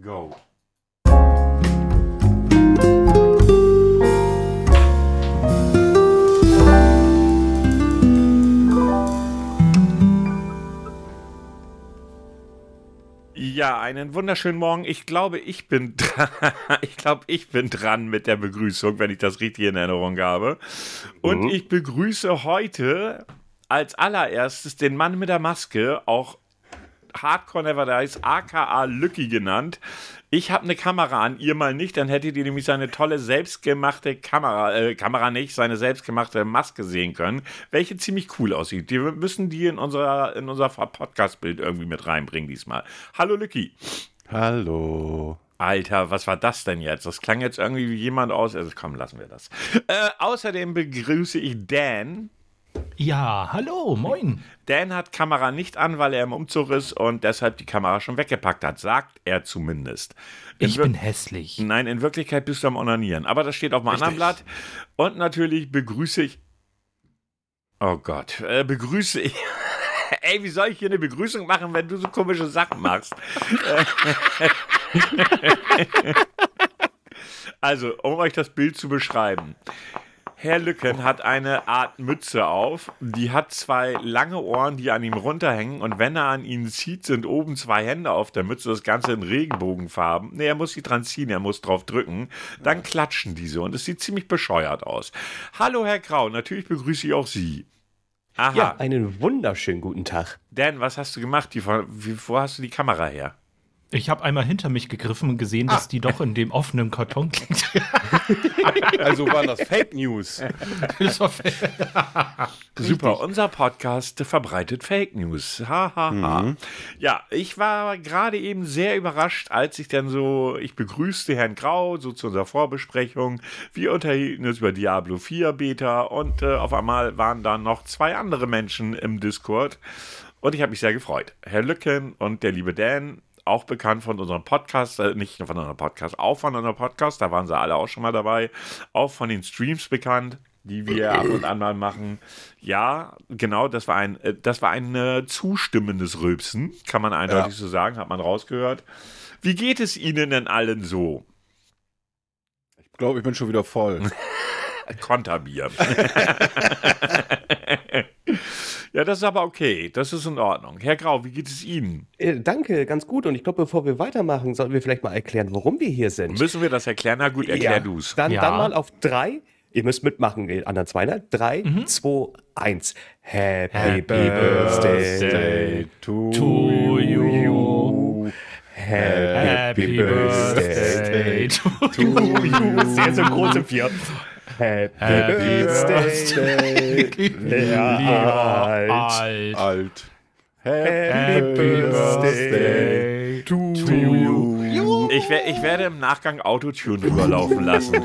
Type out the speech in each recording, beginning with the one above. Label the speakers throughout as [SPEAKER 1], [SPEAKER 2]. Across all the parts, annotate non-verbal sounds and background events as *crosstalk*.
[SPEAKER 1] go. Ja, einen wunderschönen Morgen. Ich glaube, ich bin dran. *laughs* Ich glaube, ich bin dran mit der Begrüßung, wenn ich das richtig in Erinnerung habe. Und
[SPEAKER 2] Mhm.
[SPEAKER 1] ich begrüße heute als allererstes den Mann mit der Maske, auch Hardcore Never Dies, aka Lücki genannt. Ich habe eine Kamera an, ihr mal nicht, dann hättet ihr nämlich seine tolle selbstgemachte Kamera, äh, Kamera nicht, seine selbstgemachte Maske sehen können, welche ziemlich cool aussieht. Wir müssen die in, unserer, in unser Podcast-Bild irgendwie mit reinbringen diesmal. Hallo Lücki.
[SPEAKER 2] Hallo.
[SPEAKER 1] Alter, was war das denn jetzt? Das klang jetzt irgendwie wie jemand aus. Also komm, lassen wir das. Äh, außerdem begrüße ich Dan.
[SPEAKER 3] Ja, hallo, moin.
[SPEAKER 1] Dan hat Kamera nicht an, weil er im Umzug ist und deshalb die Kamera schon weggepackt hat, sagt er zumindest. In
[SPEAKER 3] Ich
[SPEAKER 1] Wir-
[SPEAKER 3] bin hässlich.
[SPEAKER 1] Nein, in Wirklichkeit bist du am Onanieren. Aber das steht auf dem anderen Blatt. Und natürlich begrüße ich. Oh Gott, äh, begrüße ich. *laughs* Ey, wie soll ich hier eine Begrüßung machen, wenn du so komische Sachen machst? also, um euch das Bild zu beschreiben. Herr Lücken hat eine Art Mütze auf. Die hat zwei lange Ohren, die an ihm runterhängen. Und wenn er an ihnen zieht, sind oben zwei Hände auf der Mütze. Das Ganze in Regenbogenfarben. Nee, er muss sie dran ziehen, er muss drauf drücken. Dann klatschen diese und es sieht ziemlich bescheuert aus. Hallo, Herr Grau. Natürlich begrüße ich auch Sie. Aha,
[SPEAKER 2] Ja, Ah, einen wunderschönen guten Tag.
[SPEAKER 1] Dan, was hast du gemacht? Die, wie, wo hast du die Kamera her?
[SPEAKER 3] Ich habe einmal hinter mich gegriffen und gesehen, dass die doch in dem offenen Karton liegt. *laughs*
[SPEAKER 4] Also waren das Fake News.
[SPEAKER 3] Das war-
[SPEAKER 1] Super, unser Podcast verbreitet Fake News. Ha, ha, ha. Ja, ich war gerade eben sehr überrascht, als ich dann so, ich begrüßte Herrn Grau so zu unserer Vorbesprechung. Wir unterhielten uns über Diablo 4 Beta und äh, auf einmal waren da noch zwei andere Menschen im Discord. Und ich habe mich sehr gefreut. Herr Lücken und der liebe Dan, auch bekannt von unserem Podcast, äh, nicht nur von unserem Podcast, auch von unserem Podcast, da waren sie alle auch schon mal dabei, auch von den Streams bekannt, die wir ab und an mal machen. Ja, genau, das war ein, äh, das war ein äh, zustimmendes Rülpsen, kann man eindeutig so sagen, hat man rausgehört. Wie geht es Ihnen denn allen so?
[SPEAKER 4] Ich glaube, ich bin schon wieder voll.
[SPEAKER 1] Konterbier. ja, das ist aber okay, das ist in Ordnung. Herr Grau, wie geht es Ihnen?
[SPEAKER 2] Äh, danke, ganz *laughs* gut. Und ich glaube, bevor wir weitermachen, sollten wir vielleicht mal erklären, warum wir hier sind.
[SPEAKER 1] Müssen wir das erklären? Na gut, erklär
[SPEAKER 2] Ja,
[SPEAKER 1] du's.
[SPEAKER 2] Dann,
[SPEAKER 3] Ja.
[SPEAKER 2] dann mal auf drei. Ihr müsst mitmachen, ihr anderen Zweiner. Drei, zwei, eins. Happy,
[SPEAKER 3] Happy
[SPEAKER 2] Birthday.
[SPEAKER 1] Birthday
[SPEAKER 4] to,
[SPEAKER 3] To you.
[SPEAKER 2] Happy
[SPEAKER 3] Happy Birthday. to you.
[SPEAKER 2] you. Sehr synchron im Vier. Happy,
[SPEAKER 3] Happy
[SPEAKER 2] Birthday.
[SPEAKER 3] Lieber
[SPEAKER 2] alt.
[SPEAKER 3] alt.
[SPEAKER 4] Alt. Happy,
[SPEAKER 3] Birthday
[SPEAKER 4] to, you.
[SPEAKER 1] Ich, wer- ich werde im Nachgang Autotune drüber laufen lassen.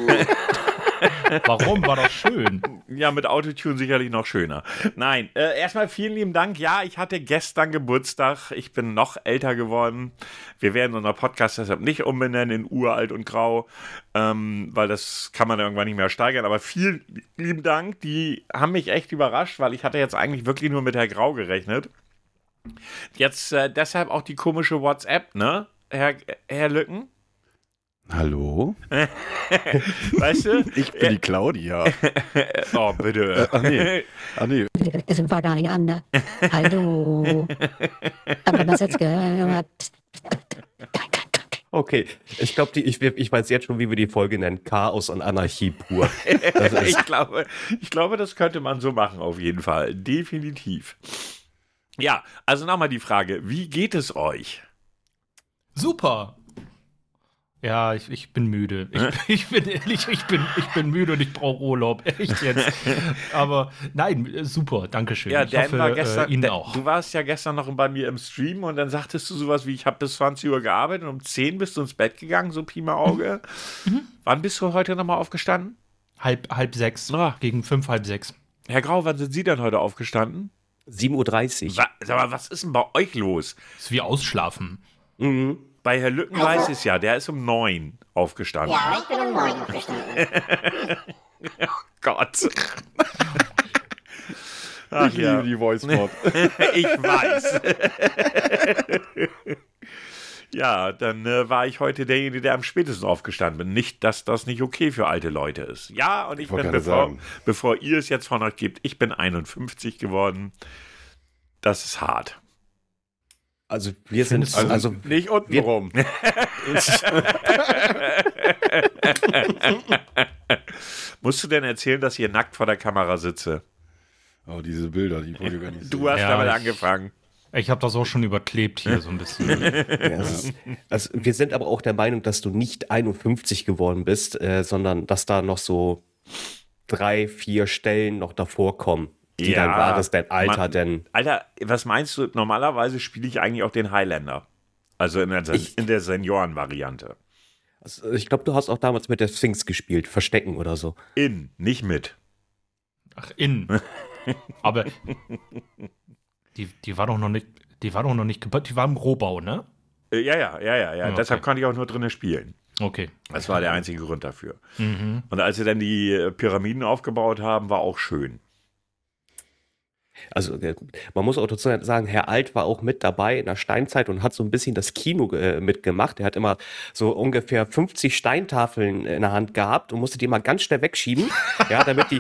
[SPEAKER 3] Warum? War doch schön.
[SPEAKER 1] Ja, mit Autotune sicherlich noch schöner. Nein, äh, erstmal vielen lieben Dank. Ja, ich hatte gestern Geburtstag. Ich bin noch älter geworden. Wir werden unseren Podcast deshalb nicht umbenennen in Uralt und Grau, ähm, weil das kann man irgendwann nicht mehr steigern. Aber vielen lieben Dank. Die haben mich echt überrascht, weil ich hatte jetzt eigentlich wirklich nur mit Herr Grau gerechnet. Jetzt äh, deshalb auch die komische WhatsApp, ne? Herr, Herr Lücken?
[SPEAKER 4] Hallo?
[SPEAKER 1] Weißt du?
[SPEAKER 4] Ich bin die Claudia.
[SPEAKER 1] oh, bitte.
[SPEAKER 4] Ach
[SPEAKER 1] *laughs*
[SPEAKER 4] nee. Ach nee.
[SPEAKER 5] Das sind wir gar nicht an. ne?
[SPEAKER 2] *laughs*
[SPEAKER 5] Hallo. Haben wir das jetzt gehört?
[SPEAKER 2] Okay, ich glaube, ich, ich weiß jetzt schon, wie wir die Folge nennen. Chaos und Anarchie pur. Das *laughs* ist,
[SPEAKER 1] ich, glaube, ich glaube, das könnte man so machen, auf jeden Fall. Definitiv. Ja, also nochmal die Frage: Wie geht es euch?
[SPEAKER 3] Super. Ja, ich, ich bin müde. Ich, *laughs* ich bin ehrlich, ich bin, ich bin müde und ich brauche Urlaub.
[SPEAKER 1] *laughs*
[SPEAKER 3] Echt jetzt. Aber nein, äh, super, Dankeschön. ich
[SPEAKER 1] Dan
[SPEAKER 3] hoffe, äh, Ihnen
[SPEAKER 1] Dan,
[SPEAKER 3] auch.
[SPEAKER 1] Du warst ja gestern noch bei mir im Stream und dann sagtest du sowas wie: Ich habe bis 20 Uhr gearbeitet und um 10 bist du ins Bett gegangen, so Pi mal Auge.
[SPEAKER 3] Mhm.
[SPEAKER 1] wann bist du heute nochmal aufgestanden?
[SPEAKER 3] Halb, halb sechs.
[SPEAKER 1] Ah.
[SPEAKER 3] Gegen fünf, halb sechs.
[SPEAKER 1] Herr Grau, wann sind Sie denn heute aufgestanden?
[SPEAKER 2] 7.30 Uhr.
[SPEAKER 1] Wa sag mal, was ist denn bei euch los?
[SPEAKER 3] Ist wie ausschlafen.
[SPEAKER 1] Bei Herr Lücken weiß ich es ja, der ist um 9 aufgestanden.
[SPEAKER 6] Also Ja, ich bin um neun aufgestanden.
[SPEAKER 1] *laughs* Oh Gott.
[SPEAKER 4] Ach, ich liebe die Voice Mod.
[SPEAKER 1] Ich weiß. *laughs* Ja, dann äh, war ich heute derjenige, der am spätesten aufgestanden bin. Nicht, dass das nicht okay für alte Leute ist. Ja, und ich,
[SPEAKER 4] wollte
[SPEAKER 1] bin,
[SPEAKER 4] gerade
[SPEAKER 1] bevor,
[SPEAKER 4] sagen.
[SPEAKER 1] bevor ihr es jetzt von euch gebt, ich bin 51 geworden. Das ist hart.
[SPEAKER 2] Also wir sind,
[SPEAKER 3] Findest du-
[SPEAKER 2] also
[SPEAKER 4] Nicht untenrum.
[SPEAKER 1] *laughs* Musst du denn erzählen, dass ich hier nackt vor der Kamera sitze?
[SPEAKER 4] Oh, diese Bilder, die wollte ich gar nicht
[SPEAKER 1] Du hast
[SPEAKER 3] Ja,
[SPEAKER 1] damit
[SPEAKER 3] ich-
[SPEAKER 1] angefangen.
[SPEAKER 3] Ich habe das auch schon überklebt hier so
[SPEAKER 1] *laughs*
[SPEAKER 3] ein bisschen.
[SPEAKER 2] Ja, es *laughs* ist- Also, wir sind aber auch der Meinung, dass du nicht 51 geworden bist, äh, sondern dass da noch so drei, vier Stellen noch davor kommen, die
[SPEAKER 1] Ja.
[SPEAKER 2] dein wahres, dein Alter
[SPEAKER 1] Mann.
[SPEAKER 2] denn.
[SPEAKER 1] Alter, was meinst du? Normalerweise spiele ich eigentlich auch den Highlander. Also in der, Sen- in der Senioren-Variante.
[SPEAKER 2] Also, ich glaube, du hast auch damals mit der Sphinx gespielt, Verstecken oder so.
[SPEAKER 1] In, nicht mit.
[SPEAKER 3] Ach, in. Aber die, die war doch noch nicht, die war doch noch nicht gebaut, die war im Rohbau, ne?
[SPEAKER 1] Äh, Ja, ja, ja, ja, ja.
[SPEAKER 3] Ah, Okay.
[SPEAKER 1] Deshalb konnte ich auch nur drinnen spielen.
[SPEAKER 3] Okay.
[SPEAKER 1] Das war der einzige Grund dafür.
[SPEAKER 3] Mhm.
[SPEAKER 1] Und als sie dann die äh, Pyramiden aufgebaut haben, war auch schön.
[SPEAKER 2] Also, äh, man muss auch dazu sagen, Herr Alt war auch mit dabei in der Steinzeit und hat so ein bisschen das Kino äh, mitgemacht. Er hat immer so ungefähr 50 Steintafeln in der Hand gehabt und musste die immer ganz schnell wegschieben, ja, damit die,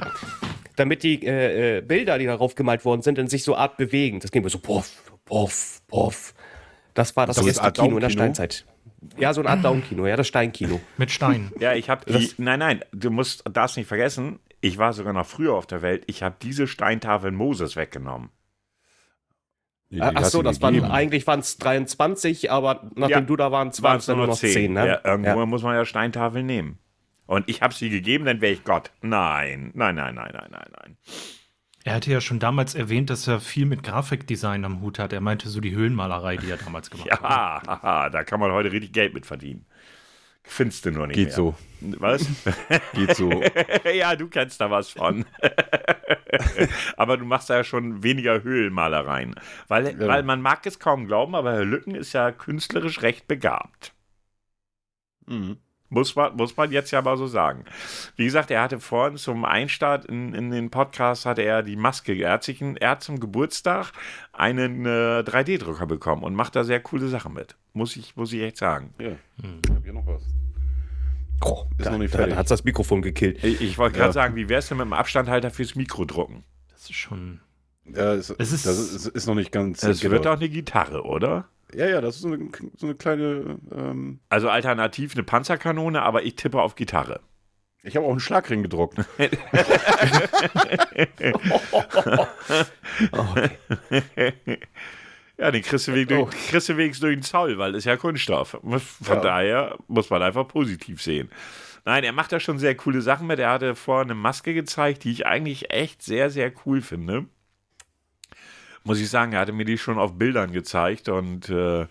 [SPEAKER 2] damit die äh, äh, Bilder, die darauf gemalt worden sind, in sich so art bewegen. Das ging immer so poff, poff, poff. Das war das,
[SPEAKER 4] Das ist
[SPEAKER 2] erste
[SPEAKER 4] Art
[SPEAKER 2] Kino in der
[SPEAKER 4] Daumenkino?
[SPEAKER 2] Steinzeit. Ja, so ein Art Daumenkino, ja, das Steinkino.
[SPEAKER 3] Mit Stein.
[SPEAKER 1] Ja, ich habe die. Nein, nein, du musst darfst nicht vergessen. Ich war sogar noch früher auf der Welt. Ich habe diese Steintafeln Moses weggenommen.
[SPEAKER 4] Nee, die
[SPEAKER 2] Ach
[SPEAKER 4] hast
[SPEAKER 2] so,
[SPEAKER 4] du
[SPEAKER 2] das waren,
[SPEAKER 4] gegeben.
[SPEAKER 2] eigentlich waren es 23, aber nachdem
[SPEAKER 1] Ja.
[SPEAKER 2] du da waren, waren es
[SPEAKER 1] Waren's
[SPEAKER 2] dann nur noch 10, ne?
[SPEAKER 1] Ja, irgendwo
[SPEAKER 2] Ja.
[SPEAKER 1] muss man ja Steintafeln nehmen. Und ich habe sie gegeben, dann wäre ich Gott. Nein, nein, nein, nein, nein, nein, nein.
[SPEAKER 3] Er hatte ja schon damals erwähnt, dass er viel mit Grafikdesign am Hut hat. Er meinte so die Höhlenmalerei, die er damals gemacht
[SPEAKER 1] Ja,
[SPEAKER 3] hat.
[SPEAKER 1] haha, da kann man heute richtig Geld mit verdienen. Findest du nur nicht
[SPEAKER 4] Geht
[SPEAKER 1] mehr.
[SPEAKER 4] so.
[SPEAKER 1] Was? *laughs*
[SPEAKER 4] Geht so.
[SPEAKER 1] ja, du kennst da was von. *laughs* aber du machst da ja schon weniger Höhlenmalereien. Weil, weil man mag es kaum glauben, aber Herr Lücken ist ja künstlerisch recht begabt.
[SPEAKER 4] Mhm.
[SPEAKER 1] Muss man, muss man jetzt ja mal so sagen. Wie gesagt, er hatte vorhin zum Einstart in, in den Podcast, hatte er die Maske. Er hat, sich, er hat zum Geburtstag einen äh, 3D-Drucker bekommen und macht da sehr coole Sachen mit. Muss ich, muss ich echt sagen.
[SPEAKER 4] Ja,
[SPEAKER 3] Hm,
[SPEAKER 4] ich hab hier noch was.
[SPEAKER 2] Oh,
[SPEAKER 4] Ist
[SPEAKER 2] da,
[SPEAKER 4] noch nicht
[SPEAKER 2] Dann
[SPEAKER 4] fertig.
[SPEAKER 2] hat's das Mikrofon gekillt.
[SPEAKER 1] Ich, ich wollte gerade sagen, wie wär's denn mit dem Abstandhalter fürs Mikrodrucken?
[SPEAKER 3] Das ist schon.
[SPEAKER 4] Ja, es,
[SPEAKER 3] Es ist-
[SPEAKER 4] das ist, ist noch nicht ganz.
[SPEAKER 1] Das
[SPEAKER 4] genau.
[SPEAKER 1] wird doch eine Gitarre, oder?
[SPEAKER 4] Ja, ja, das ist so eine, so eine kleine. Ähm,
[SPEAKER 1] Also alternativ eine Panzerkanone, aber ich tippe auf Gitarre.
[SPEAKER 4] ich habe auch einen Schlagring gedruckt.
[SPEAKER 1] Ja, den kriegst du, wegen, kriegst du wenigstens durch den Zaul, weil ist ja Kunststoff. Von daher muss man einfach positiv sehen. Nein, er macht da schon sehr coole Sachen mit. Er hatte vorher eine Maske gezeigt, die ich eigentlich echt sehr, sehr cool finde. Muss ich sagen, er hatte mir die schon auf Bildern gezeigt und äh,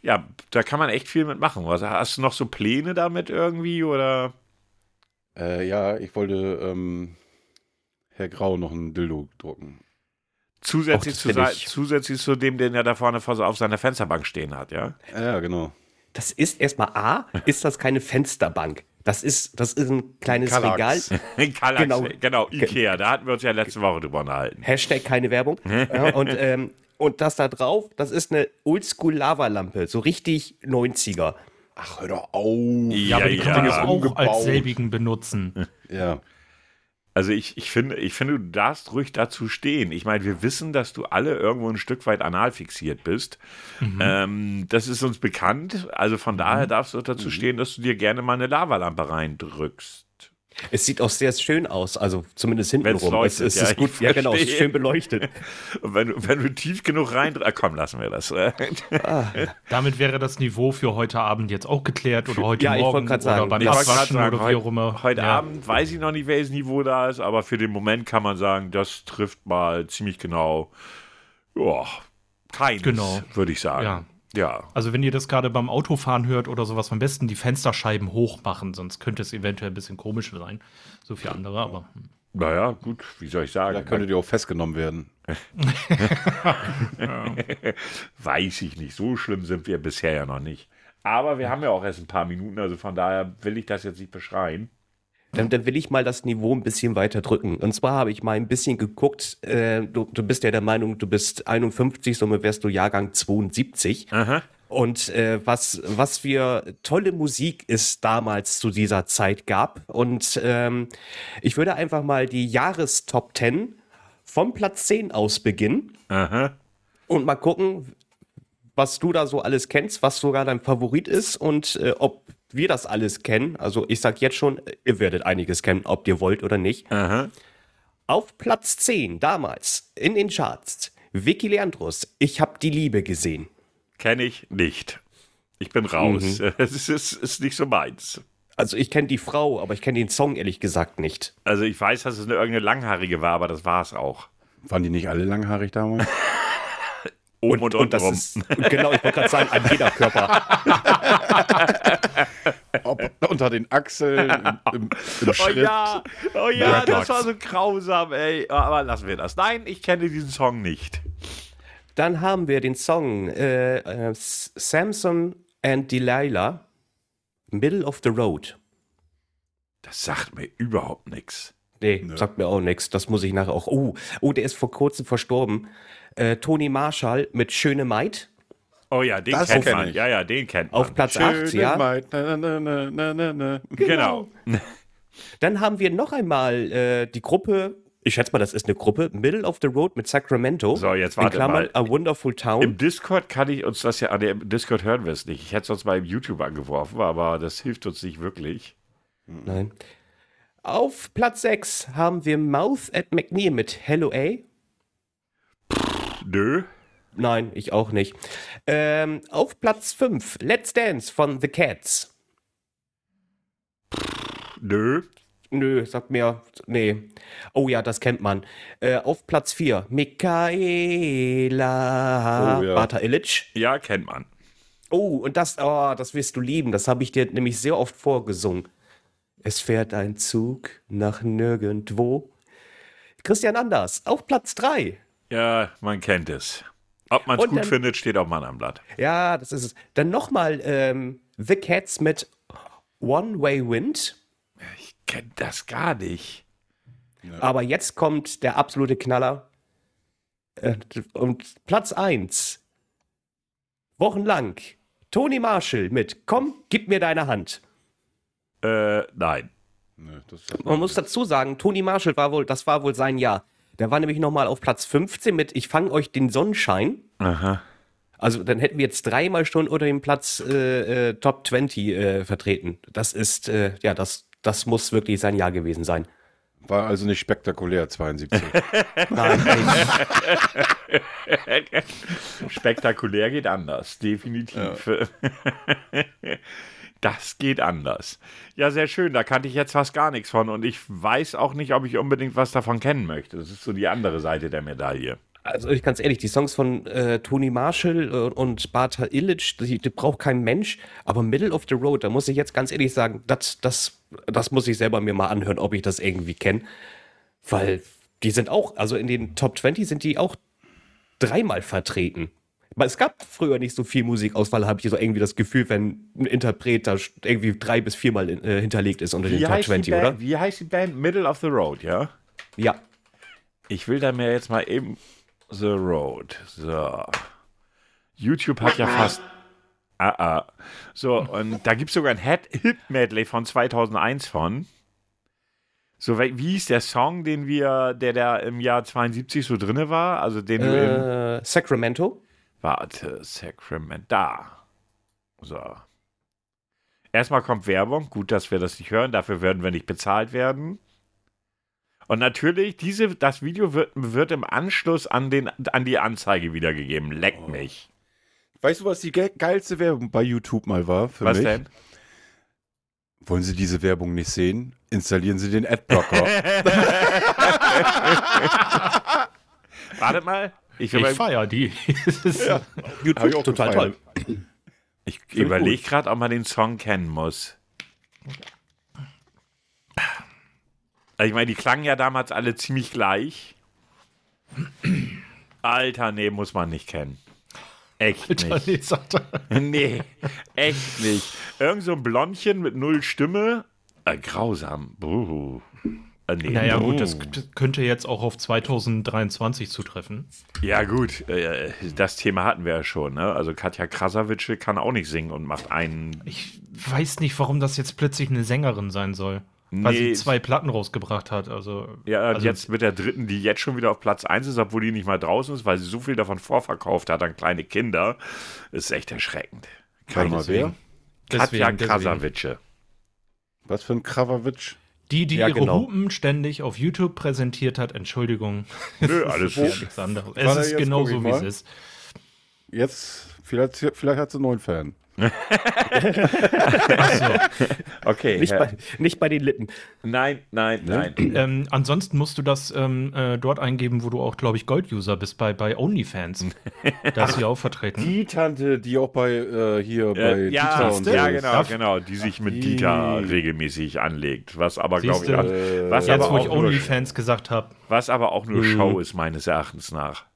[SPEAKER 1] ja, da kann man echt viel mitmachen. Was, hast du noch so Pläne damit irgendwie oder?
[SPEAKER 4] äh, ja, ich wollte ähm, Herr Grau noch ein Dildo drucken.
[SPEAKER 1] Zusätzlich,
[SPEAKER 2] Och, das
[SPEAKER 1] zu,
[SPEAKER 2] hätte
[SPEAKER 1] sei-
[SPEAKER 2] ich-
[SPEAKER 1] zusätzlich zu dem, den er da vorne vor, auf seiner Fensterbank stehen hat, ja? *laughs*
[SPEAKER 4] Ja, ja, genau.
[SPEAKER 2] Das ist erstmal A, ist das keine Fensterbank. Das ist, das ist ein kleines
[SPEAKER 4] Kallax.
[SPEAKER 2] Regal.
[SPEAKER 1] Kallax, genau.
[SPEAKER 2] Genau.
[SPEAKER 1] genau, Ikea, da hatten wir uns ja letzte Woche drüber unterhalten.
[SPEAKER 2] Hashtag keine Werbung. ja, und, ähm, und das da drauf, das ist eine Oldschool-Lavalampe. So richtig 90er.
[SPEAKER 4] Ach, hör doch auf.
[SPEAKER 3] Ja, aber die kann man
[SPEAKER 4] ja.
[SPEAKER 3] jetzt auch als
[SPEAKER 4] Umgebaut.
[SPEAKER 3] selbigen benutzen.
[SPEAKER 4] Ja.
[SPEAKER 1] Also ich, ich, finde, ich finde, du darfst ruhig dazu stehen. Ich meine, wir wissen, dass du alle irgendwo ein Stück weit anal fixiert bist.
[SPEAKER 3] Mhm.
[SPEAKER 1] Ähm, das ist uns bekannt. Also von daher darfst du auch
[SPEAKER 3] Mhm.
[SPEAKER 1] dazu stehen, dass du dir gerne mal eine Lavalampe reindrückst.
[SPEAKER 2] Es sieht auch sehr schön aus, also zumindest
[SPEAKER 1] Wenn's
[SPEAKER 2] hintenrum.
[SPEAKER 1] leuchtet,
[SPEAKER 2] es, es
[SPEAKER 1] ja,
[SPEAKER 2] ist
[SPEAKER 1] ich
[SPEAKER 2] gut, ja genau, es ist
[SPEAKER 1] verstehe.
[SPEAKER 2] schön beleuchtet.
[SPEAKER 1] Und wenn, du- wenn du tief genug reindrückst, ah, komm, lassen wir das. äh. *laughs*
[SPEAKER 3] Damit wäre das Niveau für heute Abend jetzt auch geklärt oder heute
[SPEAKER 2] Ja, ich
[SPEAKER 3] Morgen
[SPEAKER 2] wollte
[SPEAKER 3] oder
[SPEAKER 2] gerade sagen,
[SPEAKER 3] beim
[SPEAKER 2] ich wollte
[SPEAKER 1] gerade
[SPEAKER 3] Abwaschen
[SPEAKER 1] sagen,
[SPEAKER 3] oder wie auch immer.
[SPEAKER 1] Heute
[SPEAKER 3] ja.
[SPEAKER 1] Abend weiß ich noch nicht, welches Niveau da ist, aber für den Moment kann man sagen, das trifft mal ziemlich genau. Ja, keines,
[SPEAKER 3] Genau.
[SPEAKER 1] würde ich sagen.
[SPEAKER 3] Ja.
[SPEAKER 1] Ja.
[SPEAKER 3] Also wenn ihr das gerade beim Autofahren hört oder sowas, am besten die Fensterscheiben hoch machen, sonst könnte es eventuell ein bisschen komisch sein. So für andere, aber
[SPEAKER 1] Naja, gut, wie soll ich
[SPEAKER 4] Da
[SPEAKER 1] sagen?
[SPEAKER 4] könntet ihr auch festgenommen werden.
[SPEAKER 1] *laughs* weiß ich nicht. So schlimm sind wir bisher ja noch nicht. Aber wir haben ja auch erst ein paar Minuten, also von daher will ich das jetzt nicht beschreien.
[SPEAKER 2] Dann, dann will ich mal das Niveau ein bisschen weiter drücken. Und zwar habe ich mal ein bisschen geguckt, äh, du, du bist ja der Meinung, du bist 51, somit wärst du Jahrgang 72. Und äh, was, was für tolle Musik es damals zu dieser Zeit gab. Und ähm, ich würde einfach mal die Jahrestop 10 vom Platz 10 aus beginnen
[SPEAKER 1] Aha.
[SPEAKER 2] und mal gucken, was du da so alles kennst, was sogar dein Favorit ist und äh, ob wir das alles kennen. Also ich sag jetzt schon, ihr werdet einiges kennen, ob ihr wollt oder nicht.
[SPEAKER 1] Aha.
[SPEAKER 2] Auf Platz 10 damals in den Charts, Vicky Leandros, ich hab die Liebe gesehen.
[SPEAKER 1] Kenne ich nicht. Ich bin raus. *laughs* Es ist, ist nicht so meins.
[SPEAKER 2] Also ich kenne die Frau, aber ich kenne den Song ehrlich gesagt nicht.
[SPEAKER 1] Also ich weiß, dass es eine irgendeine langhaarige war, aber das war es auch.
[SPEAKER 4] Waren die nicht alle langhaarig
[SPEAKER 3] *laughs*
[SPEAKER 4] damals?
[SPEAKER 1] Oben Um und, unten
[SPEAKER 2] das
[SPEAKER 1] rum. *laughs*
[SPEAKER 2] ist, genau, ich wollte gerade sagen, an jeder Körper. *laughs*
[SPEAKER 4] Ob, unter den Achseln, im, im, im
[SPEAKER 1] Oh
[SPEAKER 4] Schritt.
[SPEAKER 1] ja, oh ja,
[SPEAKER 4] Dreadlocks.
[SPEAKER 1] das war so grausam, ey. Aber lassen wir das. Nein, ich kenne diesen Song nicht.
[SPEAKER 2] Dann haben wir den Song äh, äh, S- Samson and Delilah, Middle of the Road.
[SPEAKER 1] Das sagt mir überhaupt nichts.
[SPEAKER 2] Nee, sagt mir auch nichts. Das muss ich nachher auch. Oh, oh der ist vor kurzem verstorben. Äh, Toni Marshall mit Schöne Maid
[SPEAKER 1] Oh ja, den
[SPEAKER 4] Das
[SPEAKER 1] kennt
[SPEAKER 4] kenn
[SPEAKER 1] man.
[SPEAKER 4] ich.
[SPEAKER 1] Ja, ja, den kennt man.
[SPEAKER 2] auf Platz
[SPEAKER 4] Schöne
[SPEAKER 2] 8, ja.
[SPEAKER 4] Maid, na, na, na, na, na, na.
[SPEAKER 1] Genau.
[SPEAKER 2] Dann haben wir noch einmal äh, die Gruppe, ich schätze mal, das ist eine Gruppe, Middle of the Road mit Sacramento.
[SPEAKER 1] So, jetzt
[SPEAKER 2] in
[SPEAKER 1] warte
[SPEAKER 2] Klammern
[SPEAKER 1] mal.
[SPEAKER 2] A Wonderful
[SPEAKER 1] Im
[SPEAKER 2] Town.
[SPEAKER 1] Discord kann ich uns das ja, ah, nee, im Discord hören wir es nicht. Ich hätte es uns mal im YouTube angeworfen, aber das hilft uns nicht wirklich.
[SPEAKER 2] Nein. Auf Platz 6 haben wir Mouth at McNeil mit Hello A.
[SPEAKER 1] Nö.
[SPEAKER 2] Nein, ich auch nicht. Ähm, auf Platz 5, Let's Dance von The Cats.
[SPEAKER 1] Nö.
[SPEAKER 2] Nö, sagt mir, nee. Oh ja, das kennt man. Äh, auf Platz 4, Michaela
[SPEAKER 4] Oh ja.
[SPEAKER 2] Bata Illich.
[SPEAKER 1] Ja, kennt man.
[SPEAKER 2] Oh, und das, oh, das wirst du lieben. Das habe ich dir nämlich sehr oft vorgesungen. Es fährt ein Zug nach nirgendwo. Christian Anders, auf Platz 3.
[SPEAKER 1] Ja, man kennt es. Ob man es
[SPEAKER 2] Und
[SPEAKER 1] gut
[SPEAKER 2] dann-
[SPEAKER 1] findet, steht auf meinem Blatt.
[SPEAKER 2] Ja, das ist es. Dann nochmal ähm, The Cats mit One Way Wind.
[SPEAKER 1] Ich kenne das gar nicht.
[SPEAKER 2] Aber jetzt kommt der absolute Knaller. Äh, Und Platz 1. Wochenlang. Toni Marshall mit Komm, gib mir deine Hand.
[SPEAKER 1] Äh, nein.
[SPEAKER 4] Nö, das sagt
[SPEAKER 2] Man muss dazu sagen, Toni Marshall war wohl, das war wohl sein Jahr. Der war nämlich nochmal auf Platz 15 mit Ich fang euch den Sonnenschein.
[SPEAKER 1] Aha.
[SPEAKER 2] Also dann hätten wir jetzt dreimal schon unter dem Platz äh, äh, Top 20 äh, vertreten. Das ist, äh, ja, das, das muss wirklich sein Jahr gewesen sein.
[SPEAKER 4] War also nicht spektakulär,
[SPEAKER 3] *laughs*
[SPEAKER 4] 72.
[SPEAKER 2] Nein, ich,
[SPEAKER 1] Spektakulär geht anders, definitiv. *laughs* Das geht anders. Ja, sehr schön. Da kannte ich jetzt fast gar nichts von und ich weiß auch nicht, ob ich unbedingt was davon kennen möchte. Das ist so die andere Seite der Medaille.
[SPEAKER 2] Also ich ganz ehrlich, die Songs von äh, Tony Marshall äh, und Bata Illich, die, die braucht kein Mensch, aber Middle of the Road, da muss ich jetzt ganz ehrlich sagen, das, das, das muss ich selber mir mal anhören, ob ich das irgendwie kenne. Weil die sind auch, also in den Top 20 sind die auch dreimal vertreten. Weil Es gab früher nicht so viel Musikauswahl, habe ich so irgendwie das Gefühl, wenn ein Interpret da irgendwie drei bis viermal äh, hinterlegt ist unter den Top 20,
[SPEAKER 1] Band,
[SPEAKER 2] oder?
[SPEAKER 1] wie heißt die Band? Middle of the Road, ja?
[SPEAKER 2] Ja.
[SPEAKER 1] Ich will da mir jetzt mal eben The Road. So. YouTube hat ja fast. Ah, ah. So, und da gibt es sogar ein Head- Hit-Medley von 2001 von. So, wie wie hieß der Song, den wir, der da im Jahr 72 so drinne war? Also den du im.
[SPEAKER 2] Äh, Sacramento?
[SPEAKER 1] Warte, Sacrament. Da. So. Erstmal kommt Werbung. Gut, dass wir das nicht hören. Dafür werden wir nicht bezahlt werden. Und natürlich, diese, das Video wird, wird im Anschluss an, den, an die Anzeige wiedergegeben. Leck
[SPEAKER 4] Oh.
[SPEAKER 1] mich.
[SPEAKER 4] weißt du, was die ge geilste Werbung bei YouTube mal war für
[SPEAKER 1] Was
[SPEAKER 4] mich?
[SPEAKER 1] denn?
[SPEAKER 4] Wollen Sie diese Werbung nicht sehen? Installieren Sie den
[SPEAKER 3] *laughs*
[SPEAKER 4] Adblocker.
[SPEAKER 1] Wartet mal. Ich,
[SPEAKER 3] Ich
[SPEAKER 1] über,
[SPEAKER 3] feier die. *laughs* Es ist-
[SPEAKER 4] Hab ich auch
[SPEAKER 2] Total
[SPEAKER 4] gefallen.
[SPEAKER 2] toll.
[SPEAKER 1] ich überlege gerade, ob man den Song kennen muss. Also ich meine, die klangen ja damals alle ziemlich gleich. Alter, nee, muss man nicht kennen. Echt
[SPEAKER 3] Alter,
[SPEAKER 1] nicht.
[SPEAKER 3] nee, sagt
[SPEAKER 1] *laughs*
[SPEAKER 3] er.
[SPEAKER 1] Nee, echt nicht. Irgend so ein Blondchen mit null Stimme. Äh, grausam. Buh. Äh, nee.
[SPEAKER 3] Naja,
[SPEAKER 4] Oh.
[SPEAKER 3] gut, das k- könnte jetzt auch auf 2023 zutreffen.
[SPEAKER 1] Ja, gut, äh, das Thema hatten wir ja schon. Ne? Also Katja Krasavice kann auch nicht singen und macht einen.
[SPEAKER 3] Ich weiß nicht, warum das jetzt plötzlich eine Sängerin sein soll. Weil
[SPEAKER 1] Nee.
[SPEAKER 3] sie zwei Platten rausgebracht hat. Also,
[SPEAKER 1] Ja,
[SPEAKER 3] also
[SPEAKER 1] jetzt mit der dritten, die jetzt schon wieder auf Platz 1 ist, obwohl die nicht mal draußen ist, weil sie so viel davon vorverkauft hat an kleine Kinder. Ist echt erschreckend.
[SPEAKER 4] Warte mal, wer?
[SPEAKER 1] Katja
[SPEAKER 3] deswegen- deswegen.
[SPEAKER 1] Krasavice.
[SPEAKER 4] Was für ein Krawawitsch?
[SPEAKER 3] Die, die
[SPEAKER 2] Ja,
[SPEAKER 3] ihre
[SPEAKER 2] genau.
[SPEAKER 3] Hupen ständig auf YouTube präsentiert hat, Entschuldigung.
[SPEAKER 1] Nö, alles
[SPEAKER 3] Ja, nichts anderes. Es
[SPEAKER 4] Warte,
[SPEAKER 3] ist
[SPEAKER 4] jetzt
[SPEAKER 3] genau
[SPEAKER 4] guck ich
[SPEAKER 3] so, wie es
[SPEAKER 4] mal.
[SPEAKER 3] ist.
[SPEAKER 4] Jetzt, vielleicht, vielleicht hat sie einen neuen Fan.
[SPEAKER 1] Okay.
[SPEAKER 2] Nicht,
[SPEAKER 1] Herr-
[SPEAKER 2] bei, nicht bei den Lippen.
[SPEAKER 1] nein, nein, nein.
[SPEAKER 3] Ähm, ansonsten musst du das ähm, äh, dort eingeben, wo du auch, glaube ich, Gold-User bist, bei, bei OnlyFans. da ist sie auch vertreten.
[SPEAKER 4] Die Tante, die auch bei äh, hier bei
[SPEAKER 1] Äh, ja,
[SPEAKER 4] Dieter und so
[SPEAKER 1] ja,
[SPEAKER 4] ist.
[SPEAKER 1] genau, genau, die sich mit
[SPEAKER 4] die.
[SPEAKER 1] Dieter regelmäßig anlegt, was aber glaube ich,
[SPEAKER 3] Siehste,
[SPEAKER 1] an- was,
[SPEAKER 3] Jetzt,
[SPEAKER 1] aber
[SPEAKER 3] wo ich
[SPEAKER 1] auch nur,
[SPEAKER 3] OnlyFans gesagt habe.
[SPEAKER 1] was aber auch nur Show ist meines Erachtens nach.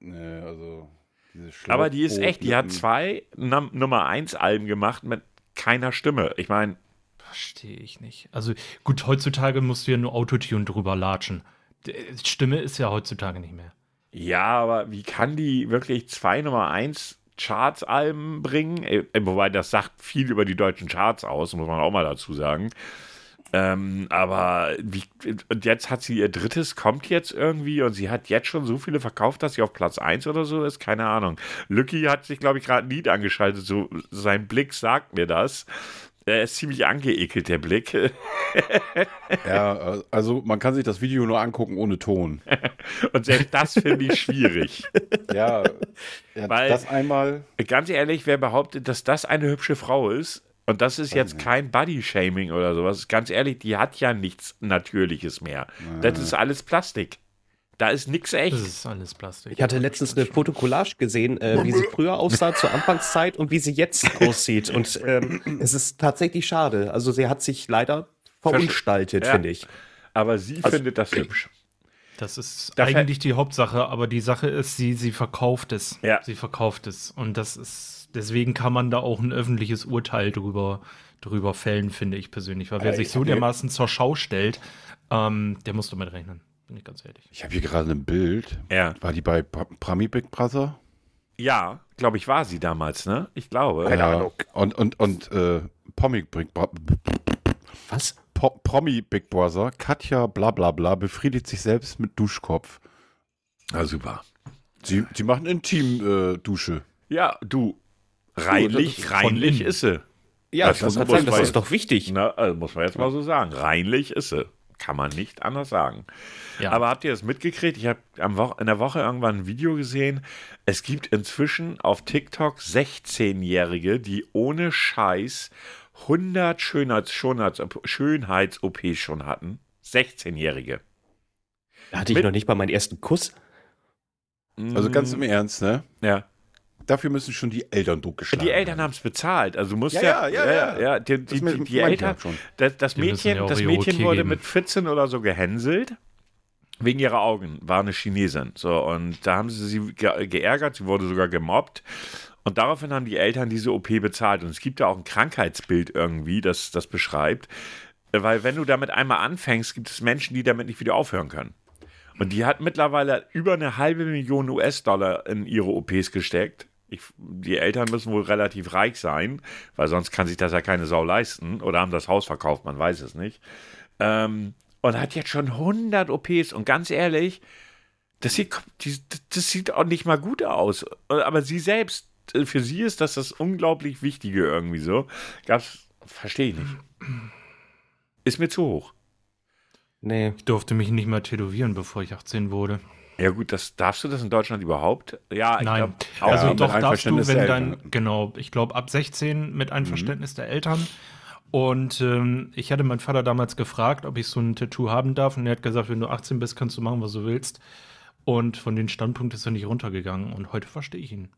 [SPEAKER 4] Nee, also diese
[SPEAKER 1] Aber die
[SPEAKER 4] oh,
[SPEAKER 1] ist echt, die hat
[SPEAKER 4] Schlauchboot-
[SPEAKER 1] zwei Num Nummer 1 Alben gemacht mit keiner Stimme. Ich meine,
[SPEAKER 3] Verstehe ich nicht. Also gut, heutzutage musst du ja nur Autotune drüber latschen. D- Stimme ist ja heutzutage nicht mehr.
[SPEAKER 1] ja, aber wie kann die wirklich zwei Nummer 1 Charts Alben bringen? Äh, Wobei das sagt viel über die deutschen Charts aus, muss man auch mal dazu sagen. Ähm, aber wie, und jetzt hat sie ihr drittes, kommt jetzt irgendwie und sie hat jetzt schon so viele verkauft, dass sie auf Platz 1 oder so ist, keine Ahnung. Lucky hat sich, glaube ich, gerade ein Lied angeschaltet, so sein Blick sagt mir das. Er ist ziemlich angeekelt, der Blick. *laughs*
[SPEAKER 4] Ja, äh, also man kann sich das Video nur angucken ohne
[SPEAKER 1] *laughs*
[SPEAKER 4] Ton.
[SPEAKER 1] Und selbst das finde ich schwierig.
[SPEAKER 4] Ja, ja
[SPEAKER 1] Weil-
[SPEAKER 4] das einmal.
[SPEAKER 1] Ganz ehrlich, wer behauptet, dass das eine hübsche Frau ist, und das ist jetzt kein Body-Shaming oder sowas, ganz ehrlich, die hat ja nichts Natürliches mehr. Das ist alles Plastik. Da ist nichts
[SPEAKER 3] Das
[SPEAKER 1] echt.
[SPEAKER 3] ist alles Plastik.
[SPEAKER 2] Ich hatte letztens eine Fotokollage gesehen, äh, wie sie früher aussah zur Anfangszeit und wie sie
[SPEAKER 1] *laughs*
[SPEAKER 2] jetzt aussieht. Und ähm, es ist tatsächlich schade. Also sie hat sich leider verunstaltet,
[SPEAKER 1] Ja.
[SPEAKER 2] finde ich.
[SPEAKER 1] Aber sie findet das hübsch.
[SPEAKER 3] Das ist
[SPEAKER 1] Da fällt-
[SPEAKER 3] eigentlich die Hauptsache, aber die Sache ist, sie, sie verkauft es.
[SPEAKER 1] Ja.
[SPEAKER 3] Sie verkauft es. Und das ist, deswegen kann man da auch ein öffentliches Urteil drüber, drüber fällen, finde ich persönlich. Weil wer
[SPEAKER 4] Äh,
[SPEAKER 3] sich
[SPEAKER 4] ich
[SPEAKER 3] so
[SPEAKER 4] hab mir-
[SPEAKER 3] dermaßen zur Schau stellt, ähm, der muss damit rechnen. Bin ich ganz ehrlich.
[SPEAKER 4] Ich habe hier gerade ein Bild.
[SPEAKER 1] Ja,
[SPEAKER 4] War die bei Pa- Prami Big Brother?
[SPEAKER 1] ja glaube ich, war sie damals, ne? Ich glaube.
[SPEAKER 4] Ahnung. Und, und, und äh, Pommi Big Bro-
[SPEAKER 2] Was?
[SPEAKER 4] Po Promi Big Brother, Katja bla bla bla, befriedigt sich selbst mit Duschkopf.
[SPEAKER 1] Na super.
[SPEAKER 4] Sie, sie machen äh, Intim-Dusche.
[SPEAKER 1] Ja, du,
[SPEAKER 2] das
[SPEAKER 1] reinlich,
[SPEAKER 2] ist
[SPEAKER 3] von
[SPEAKER 1] reinlich
[SPEAKER 3] innen.
[SPEAKER 1] ist sie.
[SPEAKER 2] Ja,
[SPEAKER 1] Das
[SPEAKER 2] ich
[SPEAKER 1] muss
[SPEAKER 2] muss gerade
[SPEAKER 1] man
[SPEAKER 2] sagen, das
[SPEAKER 1] weiß.
[SPEAKER 2] ist doch wichtig.
[SPEAKER 1] Na, also muss man jetzt mal so sagen. Reinlich ist sie. Kann man nicht anders sagen.
[SPEAKER 3] Ja.
[SPEAKER 1] Aber habt ihr das mitgekriegt? Ich habe Wo in der Woche irgendwann ein Video gesehen. Es gibt inzwischen auf TikTok 16-Jährige, die ohne Scheiß 100 Schönheits Schönheits Schönheits-OP schon hatten. 16-Jährige.
[SPEAKER 2] Hatte ich
[SPEAKER 1] Mit-
[SPEAKER 2] noch nicht mal meinen ersten Kuss.
[SPEAKER 4] Also ganz im
[SPEAKER 1] Mm,
[SPEAKER 4] Ernst, ne?
[SPEAKER 1] Ja.
[SPEAKER 4] Dafür müssen schon die Eltern durchgeschlagen
[SPEAKER 1] Die Eltern haben es bezahlt. Also du musst ja.
[SPEAKER 4] Ja, ja, ja, ja.
[SPEAKER 1] die, die,
[SPEAKER 4] me-
[SPEAKER 1] die,
[SPEAKER 4] meinte
[SPEAKER 1] die
[SPEAKER 4] ich
[SPEAKER 1] Eltern.
[SPEAKER 4] ja schon.
[SPEAKER 1] Das, das
[SPEAKER 3] Die müssen
[SPEAKER 1] Mädchen,
[SPEAKER 3] ja auch
[SPEAKER 1] das
[SPEAKER 3] ihre
[SPEAKER 1] Mädchen
[SPEAKER 3] OT
[SPEAKER 1] wurde
[SPEAKER 3] geben.
[SPEAKER 1] mit 14 oder so gehänselt. Wegen ihrer Augen. War eine Chinesin. So, und da haben sie sie ge geärgert. Sie wurde sogar gemobbt. Und daraufhin haben die Eltern diese OP bezahlt. Und es gibt da auch ein Krankheitsbild irgendwie, das das beschreibt. Weil wenn du damit einmal anfängst, gibt es Menschen, die damit nicht wieder aufhören können. Und die hat mittlerweile über eine halbe Million US-Dollar in ihre OPs gesteckt. Ich, die Eltern müssen wohl relativ reich sein, weil sonst kann sich das ja keine Sau leisten. Oder haben das Haus verkauft, man weiß es nicht. Ähm, und hat jetzt schon 100 OPs. Und ganz ehrlich, das sieht, kom- die- das sieht auch nicht mal gut aus. Aber sie selbst, äh, für sie ist das das unglaublich Wichtige irgendwie so. Gab's, verstehe ich nicht. Ist mir zu hoch.
[SPEAKER 2] Nee.
[SPEAKER 3] ich durfte mich nicht mal tätowieren, bevor ich 18 wurde.
[SPEAKER 1] Ja, gut, das darfst du das in Deutschland überhaupt? Ja,
[SPEAKER 3] Nein,
[SPEAKER 1] ich glaub,
[SPEAKER 3] also
[SPEAKER 1] auch-
[SPEAKER 4] mit
[SPEAKER 3] doch darfst du,
[SPEAKER 4] Einverständnis
[SPEAKER 3] wenn
[SPEAKER 4] der
[SPEAKER 3] dein,
[SPEAKER 4] Eltern. Mhm.
[SPEAKER 3] genau, ich glaube ab 16 mit Einverständnis der Eltern. Und ähm, ich hatte meinen Vater damals gefragt, ob ich so ein Tattoo haben darf. Und er hat gesagt, wenn du 18 bist, kannst du machen, was du willst. Und von dem Standpunkt ist er nicht runtergegangen. Und heute verstehe ich ihn.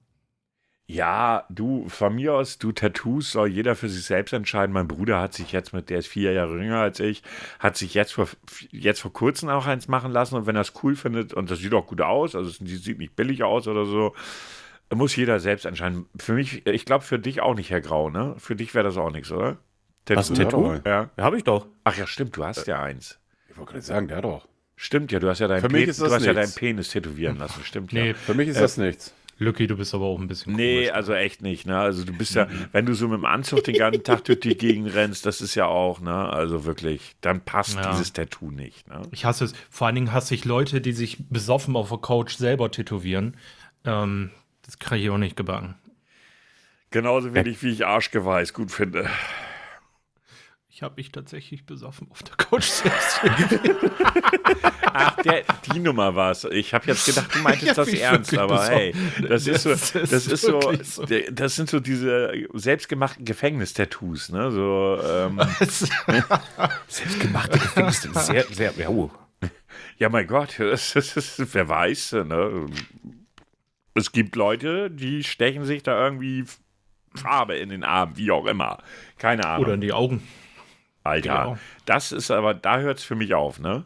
[SPEAKER 1] Ja, du, von mir aus, du Tattoos soll jeder für sich selbst entscheiden. Mein Bruder hat sich jetzt mit, der ist vier Jahre jünger als ich, hat sich jetzt vor, jetzt vor kurzem auch eins machen lassen und wenn er es cool findet und das sieht auch gut aus, also es sieht nicht billig aus oder so, muss jeder selbst entscheiden. Für mich, ich glaube für dich auch nicht, Herr Grau, ne? Für dich wäre das auch nichts, oder?
[SPEAKER 2] Was,
[SPEAKER 1] Tattoo?
[SPEAKER 2] Tattoo?
[SPEAKER 1] Ja.
[SPEAKER 2] Habe ich doch.
[SPEAKER 1] Ach ja, stimmt, du hast ja eins.
[SPEAKER 4] Ich wollte gerade sagen, der doch.
[SPEAKER 1] Stimmt ja, du hast ja deinen,
[SPEAKER 4] Für mich
[SPEAKER 1] Pe-
[SPEAKER 4] ist das
[SPEAKER 1] du hast ja deinen
[SPEAKER 4] nichts.
[SPEAKER 1] Penis tätowieren lassen, stimmt
[SPEAKER 3] Nee,
[SPEAKER 1] ja.
[SPEAKER 4] Für mich ist das nichts.
[SPEAKER 3] Lucky, du bist aber auch ein bisschen
[SPEAKER 1] Nee,
[SPEAKER 3] komisch.
[SPEAKER 1] also echt nicht, ne? Also du bist ja,
[SPEAKER 3] Mhm.
[SPEAKER 1] wenn du so mit dem Anzug den ganzen Tag durch die Gegend rennst, das ist ja auch, ne? Also wirklich, dann passt
[SPEAKER 3] Ja.
[SPEAKER 1] dieses Tattoo nicht, ne?
[SPEAKER 3] Ich hasse es. Vor allen Dingen hasse ich Leute, die sich besoffen auf der Couch selber tätowieren. Ähm, das kriege ich auch nicht gebacken.
[SPEAKER 1] Genauso wenig wie ich Arschgeweihs gut finde.
[SPEAKER 3] Ich habe mich tatsächlich besoffen auf der Couch selbst *laughs* tätowiert.
[SPEAKER 1] Ach, der, *laughs* die Nummer war es. Ich habe jetzt gedacht, du meintest
[SPEAKER 3] *laughs* Ich hab
[SPEAKER 1] das
[SPEAKER 3] mich
[SPEAKER 1] ernst,
[SPEAKER 3] wirklich
[SPEAKER 1] aber hey,
[SPEAKER 3] besoffen.
[SPEAKER 1] das ist so,
[SPEAKER 3] Das ist
[SPEAKER 1] das ist so,
[SPEAKER 3] wirklich so.
[SPEAKER 1] der- das sind so diese selbstgemachten Gefängnistattoos, ne? So, ähm, *laughs*
[SPEAKER 2] Selbstgemachte Gefängnis. Sehr, sehr, ja, oh.
[SPEAKER 1] ja, mein Gott, *laughs* das, das, das, wer weiß, ne? Es gibt Leute, die stechen sich da irgendwie Farbe in den Arm, wie auch immer. Keine Ahnung.
[SPEAKER 3] Oder in die Augen.
[SPEAKER 1] Alter,
[SPEAKER 3] Genau.
[SPEAKER 1] das ist aber, da hört es für mich auf, ne?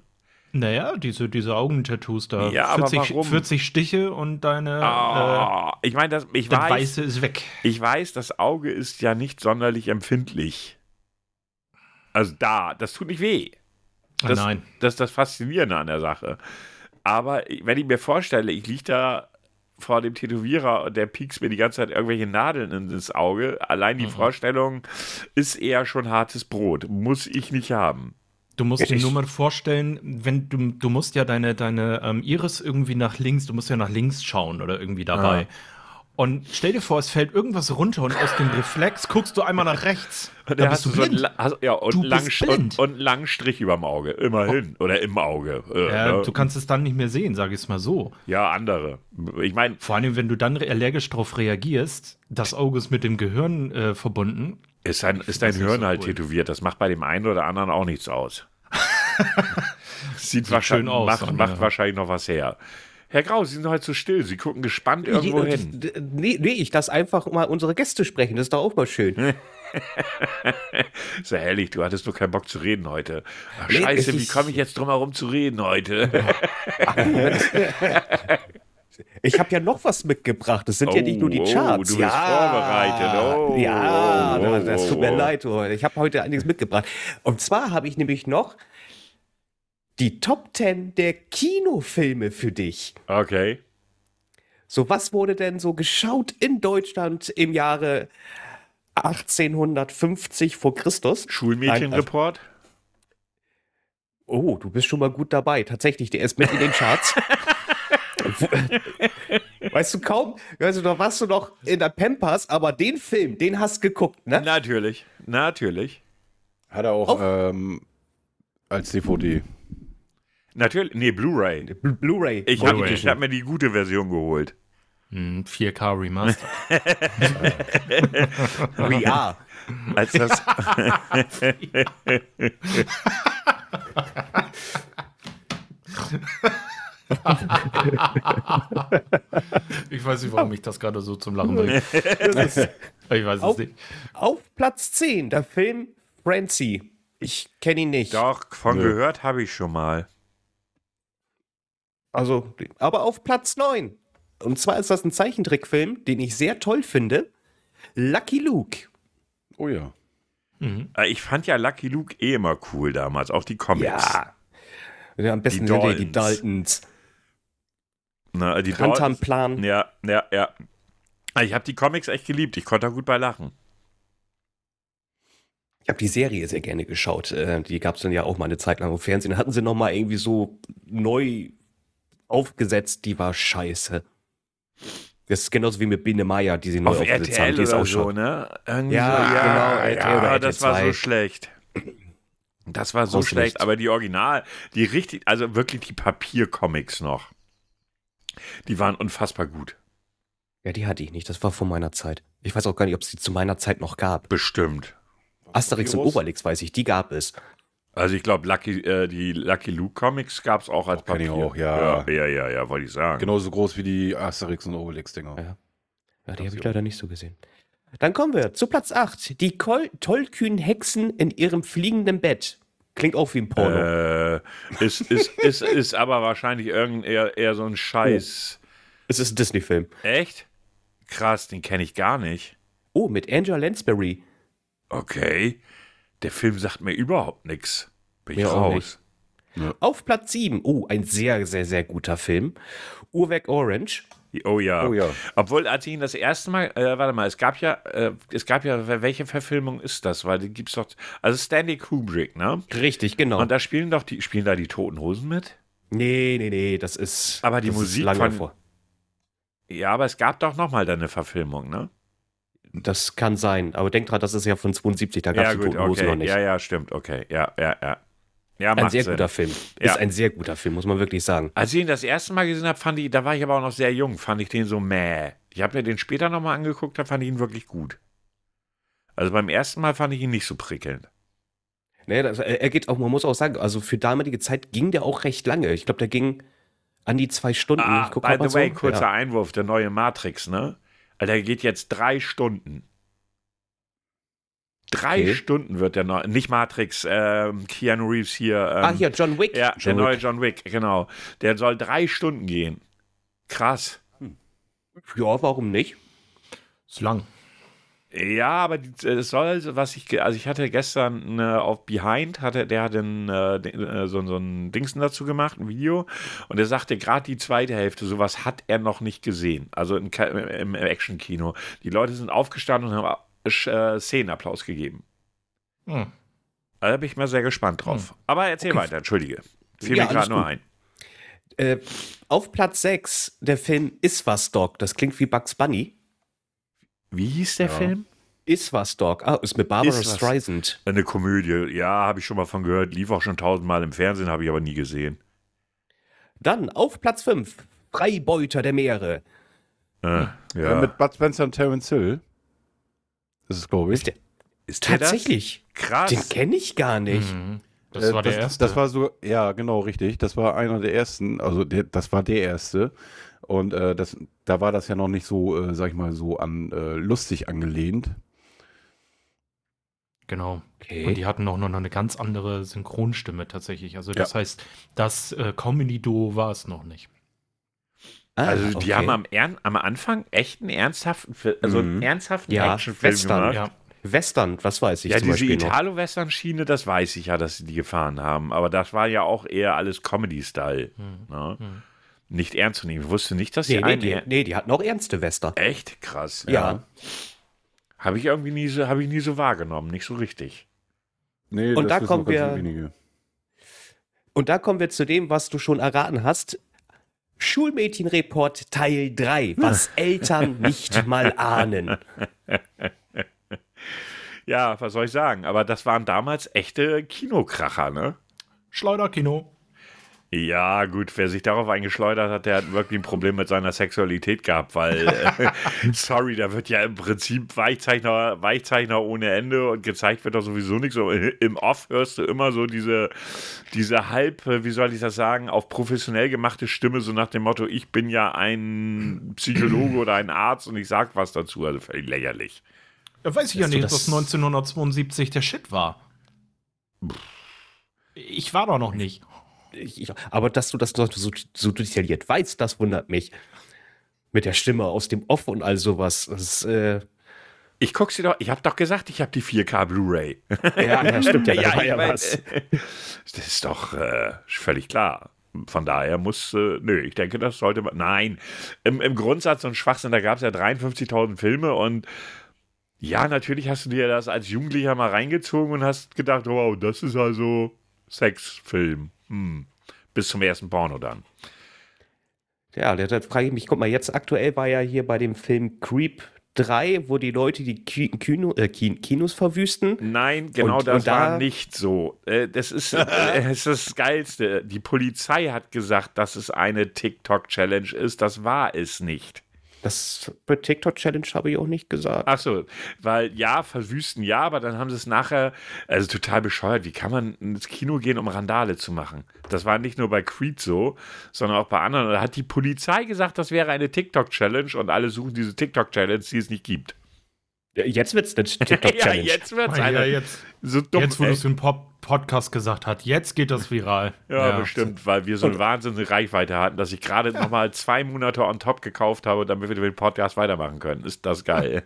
[SPEAKER 3] Naja, diese, diese Augentattoos da.
[SPEAKER 1] Ja, aber
[SPEAKER 3] 40,
[SPEAKER 1] warum?
[SPEAKER 3] 40 Stiche und deine äh,
[SPEAKER 1] Ah, ich meine, das- ich
[SPEAKER 3] das
[SPEAKER 1] weiß,
[SPEAKER 3] Weiße ist weg.
[SPEAKER 1] Ich weiß, das Auge ist ja nicht sonderlich empfindlich. Also da, das tut nicht weh.
[SPEAKER 3] Ah,
[SPEAKER 1] Das,
[SPEAKER 3] Nein.
[SPEAKER 1] Das ist das Faszinierende an der Sache. Aber ich- wenn ich mir vorstelle, ich liege da vor dem Tätowierer und der piekst mir die ganze Zeit irgendwelche Nadeln ins Auge, allein
[SPEAKER 3] Mhm.
[SPEAKER 1] die Vorstellung ist eher schon hartes Brot. Muss ich nicht haben.
[SPEAKER 3] Du musst dir
[SPEAKER 2] Ich-
[SPEAKER 3] nur mal vorstellen, wenn du, du musst ja deine, deine ähm, Iris irgendwie nach links, du musst ja nach links schauen oder irgendwie dabei. Und stell dir vor, es fällt irgendwas runter und aus dem Reflex guckst du einmal nach rechts.
[SPEAKER 1] *laughs* Und
[SPEAKER 3] Dann
[SPEAKER 1] da
[SPEAKER 3] bist
[SPEAKER 1] hast
[SPEAKER 3] du
[SPEAKER 1] so einen
[SPEAKER 3] blind.
[SPEAKER 1] la- hast- ja, und
[SPEAKER 3] Du bist
[SPEAKER 1] langen Sch-
[SPEAKER 3] blind. Oh.
[SPEAKER 1] und, und langen Strich überm Auge. Immerhin. Oder im Auge. Äh,
[SPEAKER 3] ja,
[SPEAKER 1] ne?
[SPEAKER 3] du kannst es dann nicht mehr sehen, sag ich es mal so.
[SPEAKER 1] ja, andere. Ich meine,
[SPEAKER 3] Vor allem, wenn du dann re- allergisch drauf reagierst, das Auge ist mit dem Gehirn äh, verbunden.
[SPEAKER 1] Ist dein, ist dein
[SPEAKER 3] das nicht
[SPEAKER 1] Hirn
[SPEAKER 3] so
[SPEAKER 1] halt
[SPEAKER 3] cool.
[SPEAKER 1] tätowiert. Das macht bei dem einen oder anderen auch nichts aus. *laughs* Sieht, wahrscheinlich,
[SPEAKER 3] schön aus,
[SPEAKER 1] macht,
[SPEAKER 3] dann,
[SPEAKER 1] macht
[SPEAKER 3] ja.
[SPEAKER 1] wahrscheinlich noch was her. Herr Grau, Sie sind heute so still. Sie gucken gespannt irgendwo
[SPEAKER 2] Ich-
[SPEAKER 1] hin.
[SPEAKER 2] d- Nee, nee, ich lasse einfach mal unsere Gäste sprechen. Das ist doch auch mal schön.
[SPEAKER 1] Sehr herrlich, du hattest nur keinen Bock zu reden heute. Ach,
[SPEAKER 2] Nee,
[SPEAKER 1] Scheiße,
[SPEAKER 2] es
[SPEAKER 1] wie
[SPEAKER 2] ist-
[SPEAKER 1] komme ich jetzt drum herum zu reden heute? *laughs*
[SPEAKER 2] Ich habe ja noch was mitgebracht. Das sind ja nicht nur die
[SPEAKER 1] Oh, oh,
[SPEAKER 2] Charts.
[SPEAKER 1] du bist
[SPEAKER 2] ja.
[SPEAKER 1] vorbereitet. Oh,
[SPEAKER 2] ja,
[SPEAKER 1] oh, oh,
[SPEAKER 2] das, das tut
[SPEAKER 1] oh,
[SPEAKER 2] mir
[SPEAKER 1] oh.
[SPEAKER 2] leid. oh. Ich habe heute einiges mitgebracht. Und zwar habe ich nämlich noch die Top 10 der Kinofilme für dich.
[SPEAKER 1] Okay.
[SPEAKER 2] So, was wurde denn so geschaut in Deutschland im Jahre 1850 vor Christus? Ein- also-
[SPEAKER 1] Schulmädchenreport?
[SPEAKER 2] Oh, du bist schon mal gut dabei. Tatsächlich, der ist mit in den Charts. äh, weißt du kaum, weißt du, da warst du noch in der Pampers, aber den Film, den hast geguckt, ne?
[SPEAKER 1] also Natürlich, natürlich.
[SPEAKER 4] Hat er auch ähm, als DVD.
[SPEAKER 1] Natürlich, nee, Blu-ray.
[SPEAKER 2] Bl- Blu-ray.
[SPEAKER 1] Ich
[SPEAKER 2] Wollte
[SPEAKER 1] habe hab mir die gute Version geholt.
[SPEAKER 3] Hm, 4K Remaster.
[SPEAKER 2] Oh, ja.
[SPEAKER 1] Als *laughs* das,
[SPEAKER 3] Ich weiß nicht, warum ich das gerade so zum Lachen bringe. ich weiß es
[SPEAKER 2] Auf,
[SPEAKER 3] nicht.
[SPEAKER 2] auf Platz 10, der Film Francie. Ich kenne ihn nicht.
[SPEAKER 1] doch, von gehört habe ich schon mal.
[SPEAKER 2] Also, aber auf Platz 9. Und zwar ist das ein Zeichentrickfilm, den ich sehr toll finde. Lucky Luke.
[SPEAKER 4] Oh ja.
[SPEAKER 1] Äh, Ich fand ja Lucky Luke eh immer cool damals, auch die Comics.
[SPEAKER 2] Ja. ja am besten
[SPEAKER 1] Die
[SPEAKER 2] sind ja die
[SPEAKER 1] Daltons.
[SPEAKER 2] Daltons.
[SPEAKER 1] Na, Ne, die Dor-
[SPEAKER 2] Kantan-Plan.
[SPEAKER 1] Ja, ja, ja. Ich habe die Comics echt geliebt. Ich konnte da gut bei lachen.
[SPEAKER 2] Ich habe die Serie sehr gerne geschaut. Äh, Die gab es dann ja auch mal eine Zeit lang im Fernsehen. Da hatten sie noch mal irgendwie so neu aufgesetzt. Die war scheiße. Das ist genauso wie mit Biene Meier, die sie neu
[SPEAKER 1] Auf
[SPEAKER 2] aufgesetzt haben.
[SPEAKER 1] RTL
[SPEAKER 2] Die ist auch
[SPEAKER 1] oder
[SPEAKER 2] schon.
[SPEAKER 1] so, ne? Irgendwie
[SPEAKER 2] Ja,
[SPEAKER 1] so,
[SPEAKER 2] genau, RTL
[SPEAKER 1] ja,
[SPEAKER 2] oder RTL
[SPEAKER 1] das war so
[SPEAKER 2] 2.
[SPEAKER 1] schlecht. Das war so
[SPEAKER 2] Brauchst du
[SPEAKER 1] schlecht,
[SPEAKER 2] nicht.
[SPEAKER 1] aber die Original, die richtig, also wirklich die Papiercomics noch. Die waren unfassbar gut.
[SPEAKER 2] Ja, die hatte ich nicht. Das war vor meiner Zeit. Ich weiß auch gar nicht, ob es die zu meiner Zeit noch gab.
[SPEAKER 1] Bestimmt.
[SPEAKER 2] Asterix und Obelix weiß ich, die gab es.
[SPEAKER 1] Also ich glaube, Lucky, äh, die Lucky Luke Comics gab es auch als
[SPEAKER 4] kenn ich
[SPEAKER 1] Papier.
[SPEAKER 4] auch, ja.
[SPEAKER 1] ja, ja, ja, ja wollte ich sagen.
[SPEAKER 4] Genauso groß wie die Asterix und Obelix-Dinger.
[SPEAKER 2] Ja. Ja, die habe ich leider nicht so gesehen. Dann kommen wir zu Platz 8. Die Kol tollkühnen Hexen in ihrem fliegenden Bett. Klingt auch wie ein Porno.
[SPEAKER 1] Äh, ist, ist, ist, ist aber wahrscheinlich irgendein eher, eher so ein Scheiß.
[SPEAKER 2] Oh. es ist ein Disney-Film.
[SPEAKER 1] Echt? Krass, den kenne ich gar nicht.
[SPEAKER 2] Oh, mit Angela Lansbury.
[SPEAKER 1] Okay. Der Film sagt mir überhaupt nichts. Bin ich
[SPEAKER 2] Mir auch
[SPEAKER 1] raus.
[SPEAKER 2] nicht.
[SPEAKER 4] Ja.
[SPEAKER 2] Auf Platz 7, oh, ein sehr, sehr, sehr guter Film. Uhrwerk Orange.
[SPEAKER 1] Oh ja.
[SPEAKER 4] Oh ja.
[SPEAKER 1] Obwohl, als ich ihn das erste Mal, äh, warte mal, es gab ja, äh, es gab ja, welche Verfilmung ist das? Weil die gibt's doch, also Stanley Kubrick, ne?
[SPEAKER 2] Richtig, genau.
[SPEAKER 1] Und da spielen doch die, spielen da die Toten Hosen mit?
[SPEAKER 2] nee, nee, nee, das ist.
[SPEAKER 1] Aber die
[SPEAKER 2] das ist
[SPEAKER 1] Musik
[SPEAKER 2] lange
[SPEAKER 1] von-
[SPEAKER 2] davor.
[SPEAKER 1] Ja, aber es gab doch nochmal da eine Verfilmung, ne?
[SPEAKER 2] Das kann sein, aber denk dran, das ist ja von 72, da gab es die Toten Hosen
[SPEAKER 1] okay.
[SPEAKER 2] noch nicht.
[SPEAKER 1] Ja, ja, stimmt, okay. Ja, ja, ja. Ja,
[SPEAKER 2] Ein
[SPEAKER 1] macht
[SPEAKER 2] sehr
[SPEAKER 1] Sinn.
[SPEAKER 2] guter Film.
[SPEAKER 1] Ja.
[SPEAKER 2] Ist ein sehr guter Film, muss man wirklich sagen.
[SPEAKER 1] Als ich ihn das erste Mal gesehen habe, fand ich, da war ich aber auch noch sehr jung, fand ich den so mäh. Ich habe mir den später nochmal angeguckt, da fand ich ihn wirklich gut. Also beim ersten Mal fand ich ihn nicht so prickelnd.
[SPEAKER 2] Nee, das, äh, er er geht auch, man muss auch sagen, also für damalige Zeit ging der auch recht lange. Ich glaube, der ging an die zwei Stunden.
[SPEAKER 1] Ah,
[SPEAKER 2] Oh, ich guck
[SPEAKER 1] by
[SPEAKER 2] grad mal
[SPEAKER 1] the way,
[SPEAKER 2] so.
[SPEAKER 1] kurzer
[SPEAKER 2] ja.
[SPEAKER 1] Einwurf, der neue Matrix, ne? Alter, der geht jetzt drei Stunden. Drei
[SPEAKER 2] Okay.
[SPEAKER 1] Stunden wird der neue, nicht Matrix, ähm, Keanu Reeves hier. Ähm,
[SPEAKER 2] Ah, hier, John Wick.
[SPEAKER 1] Ja,
[SPEAKER 2] John
[SPEAKER 1] der neue
[SPEAKER 2] Wick.
[SPEAKER 1] John Wick, genau. Der soll drei Stunden gehen. Krass.
[SPEAKER 2] Ja, warum nicht?
[SPEAKER 3] Ist lang.
[SPEAKER 1] Ja, aber die- äh, es soll, so, was ich, ge- also ich hatte gestern äh, auf Behind, hatte, der hat einen, äh, den, äh, so, so ein Dingsen dazu gemacht, ein Video, und er sagte, gerade die zweite Hälfte, sowas hat er noch nicht gesehen, also im, Ka- im, im Action-Kino. Die Leute sind aufgestanden und haben äh, Szenenapplaus gegeben.
[SPEAKER 3] Hm.
[SPEAKER 1] Da bin ich mal sehr gespannt drauf. Aber erzähl weiter, entschuldige. Fiel
[SPEAKER 2] Ja,
[SPEAKER 1] mir
[SPEAKER 2] alles
[SPEAKER 1] gerade nur
[SPEAKER 2] gut.
[SPEAKER 1] ein.
[SPEAKER 2] Äh, auf Platz 6, der Film Iswas Dog. Das klingt wie Bugs Bunny.
[SPEAKER 1] Wie hieß der Film?
[SPEAKER 2] Iswas Dog. Ah, ist mit Barbara
[SPEAKER 1] Iswas.
[SPEAKER 2] Streisand.
[SPEAKER 1] Eine Komödie, ja, habe ich schon mal von gehört, lief auch schon tausendmal im Fernsehen, habe ich aber nie gesehen.
[SPEAKER 2] Dann auf Platz 5, Freibeuter der Meere.
[SPEAKER 1] Äh,
[SPEAKER 4] Äh,
[SPEAKER 1] ja.
[SPEAKER 4] Mit Bud Spencer und Terence Hill. Ist es, glaube ich.
[SPEAKER 2] Ist der,
[SPEAKER 1] Ist der das?
[SPEAKER 2] tatsächlich.
[SPEAKER 1] Krass.
[SPEAKER 2] Den kenne ich gar nicht.
[SPEAKER 1] Hm.
[SPEAKER 3] Mhm.
[SPEAKER 4] Äh, Das war so, ja, genau, richtig. Das war einer der ersten, also der, das war der erste. Und äh, das, da war das ja noch nicht so, äh, sag ich mal, so an äh, lustig angelehnt.
[SPEAKER 3] genau. Und
[SPEAKER 2] Okay.
[SPEAKER 3] die hatten auch noch eine ganz andere Synchronstimme tatsächlich. Also das heißt, das äh, Comedy-Duo war es noch nicht.
[SPEAKER 2] Ah,
[SPEAKER 1] Also die
[SPEAKER 2] okay.
[SPEAKER 1] haben am, Ern am Anfang echt einen ernsthaften, Fil also einen
[SPEAKER 4] Mhm.
[SPEAKER 1] ernsthaften
[SPEAKER 2] Ja,
[SPEAKER 1] Actionfilm
[SPEAKER 2] Western,
[SPEAKER 1] gemacht.
[SPEAKER 3] Ja.
[SPEAKER 2] Western, was weiß ich
[SPEAKER 1] Ja,
[SPEAKER 2] zum
[SPEAKER 1] diese
[SPEAKER 2] Beispiel noch.
[SPEAKER 1] Italo-Western-Schiene, das weiß ich ja, dass sie die gefahren haben. Aber das war ja auch eher alles Comedy-Style. Ne?
[SPEAKER 3] Mhm.
[SPEAKER 1] Nicht ernst zu nehmen. Ich wusste nicht, dass sie
[SPEAKER 2] Nee, nee,
[SPEAKER 1] einen...
[SPEAKER 2] die, nee, die hatten auch ernste Wester.
[SPEAKER 1] Echt krass.
[SPEAKER 2] Ja.
[SPEAKER 1] Habe ich irgendwie nie so, habe ich nie so wahrgenommen. Nicht so richtig.
[SPEAKER 4] Nee,
[SPEAKER 2] Und da
[SPEAKER 4] wissen
[SPEAKER 2] kommen
[SPEAKER 4] nur ganz
[SPEAKER 2] wir-
[SPEAKER 4] wenige.
[SPEAKER 2] Und da kommen wir zu dem, was du schon erraten hast. Schulmädchenreport Teil 3,
[SPEAKER 1] *laughs*
[SPEAKER 2] was Eltern nicht mal ahnen.
[SPEAKER 1] Ja, was soll ich sagen? Aber das waren damals echte Kinokracher, ne?
[SPEAKER 3] Schleuderkino.
[SPEAKER 1] Ja, gut, wer sich darauf eingeschleudert hat, der hat wirklich ein Problem mit seiner Sexualität gehabt, weil, äh, *laughs* sorry, da wird ja im Prinzip Weichzeichner, Weichzeichner ohne Ende und gezeigt wird doch sowieso nichts. So, äh, Im Off hörst du immer so diese, diese halb, äh, wie soll ich das sagen, auf professionell gemachte Stimme, so nach dem Motto, ich bin ja ein Psychologe oder ein Arzt und ich sag was dazu, also völlig lächerlich.
[SPEAKER 3] Ja, weiß ich ja
[SPEAKER 2] Dass du
[SPEAKER 3] nicht,
[SPEAKER 2] das-
[SPEAKER 3] dass 1972 der Shit war. Ich war da noch nicht.
[SPEAKER 2] Ich, ich, aber dass du das so, so, so detailliert weißt, das wundert mich. Mit der Stimme aus dem Off und all sowas. Das ist, äh,
[SPEAKER 1] Ich guck sie doch, ich hab doch gesagt, ich hab die 4K Blu-ray.
[SPEAKER 2] ja, *laughs* ja, stimmt ja, da war
[SPEAKER 1] ich
[SPEAKER 2] ja
[SPEAKER 1] mein,
[SPEAKER 2] was.
[SPEAKER 1] Das ist doch äh, völlig klar. Von daher muss, äh, nö, ich denke, das sollte man. Nein, im, im Grundsatz so ein Schwachsinn, da gab es ja 53.000 Filme und ja, natürlich hast du dir das als Jugendlicher mal reingezogen und hast gedacht, wow, das ist also Sexfilm. Hm. Bis zum ersten Porno dann.
[SPEAKER 2] Ja, da, da frage ich mich, guck mal, jetzt aktuell war ja hier bei dem Film Creep 3, wo die Leute die Ki Kino, äh, Ki Kinos verwüsten.
[SPEAKER 1] Nein, genau
[SPEAKER 2] Und-
[SPEAKER 1] das
[SPEAKER 2] und da-
[SPEAKER 1] war nicht so. Äh, Das ist,
[SPEAKER 2] *laughs*
[SPEAKER 1] äh, es ist das Geilste. Die Polizei hat gesagt, dass es eine TikTok-Challenge ist. Das war es nicht.
[SPEAKER 2] Das bei TikTok Challenge habe ich auch nicht gesagt.
[SPEAKER 1] Ach so, weil ja, verwüsten ja, aber dann haben sie es nachher, also total bescheuert, wie kann man ins Kino gehen, um Randale zu machen? Das war nicht nur bei Creed so, sondern auch bei anderen. Und Da hat die Polizei gesagt, das wäre eine TikTok-Challenge und alle suchen diese TikTok-Challenge, die es nicht
[SPEAKER 3] *laughs*
[SPEAKER 1] gibt.
[SPEAKER 2] Jetzt wird's eine *laughs* TikTok
[SPEAKER 1] Ja,
[SPEAKER 2] Challenge.
[SPEAKER 1] jetzt wird's
[SPEAKER 3] Ja,
[SPEAKER 1] eine.
[SPEAKER 3] jetzt,
[SPEAKER 1] So dumm,
[SPEAKER 3] jetzt, wo du
[SPEAKER 1] ey.
[SPEAKER 3] es im Pop Podcast gesagt hast, jetzt geht das viral.
[SPEAKER 1] Ja, bestimmt, weil wir so eine wahnsinnige Reichweite hatten, dass ich gerade nochmal zwei Monate on top *laughs* gekauft habe, damit wir den Podcast weitermachen können. Ist das geil.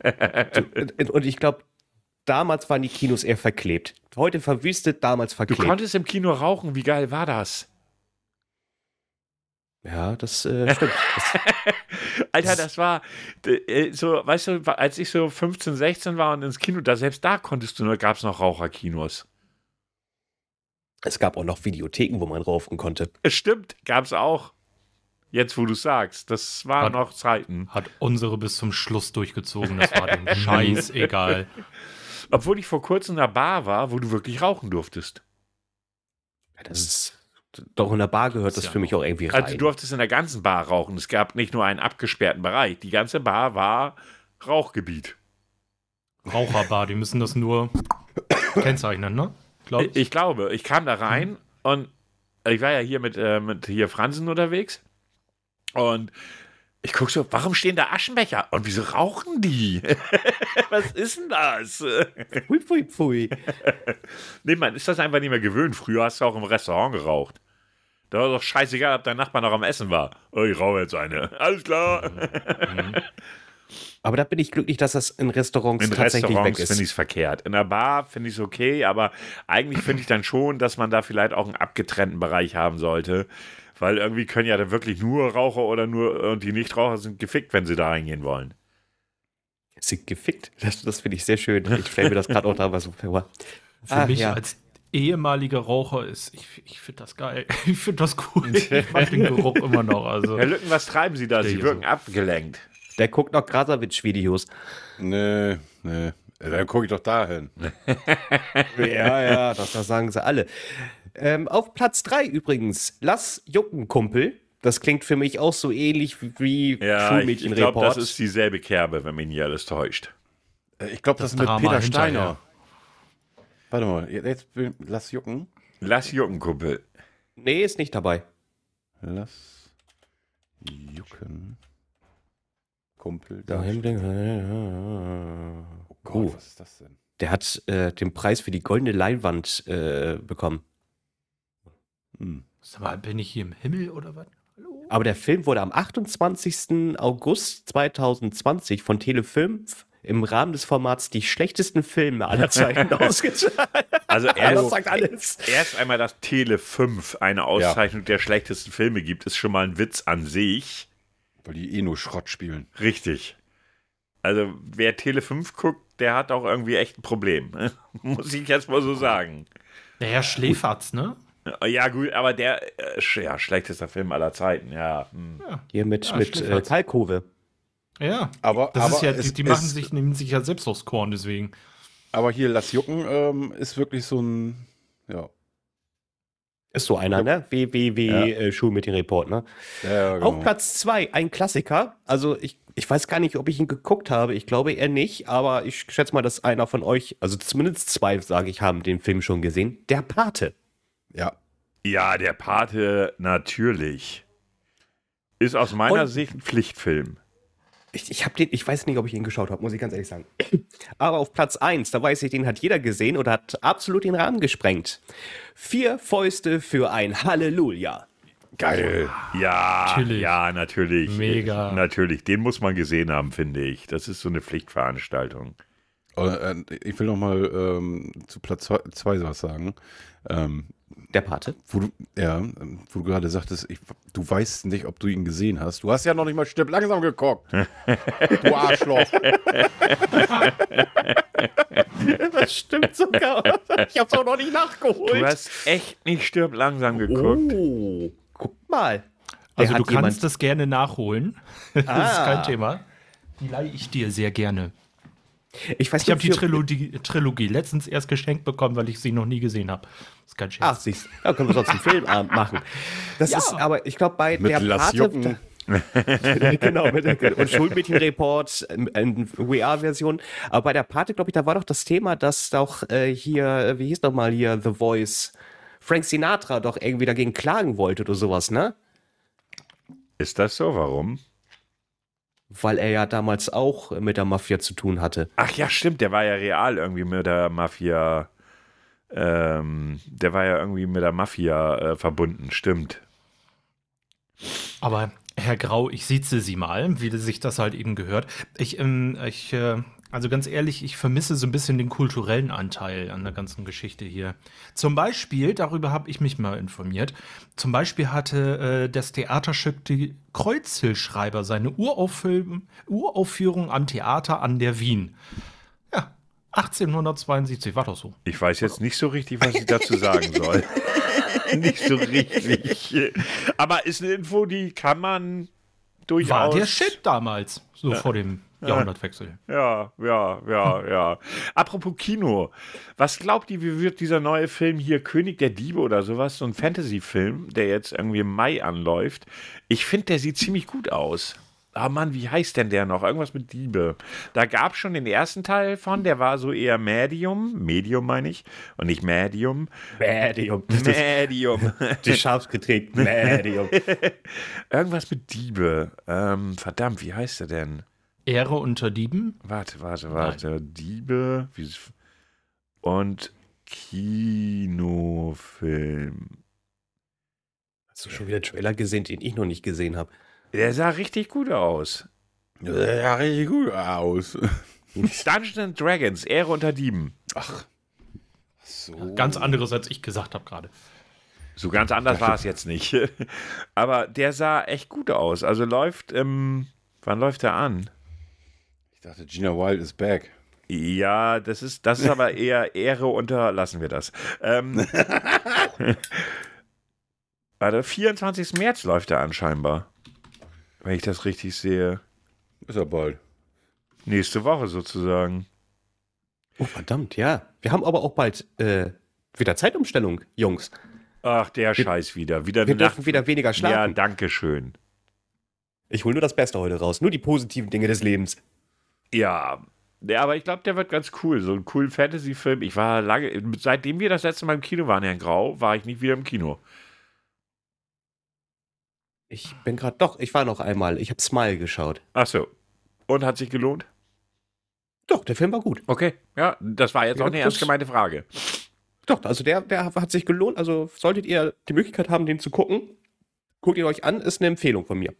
[SPEAKER 2] Und- Und ich glaube, Damals waren die Kinos eher verklebt. Heute verwüstet, damals
[SPEAKER 1] Du
[SPEAKER 2] verklebt.
[SPEAKER 1] konntest im Kino rauchen, wie geil war das?
[SPEAKER 2] Ja, das äh, stimmt. Das,
[SPEAKER 1] Alter, das war d- äh, so, weißt du, als ich so 15, 16 war und ins Kino, da selbst da konntest du nur, gab es noch Raucherkinos.
[SPEAKER 2] es gab auch noch Videotheken, wo man rauchen konnte.
[SPEAKER 1] Es Stimmt, gab es auch. Jetzt, wo du sagst, das waren
[SPEAKER 3] Hat-
[SPEAKER 1] noch Zeiten.
[SPEAKER 3] Hat unsere bis zum Schluss durchgezogen. Das war dem Scheiß egal.
[SPEAKER 1] Obwohl ich vor kurzem in einer Bar war, wo du wirklich rauchen durftest.
[SPEAKER 2] Ja, Das ist doch in der Bar gehört das
[SPEAKER 3] Ja.
[SPEAKER 2] für mich auch irgendwie rein.
[SPEAKER 1] Also du durftest in der ganzen Bar rauchen. Es gab nicht nur einen abgesperrten Bereich. Die ganze Bar war Rauchgebiet.
[SPEAKER 3] Raucherbar, die müssen das nur kennzeichnen, ne? Glaub
[SPEAKER 1] Ich, ich glaube, ich kam da rein und ich war ja hier mit, äh, mit hier Fransen unterwegs und ich guck so, warum stehen da Aschenbecher? Und wieso rauchen die? *laughs* Was ist denn das?
[SPEAKER 2] Pfui, pfui, pfui.
[SPEAKER 1] Nee, man ist das einfach nicht mehr gewöhnt. Früher hast du auch im Restaurant geraucht. Da war doch scheißegal, ob dein Nachbar noch am Essen war. Oh, ich rauche jetzt eine. Alles klar.
[SPEAKER 2] Aber da bin ich glücklich, dass das in Restaurants
[SPEAKER 1] In
[SPEAKER 2] tatsächlich
[SPEAKER 1] Restaurants
[SPEAKER 2] weg
[SPEAKER 1] finde ich
[SPEAKER 2] ist.
[SPEAKER 1] es verkehrt. In der Bar finde ich es okay, aber eigentlich finde ich dann schon, dass man da vielleicht auch einen abgetrennten Bereich haben sollte. Weil irgendwie können ja dann wirklich nur Raucher oder nur und die Nichtraucher sind gefickt, wenn sie da reingehen wollen.
[SPEAKER 2] Sie gefickt. Das, das finde ich sehr schön. Ich stelle mir das gerade auch teilweise vor.
[SPEAKER 3] Für
[SPEAKER 2] Ach,
[SPEAKER 3] mich
[SPEAKER 2] ja.
[SPEAKER 3] als ehemaliger Raucher ist, ich, ich finde das geil. *laughs* Ich finde das
[SPEAKER 2] *laughs*
[SPEAKER 3] cool. Ich mag den Geruch immer noch. Also.
[SPEAKER 1] Herr Lücken, was treiben Sie da?
[SPEAKER 3] Stell
[SPEAKER 1] Sie
[SPEAKER 3] hier
[SPEAKER 1] wirken
[SPEAKER 3] so.
[SPEAKER 1] abgelenkt.
[SPEAKER 2] Der guckt noch Krasavitsch-Videos.
[SPEAKER 4] Nee, nee. Äh, Dann gucke ich doch dahin.
[SPEAKER 2] Ja, *laughs* ja, das, das sagen sie alle. Ähm, auf Platz 3 übrigens, Lass Jucken, Kumpel. Das klingt für mich auch so ähnlich wie
[SPEAKER 1] Ja, ich, ich glaube, das
[SPEAKER 2] Schulmädchenreport.
[SPEAKER 1] ist dieselbe Kerbe, wenn mich nicht alles täuscht.
[SPEAKER 4] Äh, Ich glaube, das, ist mit
[SPEAKER 3] Drama
[SPEAKER 4] Peter
[SPEAKER 3] hinterher.
[SPEAKER 4] Steiner. Warte mal, jetzt bin- lass jucken.
[SPEAKER 1] Lass jucken, Kumpel.
[SPEAKER 2] nee, ist nicht dabei.
[SPEAKER 4] Lass jucken. Kumpel.
[SPEAKER 2] Da
[SPEAKER 4] da-
[SPEAKER 2] hinten-
[SPEAKER 4] Oh Gott,
[SPEAKER 2] Oh.
[SPEAKER 4] was ist das denn?
[SPEAKER 2] Der hat äh, den Preis für die goldene Leinwand äh, bekommen.
[SPEAKER 4] Hm.
[SPEAKER 3] Sag mal, bin ich hier im Himmel oder was?
[SPEAKER 2] Aber der Film wurde am 28. August 2020 von Telefilm im Rahmen des Formats die schlechtesten Filme
[SPEAKER 4] *laughs*
[SPEAKER 2] aller Zeiten ausgestrahlt. *laughs*
[SPEAKER 1] Also
[SPEAKER 2] Das
[SPEAKER 1] erst,
[SPEAKER 2] sagt alles.
[SPEAKER 1] erst einmal, dass Tele 5 eine Auszeichnung der schlechtesten Filme gibt, ist schon mal ein Witz an sich.
[SPEAKER 4] Weil die eh nur Schrott spielen.
[SPEAKER 1] Richtig. Also, wer Tele 5 guckt, der hat auch irgendwie echt ein Problem. *laughs* Muss ich jetzt mal so sagen.
[SPEAKER 3] Der Herr Schläferz, ne?
[SPEAKER 1] Ja, gut, aber der, äh, sch- ja, schlechtester Film aller Zeiten, ja. hm.
[SPEAKER 2] Hier mit,
[SPEAKER 3] Ja,
[SPEAKER 2] mit
[SPEAKER 3] stimmt,
[SPEAKER 2] äh,
[SPEAKER 3] hat's.
[SPEAKER 2] Kalkove.
[SPEAKER 3] Ja.
[SPEAKER 4] Aber,
[SPEAKER 3] Das
[SPEAKER 4] aber
[SPEAKER 3] ist ja, die,
[SPEAKER 4] es-
[SPEAKER 3] die machen
[SPEAKER 4] es-
[SPEAKER 3] sich, nehmen sich ja selbst aufs Korn, deswegen.
[SPEAKER 4] Aber hier, lass jucken, ähm, ist wirklich so ein. Ja.
[SPEAKER 2] Ist so einer, ne? Wie, wie, wie
[SPEAKER 4] Ja.
[SPEAKER 2] äh, Schulmädchenreport, ne?
[SPEAKER 4] ja genau.
[SPEAKER 2] Auf Platz 2, ein Klassiker. Also ich, ich weiß gar nicht, ob ich ihn geguckt habe. Ich glaube eher nicht, aber ich schätze mal, dass einer von euch, also zumindest zwei, sage ich, haben den Film schon gesehen. Der Pate.
[SPEAKER 4] Ja.
[SPEAKER 1] Ja, der Pate natürlich. Ist aus meiner
[SPEAKER 2] Und-
[SPEAKER 1] Sicht ein Pflichtfilm.
[SPEAKER 2] Ich, ich, hab den, ich weiß nicht, ob ich ihn geschaut habe, muss ich ganz ehrlich sagen. *clears throat* Aber auf Platz 1, da weiß ich, den hat jeder gesehen und hat absolut den Rahmen gesprengt. Vier Fäuste für ein Halleluja.
[SPEAKER 4] Geil.
[SPEAKER 1] Ja,
[SPEAKER 3] Natürlich.
[SPEAKER 1] ja, natürlich.
[SPEAKER 3] Mega.
[SPEAKER 1] Natürlich, den muss man gesehen haben, finde ich. Das ist so eine Pflichtveranstaltung.
[SPEAKER 4] Und, äh, ich will noch mal ähm, zu Platz 2 was sagen. Ähm,
[SPEAKER 2] Der Pate.
[SPEAKER 4] Wo du, ja, ähm, wo du gerade sagtest, ich, du weißt nicht, ob du ihn gesehen hast. Du hast ja noch nicht mal Stipp langsam
[SPEAKER 2] *laughs*
[SPEAKER 4] geguckt. du Arschloch.
[SPEAKER 2] *laughs* Das stimmt sogar. Ich hab's auch noch nicht nachgeholt.
[SPEAKER 1] Du hast echt nicht stirb langsam geguckt.
[SPEAKER 2] Oh, guck mal. Der
[SPEAKER 3] Also
[SPEAKER 2] hat
[SPEAKER 3] du kannst
[SPEAKER 2] jemand-
[SPEAKER 3] das gerne nachholen. *laughs* das
[SPEAKER 2] Ah.
[SPEAKER 3] ist kein Thema. Die leihe ich dir sehr gerne.
[SPEAKER 2] Ich weiß
[SPEAKER 3] Ich habe
[SPEAKER 2] nicht,
[SPEAKER 3] die
[SPEAKER 2] für-
[SPEAKER 3] Trilogie, Trilogie letztens erst geschenkt bekommen, weil ich sie noch nie gesehen habe. Ist kein Scherz.
[SPEAKER 2] Ach, Ah, siehst du. Da können wir sonst einen Filmabend machen. Das ist, aber ich glaube, bei
[SPEAKER 4] Mit
[SPEAKER 2] der
[SPEAKER 4] Lass
[SPEAKER 2] Pate.
[SPEAKER 4] Jucken.
[SPEAKER 2] *laughs* genau, mit der, und Schulmädchenreport ähm, in VR-Version. Aber bei der Pate, glaube ich, da war doch das Thema, dass doch äh, hier, äh, wie hieß noch mal hier, The Voice, Frank Sinatra doch irgendwie dagegen klagen wollte oder sowas, ne?
[SPEAKER 3] Oh.
[SPEAKER 1] Ist das so? Warum?
[SPEAKER 2] Weil er ja damals auch mit der Mafia zu tun hatte.
[SPEAKER 1] Ach ja, stimmt, der war ja real irgendwie mit der Mafia. Ähm, der war ja irgendwie mit der Mafia äh, verbunden, stimmt.
[SPEAKER 3] Aber Herr Grau, ich sieze Sie mal, wie sich das halt eben gehört. Ich, ähm, ich äh, Also ganz ehrlich, ich vermisse so ein bisschen den kulturellen Anteil an der ganzen Geschichte hier. Zum Beispiel, darüber habe ich mich mal informiert, zum Beispiel hatte äh, das Theaterstück Die Kreuzhilschreiber seine Uraufführung, Uraufführung am Theater an der Wien. Ja, 1872 war doch so.
[SPEAKER 1] Ich weiß jetzt nicht so richtig, was ich dazu sagen soll. nicht so richtig. Aber ist eine Info, die kann man durchaus.
[SPEAKER 3] War der Shit damals, so vor dem Jahrhundertwechsel.
[SPEAKER 1] Ja, ja, ja, ja. Apropos Kino. Was glaubt ihr, wie wird dieser neue Film hier, König der Diebe oder sowas, so ein Fantasy-Film, der jetzt irgendwie im Mai anläuft? Ich finde, der sieht ziemlich gut aus. Ah Mann, wie heißt denn der noch? Irgendwas mit Diebe. Da gab schon den ersten Teil von, der war so eher Medium. Medium meine ich. Und nicht Medium.
[SPEAKER 2] Medium.
[SPEAKER 1] Medium.
[SPEAKER 4] *laughs*
[SPEAKER 2] Die Schafsgetränk. Medium.
[SPEAKER 1] *laughs* Irgendwas mit Diebe. Ähm, verdammt, wie heißt er denn?
[SPEAKER 3] Ehre unter Dieben?
[SPEAKER 1] Warte, warte, warte. Diebe wie, und Kinofilm.
[SPEAKER 2] Hast du schon wieder einen Trailer gesehen, den ich noch nicht gesehen habe?
[SPEAKER 1] Der sah richtig gut aus.
[SPEAKER 4] Ja, richtig gut Ah, aus.
[SPEAKER 1] Dungeons and Dragons, Ehre unter Dieben.
[SPEAKER 4] So.
[SPEAKER 3] Ganz anderes, als ich gesagt habe gerade.
[SPEAKER 1] So ganz anders war es jetzt nicht. *laughs* Aber der sah echt gut aus. Also läuft, ähm, wann läuft der an?
[SPEAKER 4] Ich dachte, Gina Wild is back.
[SPEAKER 1] Ja, das ist, das ist aber eher Ehre unter, lassen wir das. Ähm, *laughs* warte, 24. März läuft der an scheinbar. Wenn ich das richtig sehe.
[SPEAKER 4] Ist er bald.
[SPEAKER 1] Nächste Woche sozusagen.
[SPEAKER 2] Oh, verdammt, ja. Wir haben aber auch bald äh, wieder Zeitumstellung, Jungs.
[SPEAKER 1] Ach, der Scheiß wieder. Wieder
[SPEAKER 2] Wir
[SPEAKER 1] eine
[SPEAKER 2] dürfen
[SPEAKER 1] Nacht-
[SPEAKER 2] wieder weniger
[SPEAKER 1] Ja,
[SPEAKER 2] schlafen.
[SPEAKER 1] danke schön.
[SPEAKER 2] ich hole nur das Beste heute raus. Nur die positiven Dinge des Lebens.
[SPEAKER 1] Ja. Ja, aber ich glaube, der wird ganz cool. So ein coolen Fantasy-Film. Ich war lange, seitdem wir das letzte Mal im Kino waren, Herr Grau, war ich nicht wieder im Kino.
[SPEAKER 2] Ich bin gerade doch, ich war noch einmal. Ich habe Smile geschaut.
[SPEAKER 1] Ach so. Und hat sich gelohnt?
[SPEAKER 2] Doch, der Film war gut.
[SPEAKER 1] Okay. Ja, das war jetzt
[SPEAKER 2] Ja,
[SPEAKER 1] auch eine
[SPEAKER 2] das-
[SPEAKER 1] ernst gemeinte Frage.
[SPEAKER 2] Doch, also der, der hat sich gelohnt. Also solltet ihr die Möglichkeit haben, den zu gucken, guckt ihn euch an. Ist eine Empfehlung von mir.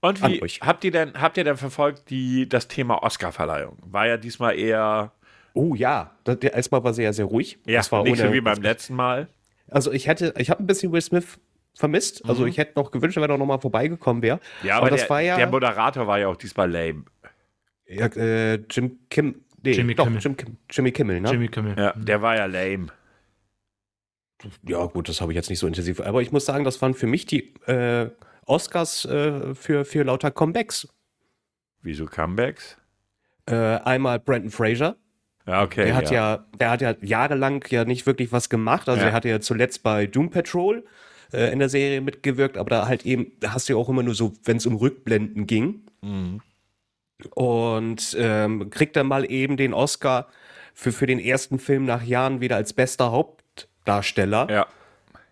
[SPEAKER 1] Und
[SPEAKER 2] An
[SPEAKER 1] wie
[SPEAKER 2] euch.
[SPEAKER 1] habt ihr denn, habt ihr denn verfolgt die, das Thema Oscar-Verleihung? War ja diesmal eher,
[SPEAKER 2] Oh ja, das, der erstmal war sehr, sehr ruhig.
[SPEAKER 1] ja,
[SPEAKER 2] das war
[SPEAKER 1] nicht so
[SPEAKER 2] ohne-
[SPEAKER 1] wie beim letzten Mal.
[SPEAKER 2] Also ich hätte, ich habe ein bisschen Will Smith vermisst. Also ich hätte noch gewünscht, wenn er noch mal vorbeigekommen wäre.
[SPEAKER 1] Ja, aber,
[SPEAKER 2] das
[SPEAKER 1] der,
[SPEAKER 2] war ja,
[SPEAKER 1] der Moderator war ja auch diesmal lame.
[SPEAKER 2] ja äh, Jim Kim. Nee,
[SPEAKER 3] Jimmy
[SPEAKER 2] doch,
[SPEAKER 3] Kimmel.
[SPEAKER 2] Jim Kim, Jimmy Kimmel, ne?
[SPEAKER 3] Jimmy Kimmel. Mhm.
[SPEAKER 1] Ja, der war ja lame.
[SPEAKER 2] Ja, gut, das habe ich jetzt nicht so intensiv. Aber ich muss sagen, das waren für mich die äh, Oscars äh, für, für lauter Comebacks.
[SPEAKER 1] Wieso Comebacks?
[SPEAKER 2] Äh, einmal Brandon Fraser.
[SPEAKER 1] Ja, okay.
[SPEAKER 2] Der hat ja. der hat ja jahrelang ja nicht wirklich was gemacht. Also
[SPEAKER 1] Ja.
[SPEAKER 2] er hatte ja zuletzt bei Doom Patrol äh, in der Serie mitgewirkt, aber da halt eben, da hast du ja auch immer nur so, wenn es um Rückblenden ging.
[SPEAKER 1] Mhm.
[SPEAKER 2] Und ähm, kriegt dann mal eben den Oscar für, für den ersten Film nach Jahren wieder als bester Hauptdarsteller.
[SPEAKER 1] ja.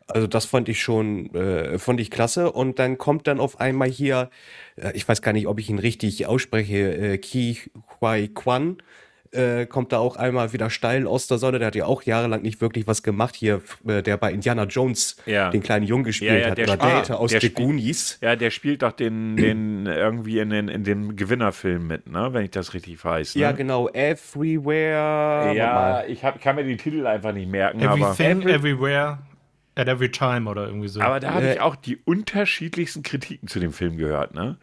[SPEAKER 2] Also das fand ich schon, äh, fand ich klasse. Und dann kommt dann auf einmal hier, äh, ich weiß gar nicht, ob ich ihn richtig ausspreche, äh, Ki Huai Quan, äh, kommt da auch einmal wieder steil aus der Sonne. Der hat ja auch jahrelang nicht wirklich was gemacht hier, f- äh, der bei Indiana Jones
[SPEAKER 1] Ja.
[SPEAKER 2] den kleinen Jungen gespielt
[SPEAKER 1] Ja, ja,
[SPEAKER 2] hat.
[SPEAKER 1] der
[SPEAKER 2] oder
[SPEAKER 1] spielt-
[SPEAKER 2] Data aus
[SPEAKER 1] der
[SPEAKER 2] The
[SPEAKER 1] spielt-
[SPEAKER 2] Goonies.
[SPEAKER 1] Ja, der spielt doch den, den irgendwie in, den, in dem Gewinnerfilm mit, ne? Wenn ich das richtig weiß. Ne?
[SPEAKER 2] Ja, genau. Everywhere. Warte
[SPEAKER 1] Ja,
[SPEAKER 2] mal. Äh,
[SPEAKER 1] ich hab, kann mir die Titel einfach nicht merken, aber.
[SPEAKER 3] Everything, everywhere, at every time oder irgendwie so.
[SPEAKER 1] Aber da habe ich
[SPEAKER 2] Äh,
[SPEAKER 1] auch die unterschiedlichsten Kritiken zu dem Film gehört, ne?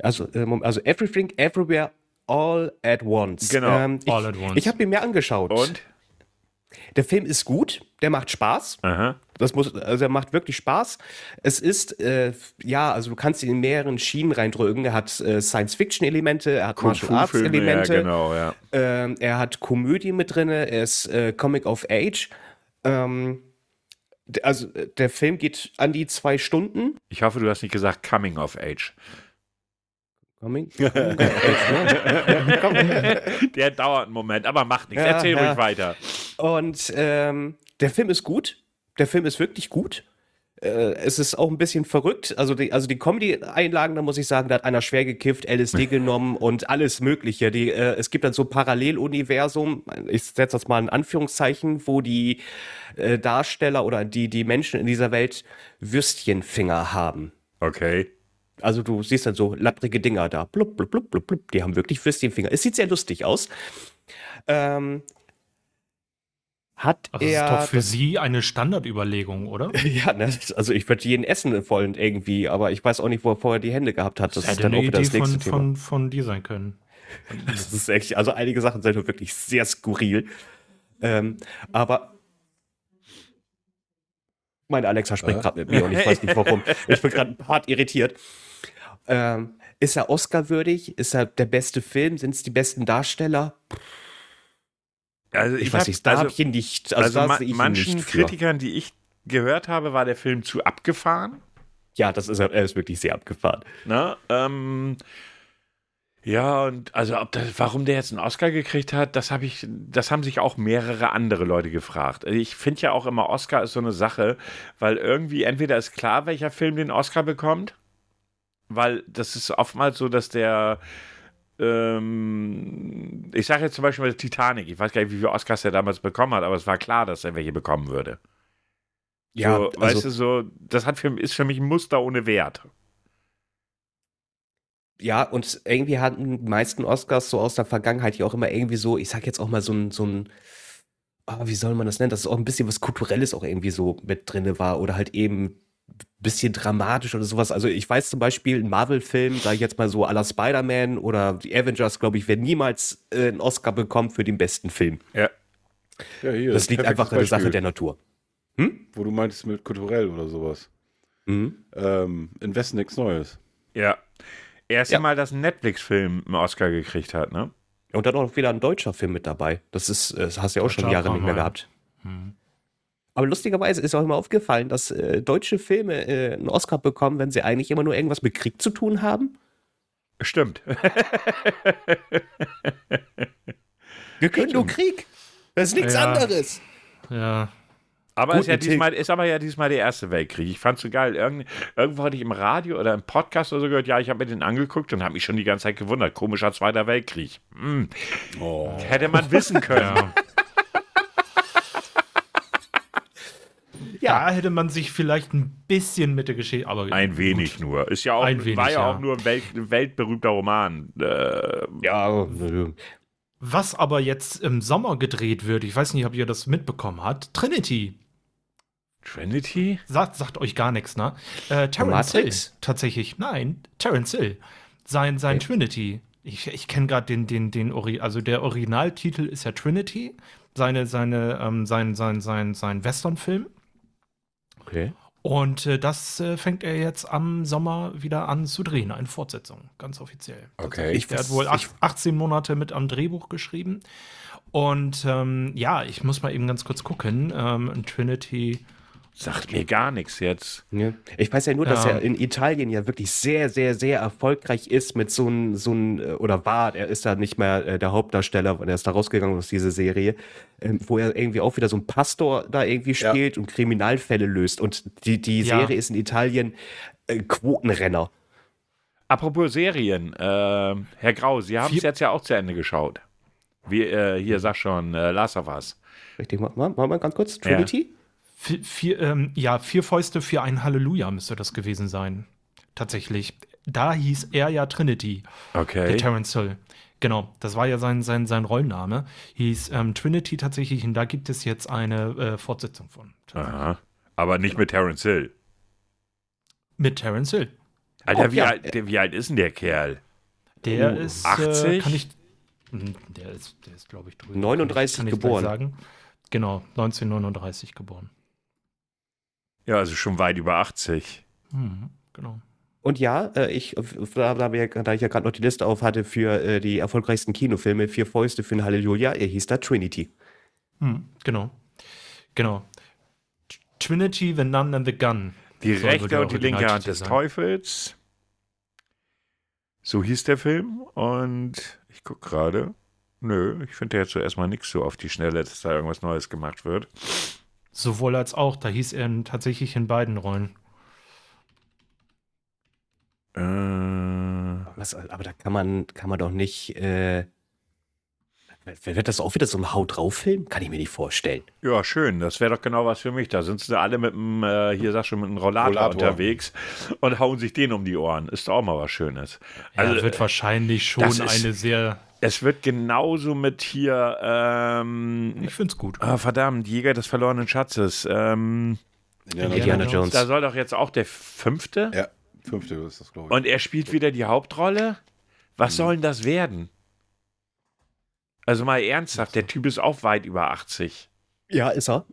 [SPEAKER 2] Also, äh, Moment, also Everything, Everywhere, All at Once. Ähm,
[SPEAKER 1] Genau,
[SPEAKER 2] ich,
[SPEAKER 3] All at Once.
[SPEAKER 2] Ich habe ihn mir angeschaut.
[SPEAKER 1] Und?
[SPEAKER 2] Der Film ist gut, der macht Spaß.
[SPEAKER 1] Aha.
[SPEAKER 2] Das muss, also er macht wirklich Spaß. Es ist, äh, ja, also du kannst ihn in mehreren Schienen reindrücken. Er hat äh, Science-Fiction-Elemente, er hat Martial
[SPEAKER 1] Kung-Fu-Filme,
[SPEAKER 2] Arts-Elemente,
[SPEAKER 1] Ja, genau, ja.
[SPEAKER 2] ähm, er hat Komödie mit drin, er ist äh, Comic of Age. Ähm, d- also äh, der Film geht an die zwei Stunden.
[SPEAKER 1] Ich hoffe, du hast nicht gesagt Coming of Age. *laughs*
[SPEAKER 2] Coming, Coming of Age, ne? Komm,
[SPEAKER 1] Der dauert einen Moment, aber macht nichts.
[SPEAKER 2] Ja,
[SPEAKER 1] Erzähl
[SPEAKER 2] ja.
[SPEAKER 1] ruhig weiter.
[SPEAKER 2] Und ähm, der Film ist gut. Der Film ist wirklich gut. Äh, es ist auch ein bisschen verrückt. Also die, also die Comedy-Einlagen, da muss ich sagen, da hat einer schwer gekifft, LSD genommen und alles Mögliche. Die, äh, es gibt dann so ein Paralleluniversum, ich setze das mal in Anführungszeichen, wo die äh, Darsteller oder die, die Menschen in dieser Welt Würstchenfinger haben.
[SPEAKER 1] Okay.
[SPEAKER 2] Also du siehst dann so lapprige Dinger da. Blub, blub, blub, blub, blub. Die haben wirklich Würstchen im Finger. Es sieht sehr lustig aus. Ähm, hat
[SPEAKER 3] Also das
[SPEAKER 2] er.
[SPEAKER 3] ist doch für Sie eine Standardüberlegung, oder?
[SPEAKER 2] *laughs* ja, ne, also ich würde jeden essen wollen irgendwie, aber ich weiß auch nicht, wo er vorher die Hände gehabt hat. Das ist dann auch wieder das nächste
[SPEAKER 3] halt von,
[SPEAKER 2] Thema.
[SPEAKER 3] von, von dir sein können.
[SPEAKER 2] Das ist echt, also einige Sachen sind wirklich sehr skurril. Ähm, aber meine Alexa spricht
[SPEAKER 4] Äh?
[SPEAKER 2] gerade mit mir und ich weiß nicht warum. Ich bin gerade hart irritiert. Ähm, ist er Oscar-würdig? Ist er der beste Film? Sind es die besten Darsteller?
[SPEAKER 1] Also
[SPEAKER 2] Ich, weiß
[SPEAKER 1] hab-
[SPEAKER 2] nicht, da
[SPEAKER 1] also-
[SPEAKER 2] habe ich ihn nicht. Also,
[SPEAKER 1] Also,
[SPEAKER 2] da
[SPEAKER 1] ma
[SPEAKER 2] sehe ich ihn
[SPEAKER 1] manchen
[SPEAKER 2] nicht für.
[SPEAKER 1] Kritikern, die ich gehört habe, war der Film zu abgefahren.
[SPEAKER 2] Ja, das ist, er er ist wirklich sehr abgefahren.
[SPEAKER 1] Ne? Ähm, ja, und also ob das, warum der jetzt einen Oscar gekriegt hat, das habe ich, das haben sich auch mehrere andere Leute gefragt. Also Ich finde ja auch immer, Oscar ist so eine Sache, weil irgendwie entweder ist klar, welcher Film den Oscar bekommt, weil das ist oftmals so, dass der ähm, ich sage jetzt zum Beispiel mal Titanic, ich weiß gar nicht, wie viele Oscars er damals bekommen hat, aber es war klar, dass er welche bekommen würde.
[SPEAKER 2] Ja,
[SPEAKER 1] so,
[SPEAKER 2] also,
[SPEAKER 1] weißt du, so, das hat für, ist für mich ein Muster ohne Wert.
[SPEAKER 2] ja, und irgendwie hatten die meisten Oscars so aus der Vergangenheit ja auch immer irgendwie so, ich sag jetzt auch mal so ein, so ein ah, wie soll man das nennen, dass es auch ein bisschen was Kulturelles auch irgendwie so mit drinne war oder halt eben ein bisschen dramatisch oder sowas. Also ich weiß zum Beispiel, ein Marvel-Film, sage ich jetzt mal so, à la Spider-Man oder die Avengers, glaube ich, werden niemals äh, einen Oscar bekommen für den besten Film.
[SPEAKER 4] Ja, hier,
[SPEAKER 2] das liegt
[SPEAKER 4] perfektes
[SPEAKER 2] einfach an der Sache
[SPEAKER 4] Beispiel,
[SPEAKER 2] der Natur.
[SPEAKER 4] Wo du meintest mit kulturell oder sowas.
[SPEAKER 2] Mhm.
[SPEAKER 4] Ähm, invest nichts Neues.
[SPEAKER 1] Ja. Erst
[SPEAKER 2] Ja.
[SPEAKER 1] einmal, dass ein Netflix-Film einen Oscar gekriegt hat, ne?
[SPEAKER 2] Und dann auch wieder ein deutscher Film mit dabei. Das ist, äh, das hast du ja auch schon
[SPEAKER 3] Deutscher
[SPEAKER 2] Jahre nicht mehr
[SPEAKER 3] Brahman.
[SPEAKER 2] gehabt.
[SPEAKER 3] Hm.
[SPEAKER 2] Aber lustigerweise ist auch immer aufgefallen, dass äh, deutsche Filme äh, einen Oscar bekommen, wenn sie eigentlich immer nur irgendwas mit Krieg zu tun haben.
[SPEAKER 3] *laughs*
[SPEAKER 1] Stimmt.
[SPEAKER 2] Wir können nur Krieg. Das ist nichts
[SPEAKER 3] Ja.
[SPEAKER 2] anderes.
[SPEAKER 3] Ja.
[SPEAKER 1] Aber
[SPEAKER 2] Gut,
[SPEAKER 1] ist, ja
[SPEAKER 2] mit Til-
[SPEAKER 1] diesmal, ist aber ja diesmal der Erste Weltkrieg. Ich fand's so geil. Irgend, irgendwo hatte ich im Radio oder im Podcast oder so gehört, ja, ich habe mir den angeguckt und habe mich schon die ganze Zeit gewundert. Komischer Zweiter Weltkrieg. Hm. Hätte man wissen können.
[SPEAKER 3] Oh. *laughs* ja.
[SPEAKER 2] Ja.
[SPEAKER 3] Da hätte man sich vielleicht ein bisschen mit der Geschichte, aber
[SPEAKER 1] Ein wenig nur. Ist ja auch,
[SPEAKER 3] Ein wenig,
[SPEAKER 1] war ja,
[SPEAKER 3] ja.
[SPEAKER 1] auch nur ein Welt, weltberühmter Roman. Äh,
[SPEAKER 2] Ja, also,
[SPEAKER 3] Was aber jetzt im Sommer gedreht wird, ich weiß nicht, ob ihr das mitbekommen habt, Trinity.
[SPEAKER 1] Trinity?
[SPEAKER 3] Sagt, sagt euch gar nichts, ne? Äh, Terence Hill.
[SPEAKER 2] Matrix?
[SPEAKER 3] Tatsächlich, nein, Terence Hill. Sein, sein Trinity. Ich, ich kenne gerade den, den, den, Ori also der Originaltitel ist ja Trinity. Seine, seine, ähm, sein, sein, sein, sein Westernfilm.
[SPEAKER 2] okay.
[SPEAKER 3] Und äh, das äh, fängt er jetzt am Sommer wieder an zu drehen, eine Fortsetzung, ganz offiziell.
[SPEAKER 1] Okay.
[SPEAKER 2] Ich
[SPEAKER 3] Der
[SPEAKER 2] weiß,
[SPEAKER 3] hat wohl
[SPEAKER 2] ich,
[SPEAKER 3] ach- 18 Monate mit am Drehbuch geschrieben. Und ähm, ja, ich muss mal eben ganz kurz gucken. Ähm, Trinity.
[SPEAKER 1] Sagt mir gar nichts jetzt.
[SPEAKER 2] ne. ich weiß ja nur, dass
[SPEAKER 3] Ja.
[SPEAKER 2] er in Italien ja wirklich sehr, sehr, sehr erfolgreich ist mit so einem, so einem, äh, oder war, er ist da nicht mehr äh, der Hauptdarsteller, weil er ist da rausgegangen aus dieser Serie, ähm, wo er irgendwie auch wieder so einen Pastor da irgendwie
[SPEAKER 4] Ja.
[SPEAKER 2] spielt und Kriminalfälle löst. Und die, die
[SPEAKER 3] Ja.
[SPEAKER 2] Serie ist in Italien äh, Quotenrenner.
[SPEAKER 1] Apropos Serien, ähm, Herr Grau, Sie haben es
[SPEAKER 3] Vier-
[SPEAKER 1] jetzt ja auch zu Ende geschaut. Wie, äh, hier sag schon, äh, Last of Us.
[SPEAKER 2] Richtig, machen wir mal, mal ganz kurz. Trinity?
[SPEAKER 3] Vier, vier, ähm, ja, vier Fäuste für ein Halleluja müsste das gewesen sein. Tatsächlich. Da hieß er ja Trinity, der
[SPEAKER 1] Okay.
[SPEAKER 3] Terence Hill. Genau, das war ja sein, sein, sein Rollenname. Hieß ähm, Trinity tatsächlich und da gibt es jetzt eine äh, Fortsetzung von.
[SPEAKER 1] Aha. Aber nicht mit Terence Hill.
[SPEAKER 3] Mit Terence Hill.
[SPEAKER 1] Alter,
[SPEAKER 2] Oh,
[SPEAKER 1] wie,
[SPEAKER 2] ja.
[SPEAKER 1] alt, der, wie alt ist denn der Kerl?
[SPEAKER 3] Der ist.
[SPEAKER 1] 80?
[SPEAKER 3] Äh, kann ich, Hm, der ist, der ist glaube ich, drüber.
[SPEAKER 2] 39
[SPEAKER 3] kann ich, kann
[SPEAKER 2] geboren.
[SPEAKER 3] Ich gleich sagen. Genau, 1939 geboren.
[SPEAKER 1] Ja, also schon weit über 80.
[SPEAKER 3] Mhm, genau.
[SPEAKER 2] Und ja, äh, ich, da, da, wir, da ich ja gerade noch die Liste auf hatte für äh, die erfolgreichsten Kinofilme, Vier Fäuste für ein Halleluja, er hieß da Trinity.
[SPEAKER 3] Mhm, genau. Genau. T- Trinity, The Nun and the Gun.
[SPEAKER 1] Die
[SPEAKER 3] Soll wohl
[SPEAKER 1] rechte
[SPEAKER 3] der
[SPEAKER 1] und die linke Hand
[SPEAKER 3] Originaltitel
[SPEAKER 1] des
[SPEAKER 3] sein.
[SPEAKER 1] Teufels. So hieß der Film. Und ich gucke gerade. Nö, ich finde jetzt so erstmal nichts so auf die Schnelle, dass da irgendwas Neues gemacht wird.
[SPEAKER 3] Sowohl als auch, da hieß er in- tatsächlich in beiden Rollen.
[SPEAKER 1] Äh,
[SPEAKER 2] Was, aber da kann man, kann man doch nicht, äh, Wird das auch wieder so ein Haut drauf Film? Kann ich mir nicht vorstellen.
[SPEAKER 1] Ja, schön. Das wäre doch genau was für mich. Da sind sie alle mit dem, äh, hier sagst du, mit dem Rollator,
[SPEAKER 4] Rollator.
[SPEAKER 1] unterwegs und hauen sich den um die Ohren. Ist doch auch mal was Schönes.
[SPEAKER 3] Ja, wird wahrscheinlich schon
[SPEAKER 1] Also, äh, das ist-
[SPEAKER 3] eine sehr.
[SPEAKER 1] Es wird genauso mit hier, ähm,
[SPEAKER 3] Ich find's gut.
[SPEAKER 1] ah, verdammt, Jäger des verlorenen Schatzes. Ähm,
[SPEAKER 4] Indiana
[SPEAKER 2] Indiana
[SPEAKER 3] Jones.
[SPEAKER 2] Jones.
[SPEAKER 1] da soll doch jetzt auch der fünfte.
[SPEAKER 4] Ja, fünfte ist das, glaube ich.
[SPEAKER 1] Und er spielt wieder die Hauptrolle? Was soll denn das werden? Also mal ernsthaft, der Typ ist auch weit über 80.
[SPEAKER 2] Ja, ist er.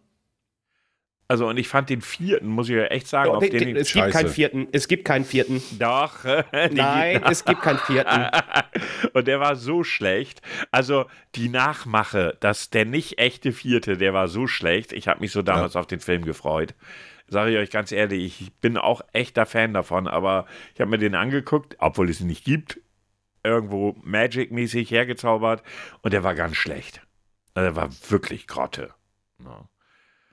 [SPEAKER 1] Also und ich fand den vierten, muss ich ja echt sagen,
[SPEAKER 2] Doch,
[SPEAKER 1] auf
[SPEAKER 2] nee,
[SPEAKER 1] den
[SPEAKER 2] es
[SPEAKER 1] ich
[SPEAKER 2] gibt keinen
[SPEAKER 4] Scheiße.
[SPEAKER 2] vierten. Es gibt keinen *laughs* vierten.
[SPEAKER 1] doch. *laughs*
[SPEAKER 2] Nein, es gibt keinen *laughs* vierten.
[SPEAKER 1] und der war so schlecht. Also die Nachmache, dass der nicht echte vierte, der war so schlecht. Ich habe mich so damals auf den Film gefreut. Sage ich euch ganz ehrlich, ich bin auch echter Fan davon, aber ich habe mir den angeguckt, obwohl es ihn nicht gibt, irgendwo Magic-mäßig hergezaubert und der war ganz schlecht. Also, Der war wirklich Grotte. Ja.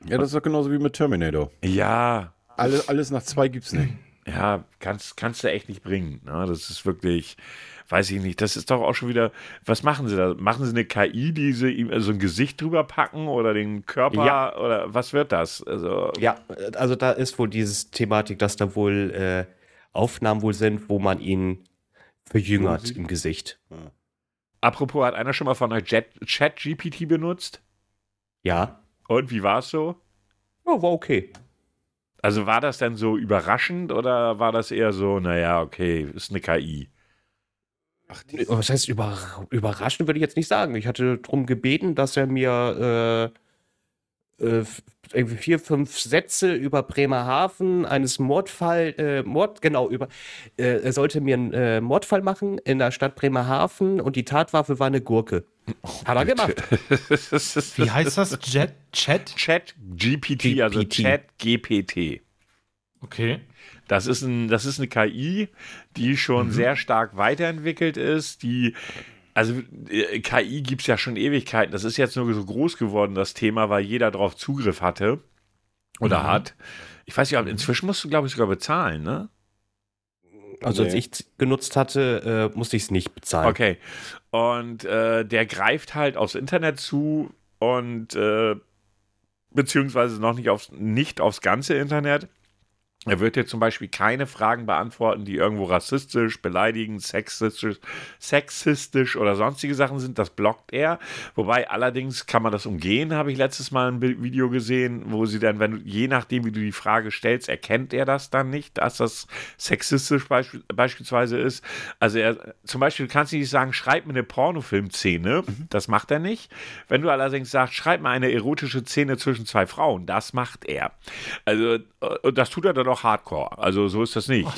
[SPEAKER 4] Ja, das ist doch genauso wie mit Terminator.
[SPEAKER 1] Ja,
[SPEAKER 4] Alles, alles nach zwei gibt's nicht.
[SPEAKER 1] Ja, kannst, kannst du echt nicht bringen. Ne? Das ist wirklich, weiß ich nicht, das ist doch auch schon wieder, was machen sie da? Machen sie eine KI, die sie ihm äh, so ein Gesicht drüber packen oder den Körper
[SPEAKER 2] Ja.
[SPEAKER 1] oder was wird das? Also,
[SPEAKER 2] Ja, also da ist wohl dieses Thematik, dass da wohl äh, Aufnahmen wohl sind, wo man ihn verjüngert im Gesicht.
[SPEAKER 1] apropos, hat einer schon mal von euch Jet- Chat-GPT benutzt?
[SPEAKER 2] Ja.
[SPEAKER 1] Und wie war es so?
[SPEAKER 2] Ja, war okay.
[SPEAKER 1] Also war das dann so überraschend oder war das eher so, naja, okay, ist eine KI?
[SPEAKER 2] Was heißt über, überraschend, würde ich jetzt nicht sagen. Ich hatte darum gebeten, dass er mir äh, äh, f- irgendwie vier, fünf Sätze über Bremerhaven, eines Mordfall, äh, Mord, genau, über, äh, er sollte mir einen äh, Mordfall machen in der Stadt Bremerhaven und die Tatwaffe war eine Gurke. Hat er gemacht.
[SPEAKER 1] *laughs*
[SPEAKER 3] Wie heißt das? Jet? Chat?
[SPEAKER 1] Chat-GPT, also
[SPEAKER 2] GPT.
[SPEAKER 1] Chat-GPT.
[SPEAKER 3] Okay.
[SPEAKER 1] Das ist, ein, das ist eine KI, die schon sehr stark weiterentwickelt ist, die. Also äh, KI gibt es ja schon Ewigkeiten. Das ist jetzt nur so groß geworden, das Thema, weil jeder darauf Zugriff hatte oder hat. Ich weiß nicht, aber inzwischen musst du, glaube ich, sogar bezahlen, ne?
[SPEAKER 2] Also als
[SPEAKER 4] Nee.
[SPEAKER 2] ich genutzt hatte, äh, musste ich es nicht bezahlen.
[SPEAKER 1] Okay. Und äh, der greift halt aufs Internet zu und äh, beziehungsweise noch nicht aufs, nicht aufs ganze Internet. Er wird dir zum Beispiel keine Fragen beantworten, die irgendwo rassistisch, beleidigend, sexistisch, sexistisch oder sonstige Sachen sind. Das blockt er. Wobei allerdings kann man das umgehen, habe ich letztes Mal ein Bi- Video gesehen, wo sie dann, wenn du, je nachdem, wie du die Frage stellst, erkennt er das dann nicht, dass das sexistisch beisp beispielsweise ist. Also er, zum Beispiel kannst du nicht sagen, schreib mir eine Pornofilmszene. Das macht er nicht. Wenn du allerdings sagst, schreib mir eine erotische Szene zwischen zwei Frauen, das macht er. Also, äh, und das tut er dann auch hardcore. Also, so ist das nicht.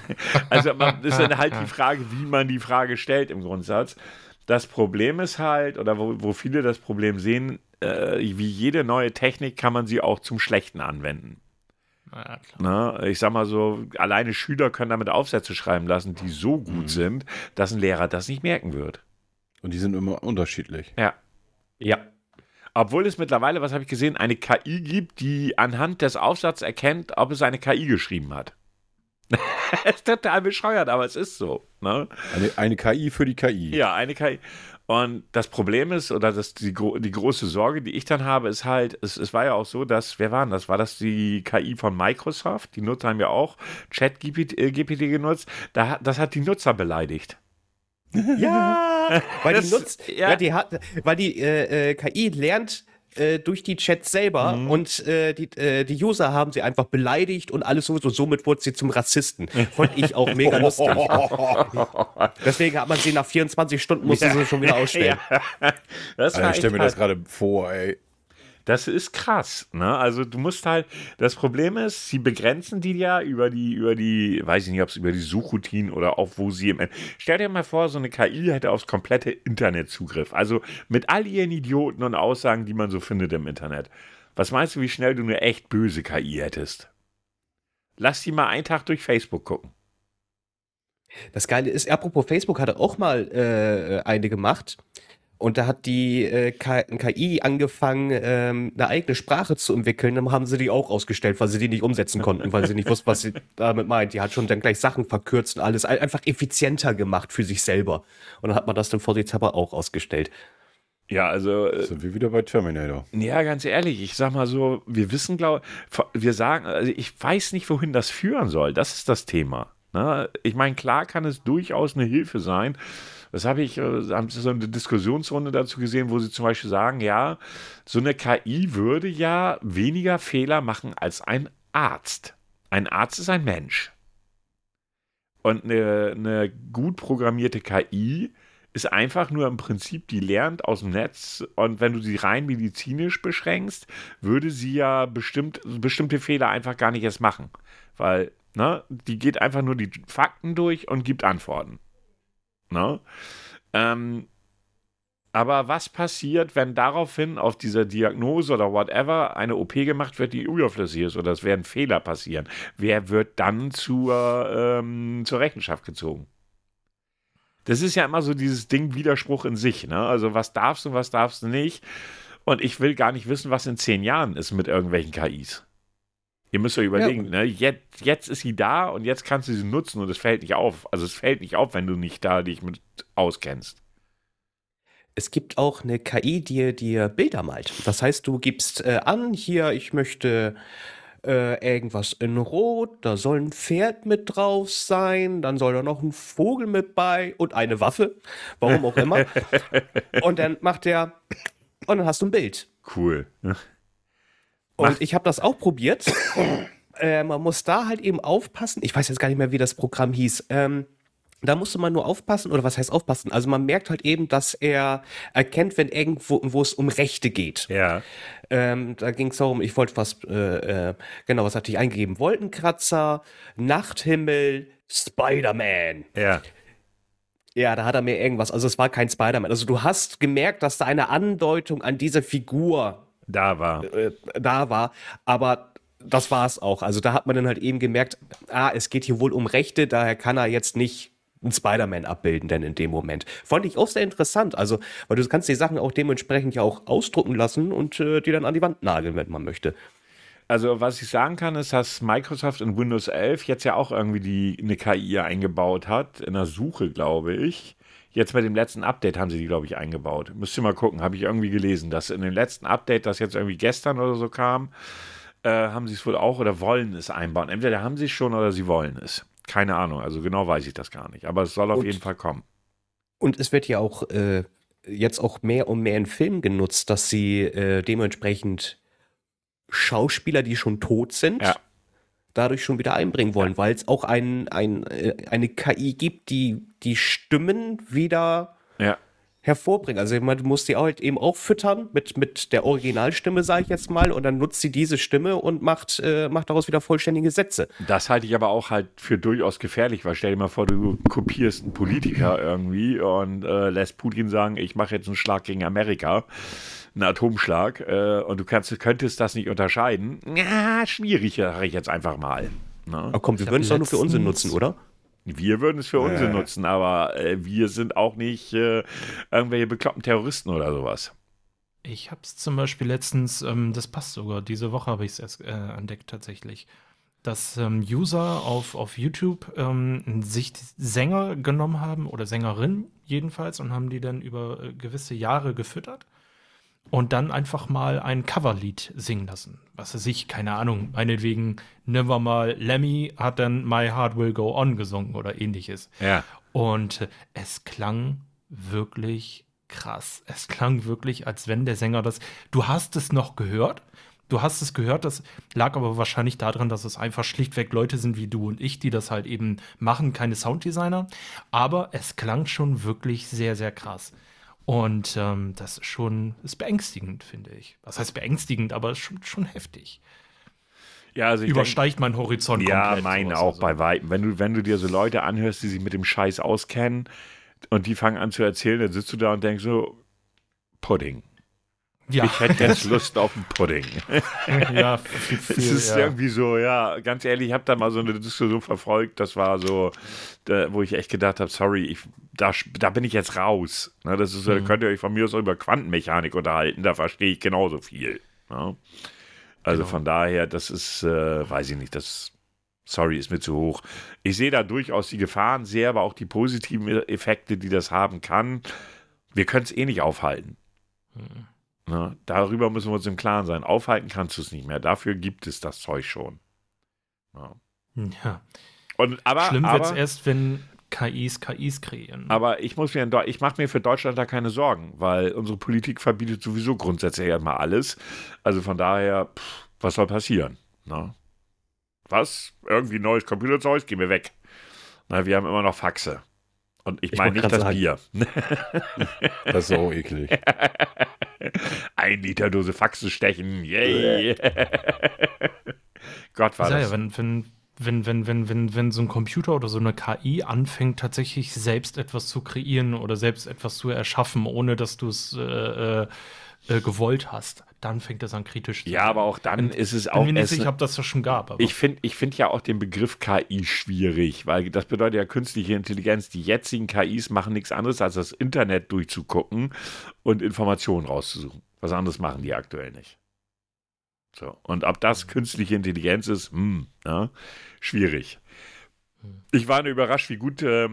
[SPEAKER 1] *laughs* Also, man ist dann halt die Frage, wie man die Frage stellt im Grundsatz. Das Problem ist halt, oder wo, wo viele das Problem sehen, äh, wie jede neue Technik kann man sie auch zum Schlechten anwenden.
[SPEAKER 3] Na, klar.
[SPEAKER 1] Ne? Ich sag mal so, alleine Schüler können damit Aufsätze schreiben lassen, die so gut sind, dass ein Lehrer das nicht merken wird.
[SPEAKER 4] Und die sind immer unterschiedlich.
[SPEAKER 1] Ja.
[SPEAKER 2] Ja.
[SPEAKER 1] Obwohl es mittlerweile, was habe ich gesehen, eine KI gibt, die anhand des Aufsatzes erkennt, ob es eine KI geschrieben hat. *laughs* ist total bescheuert, aber es ist so. Ne?
[SPEAKER 4] Eine, eine KI für die KI.
[SPEAKER 1] Ja, eine KI. Und das Problem ist, oder das, die, gro die große Sorge, die ich dann habe, ist halt, es, es war ja auch so, dass, wer waren das? War das die KI von Microsoft? Die Nutzer haben ja auch ChatGPT äh, GPT genutzt. Da, hat- das hat die Nutzer
[SPEAKER 4] *laughs*
[SPEAKER 1] beleidigt.
[SPEAKER 2] Ja, weil die
[SPEAKER 1] Das-
[SPEAKER 2] nutzt,
[SPEAKER 1] ja.
[SPEAKER 2] ja. die hat, weil die äh, äh, KI lernt äh, durch die Chats selber
[SPEAKER 1] Mhm.
[SPEAKER 2] und äh, die, äh, die User haben sie einfach beleidigt und alles sowieso. Somit wurde sie zum Rassisten. Fand ich auch
[SPEAKER 1] *laughs*
[SPEAKER 2] mega lustig. Deswegen hat man sie nach 24 Stunden musste sie schon wieder ausstellen.
[SPEAKER 1] *laughs* Das
[SPEAKER 4] Alter,
[SPEAKER 1] war
[SPEAKER 4] Also ich stelle
[SPEAKER 1] echt
[SPEAKER 4] mir
[SPEAKER 1] halt-
[SPEAKER 4] das gerade vor, ey.
[SPEAKER 1] Das ist krass, ne? Also du musst halt, das Problem ist, sie begrenzen die ja über die, über die, weiß ich nicht, ob es über die Suchroutinen oder auch wo sie im End- Stell dir mal vor, so eine KI hätte aufs komplette Internet Zugriff. Also mit all ihren Idioten und Aussagen, die man so findet im Internet. Was meinst du, wie schnell du eine echt böse KI hättest? Lass die mal einen Tag durch Facebook gucken.
[SPEAKER 2] Das Geile ist, apropos Facebook hatte auch mal äh, eine gemacht. Und da hat die äh, K- KI angefangen, ähm, eine eigene Sprache zu entwickeln. Dann haben sie die auch ausgestellt, weil sie die nicht umsetzen konnten, weil sie nicht wussten, was sie damit meint. Die hat schon dann gleich Sachen verkürzt und alles ein- einfach effizienter gemacht für sich selber. Und dann hat man das dann vorsichtshalber auch ausgestellt.
[SPEAKER 1] Ja, also äh,
[SPEAKER 4] Sind wir wieder bei Terminator.
[SPEAKER 1] Ja, ganz ehrlich, ich sag mal so, wir wissen, glaube wir sagen, also ich weiß nicht, wohin das führen soll. Das ist das Thema. Ne? Ich meine, klar kann es durchaus eine Hilfe sein. Das habe ich, äh, haben Sie so eine Diskussionsrunde dazu gesehen, wo Sie zum Beispiel sagen, ja, so eine KI würde ja weniger Fehler machen als ein Arzt. Ein Arzt ist ein Mensch. Und eine, eine gut programmierte KI ist einfach nur im Prinzip, die lernt aus dem Netz und wenn du sie rein medizinisch beschränkst, würde sie ja bestimmt, bestimmte Fehler einfach gar nicht erst machen. Weil, ne, die geht einfach nur die Fakten durch und gibt Antworten. Ne? Ähm, aber was passiert, wenn daraufhin auf dieser Diagnose oder whatever eine OP gemacht wird, die überflüssig ist oder es werden Fehler passieren? Wer wird dann zur, ähm, zur Rechenschaft gezogen? Das ist ja immer so dieses Ding Widerspruch in sich. Ne? Also was darfst du, was darfst du nicht. Und ich will gar nicht wissen, was in zehn Jahren ist mit irgendwelchen KIs. Ihr müsst euch überlegen, ne? jetzt, jetzt ist sie da und jetzt kannst du sie nutzen und es fällt nicht auf. Also es fällt nicht auf, wenn du nicht da dich mit auskennst.
[SPEAKER 2] Es gibt auch eine KI, die dir Bilder malt. Das heißt, du gibst äh, an, hier, ich möchte äh, irgendwas in Rot, da soll ein Pferd mit drauf sein, dann soll da noch ein Vogel mit bei und eine Waffe, warum auch immer. und dann macht der, und dann hast du ein Bild.
[SPEAKER 1] Cool.
[SPEAKER 2] Und ich habe das auch probiert. *clears throat* äh, man muss da halt eben aufpassen. Ich weiß jetzt gar nicht mehr, wie das Programm hieß. Ähm, da musste man nur aufpassen, oder was heißt aufpassen? Also man merkt halt eben, dass er erkennt, wenn irgendwo, wo es um Rechte geht.
[SPEAKER 1] Ja.
[SPEAKER 2] Ähm, da ging es darum, ich wollte was, äh, äh, genau, was hatte ich eingegeben? Wolkenkratzer, Nachthimmel, Spider-Man.
[SPEAKER 1] Ja.
[SPEAKER 2] Ja, da hat er mir irgendwas. Also es war kein Spider-Man. Also du hast gemerkt, dass da eine Andeutung an diese Figur
[SPEAKER 1] Da war.
[SPEAKER 2] äh, da war. Aber das war es auch. Also da hat man dann halt eben gemerkt, ah, es geht hier wohl um Rechte, daher kann er jetzt nicht einen Spider-Man abbilden, denn in dem Moment. Fand ich auch sehr interessant. Also, weil du kannst die Sachen auch dementsprechend ja auch ausdrucken lassen und äh, die dann an die Wand nageln, wenn man möchte.
[SPEAKER 1] Also, was ich sagen kann, ist, dass Microsoft in Windows 11 jetzt ja auch irgendwie die, eine KI eingebaut hat, in der Suche, glaube ich. Jetzt mit dem letzten Update haben sie die, glaube ich, eingebaut. Müsst ihr mal gucken, habe ich irgendwie gelesen, dass in dem letzten Update, das jetzt irgendwie gestern oder so kam, äh, haben sie es wohl auch oder wollen es einbauen. Entweder haben sie es schon oder sie wollen es. Keine Ahnung, also genau weiß ich das gar nicht. Aber es soll auf
[SPEAKER 2] Und-
[SPEAKER 1] jeden Fall kommen.
[SPEAKER 2] Und es wird ja auch äh, jetzt auch mehr und mehr in Filmen genutzt, dass sie äh, dementsprechend Schauspieler, die schon tot sind,
[SPEAKER 1] Ja.
[SPEAKER 2] dadurch schon wieder einbringen wollen, weil es auch ein, ein, äh, eine KI gibt, die die Stimmen wieder
[SPEAKER 1] Ja.
[SPEAKER 2] hervorbringen. Also man muss die halt eben auch füttern mit, mit der Originalstimme, sage ich jetzt mal, und dann nutzt sie diese Stimme und macht, äh, macht daraus wieder vollständige Sätze.
[SPEAKER 1] Das halte ich aber auch halt für durchaus gefährlich, weil stell dir mal vor, du kopierst einen Politiker irgendwie und äh, lässt Putin sagen, ich mache jetzt einen Schlag gegen Amerika, einen Atomschlag, äh, und du kannst, könntest das nicht unterscheiden. Ja, schwierig, sage ich jetzt einfach mal. Ne?
[SPEAKER 2] Aber komm, wir würden es doch nur für Unsinn
[SPEAKER 3] letztens-
[SPEAKER 2] nutzen, oder?
[SPEAKER 1] Wir würden es für uns nutzen, aber äh, wir sind auch nicht äh, irgendwelche bekloppten Terroristen oder sowas.
[SPEAKER 3] Ich habe es zum Beispiel letztens, ähm, das passt sogar, diese Woche habe ich es erst äh, entdeckt tatsächlich, dass ähm, User auf, auf YouTube ähm, sich die Sänger genommen haben oder Sängerin jedenfalls und haben die dann über äh, gewisse Jahre gefüttert und dann einfach mal ein Coverlied singen lassen. Was weiß ich, keine Ahnung, meinetwegen, nehmen wir mal Lemmy hat dann My Heart Will Go On gesungen oder ähnliches.
[SPEAKER 1] Ja.
[SPEAKER 3] Und äh, es klang wirklich krass. Es klang wirklich, als wenn der Sänger das. Du hast es noch gehört. Du hast es gehört, das lag aber wahrscheinlich daran, dass es einfach schlichtweg Leute sind wie du und ich, die das halt eben machen, keine Sounddesigner. Aber es klang schon wirklich sehr, sehr krass. Und ähm, das ist schon ist beängstigend, finde ich. Was heißt beängstigend, aber schon, schon heftig.
[SPEAKER 1] Ja, also ich denk-
[SPEAKER 3] Übersteigt meinen Horizont
[SPEAKER 1] Ja,
[SPEAKER 3] komplett.
[SPEAKER 1] meinen
[SPEAKER 3] sowas
[SPEAKER 1] auch
[SPEAKER 3] also.
[SPEAKER 1] bei Weitem. Wenn du, wenn du dir so Leute anhörst, die sich mit dem Scheiß auskennen und die fangen an zu erzählen, dann sitzt du da und denkst so, Pudding.
[SPEAKER 3] Ja,
[SPEAKER 1] Ich hätte
[SPEAKER 3] *laughs*
[SPEAKER 1] jetzt Lust auf einen Pudding.
[SPEAKER 3] ja, viel, viel,
[SPEAKER 1] Es ist
[SPEAKER 3] ja.
[SPEAKER 1] irgendwie so, ja, ganz ehrlich, ich habe da mal so eine Diskussion verfolgt, das war so, da, wo ich echt gedacht habe, sorry, ich, da, da bin ich jetzt raus. Ne, das ist, so, Da könnt ihr euch von mir aus auch über Quantenmechanik unterhalten, da verstehe ich genauso viel. Ne? Also von daher, das ist, äh, weiß ich nicht, das, sorry, ist mir zu hoch. Ich sehe da durchaus die E-, Gefahren, sehe aber auch die positiven Effekte, die das haben kann. Wir können es eh nicht aufhalten.
[SPEAKER 3] Hm.
[SPEAKER 1] Ne? Darüber müssen wir uns im Klaren sein. Aufhalten kannst du es nicht mehr. Dafür gibt es das Zeug schon. Ja.
[SPEAKER 3] Ja.
[SPEAKER 1] Und, aber,
[SPEAKER 3] Schlimm wird es
[SPEAKER 1] aber,
[SPEAKER 3] erst, wenn KIs KIs kreieren.
[SPEAKER 1] aber ich muss mir in Deu- ich mache mir für Deutschland da keine Sorgen, weil unsere Politik verbietet sowieso grundsätzlich erstmal alles. Also von daher, pff, was soll passieren? Ne? Was? Irgendwie neues Computerzeug? Geh mir weg. Na, wir haben immer noch Faxe. Und ich,
[SPEAKER 2] Ich
[SPEAKER 1] meine
[SPEAKER 2] wollt
[SPEAKER 1] nicht das
[SPEAKER 2] grad sagen.
[SPEAKER 1] Bier.
[SPEAKER 4] Das ist
[SPEAKER 1] *laughs*
[SPEAKER 4] auch eklig.
[SPEAKER 1] Ein Liter Dose Faxe stechen. Yay. *laughs* Gott war
[SPEAKER 3] ja, ja,
[SPEAKER 1] das.
[SPEAKER 3] wenn, wenn, wenn, wenn, wenn, wenn, wenn so ein Computer oder so eine KI anfängt, tatsächlich selbst etwas zu kreieren oder selbst etwas zu erschaffen, ohne dass du es äh, äh, äh, gewollt hast, dann fängt das an kritisch zu
[SPEAKER 1] Ja, aber auch dann
[SPEAKER 3] Bin-
[SPEAKER 1] ist es
[SPEAKER 3] Bin
[SPEAKER 1] auch
[SPEAKER 3] mir nicht
[SPEAKER 1] erst
[SPEAKER 3] sicher, ob das das schon gab. Aber
[SPEAKER 1] Ich finde ich find ja auch den Begriff KI schwierig, weil das bedeutet ja künstliche Intelligenz. Die jetzigen KIs machen nichts anderes, als das Internet durchzugucken und Informationen rauszusuchen. Was anderes machen die aktuell nicht. So. Und ob das künstliche Intelligenz ist, hm, ja, schwierig. Ich war nur überrascht, wie gut äh,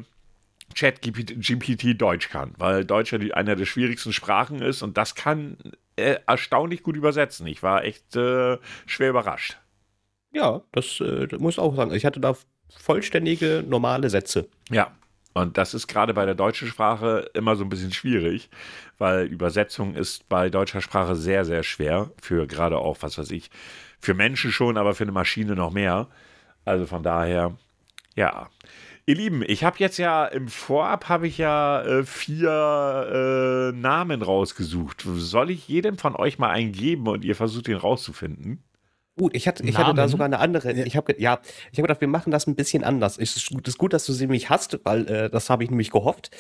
[SPEAKER 1] ChatGPT Deutsch kann, weil Deutsch ja die, einer der schwierigsten Sprachen ist und das kann äh, erstaunlich gut übersetzen. Ich war echt äh, schwer überrascht.
[SPEAKER 2] Ja, das äh, das muss ich auch sagen. Ich hatte da vollständige, normale Sätze.
[SPEAKER 1] Ja. Und das ist gerade bei der deutschen Sprache immer so ein bisschen schwierig, weil Übersetzung ist bei deutscher Sprache sehr, sehr schwer. Für gerade auch, was weiß ich, für Menschen schon, aber für eine Maschine noch mehr. Also von daher, ja. Ihr Lieben, ich habe jetzt ja im Vorab habe ich ja äh, vier äh, Namen rausgesucht. Soll ich jedem von euch mal einen geben und ihr versucht den rauszufinden?
[SPEAKER 2] Gut, ich hatte, ich hatte da
[SPEAKER 3] Namen?
[SPEAKER 2] sogar eine andere. Ich habe ja, ich hab gedacht, wir machen das ein bisschen anders. Es ist gut, es ist gut dass du sie mich hast, weil äh, das habe ich nämlich gehofft.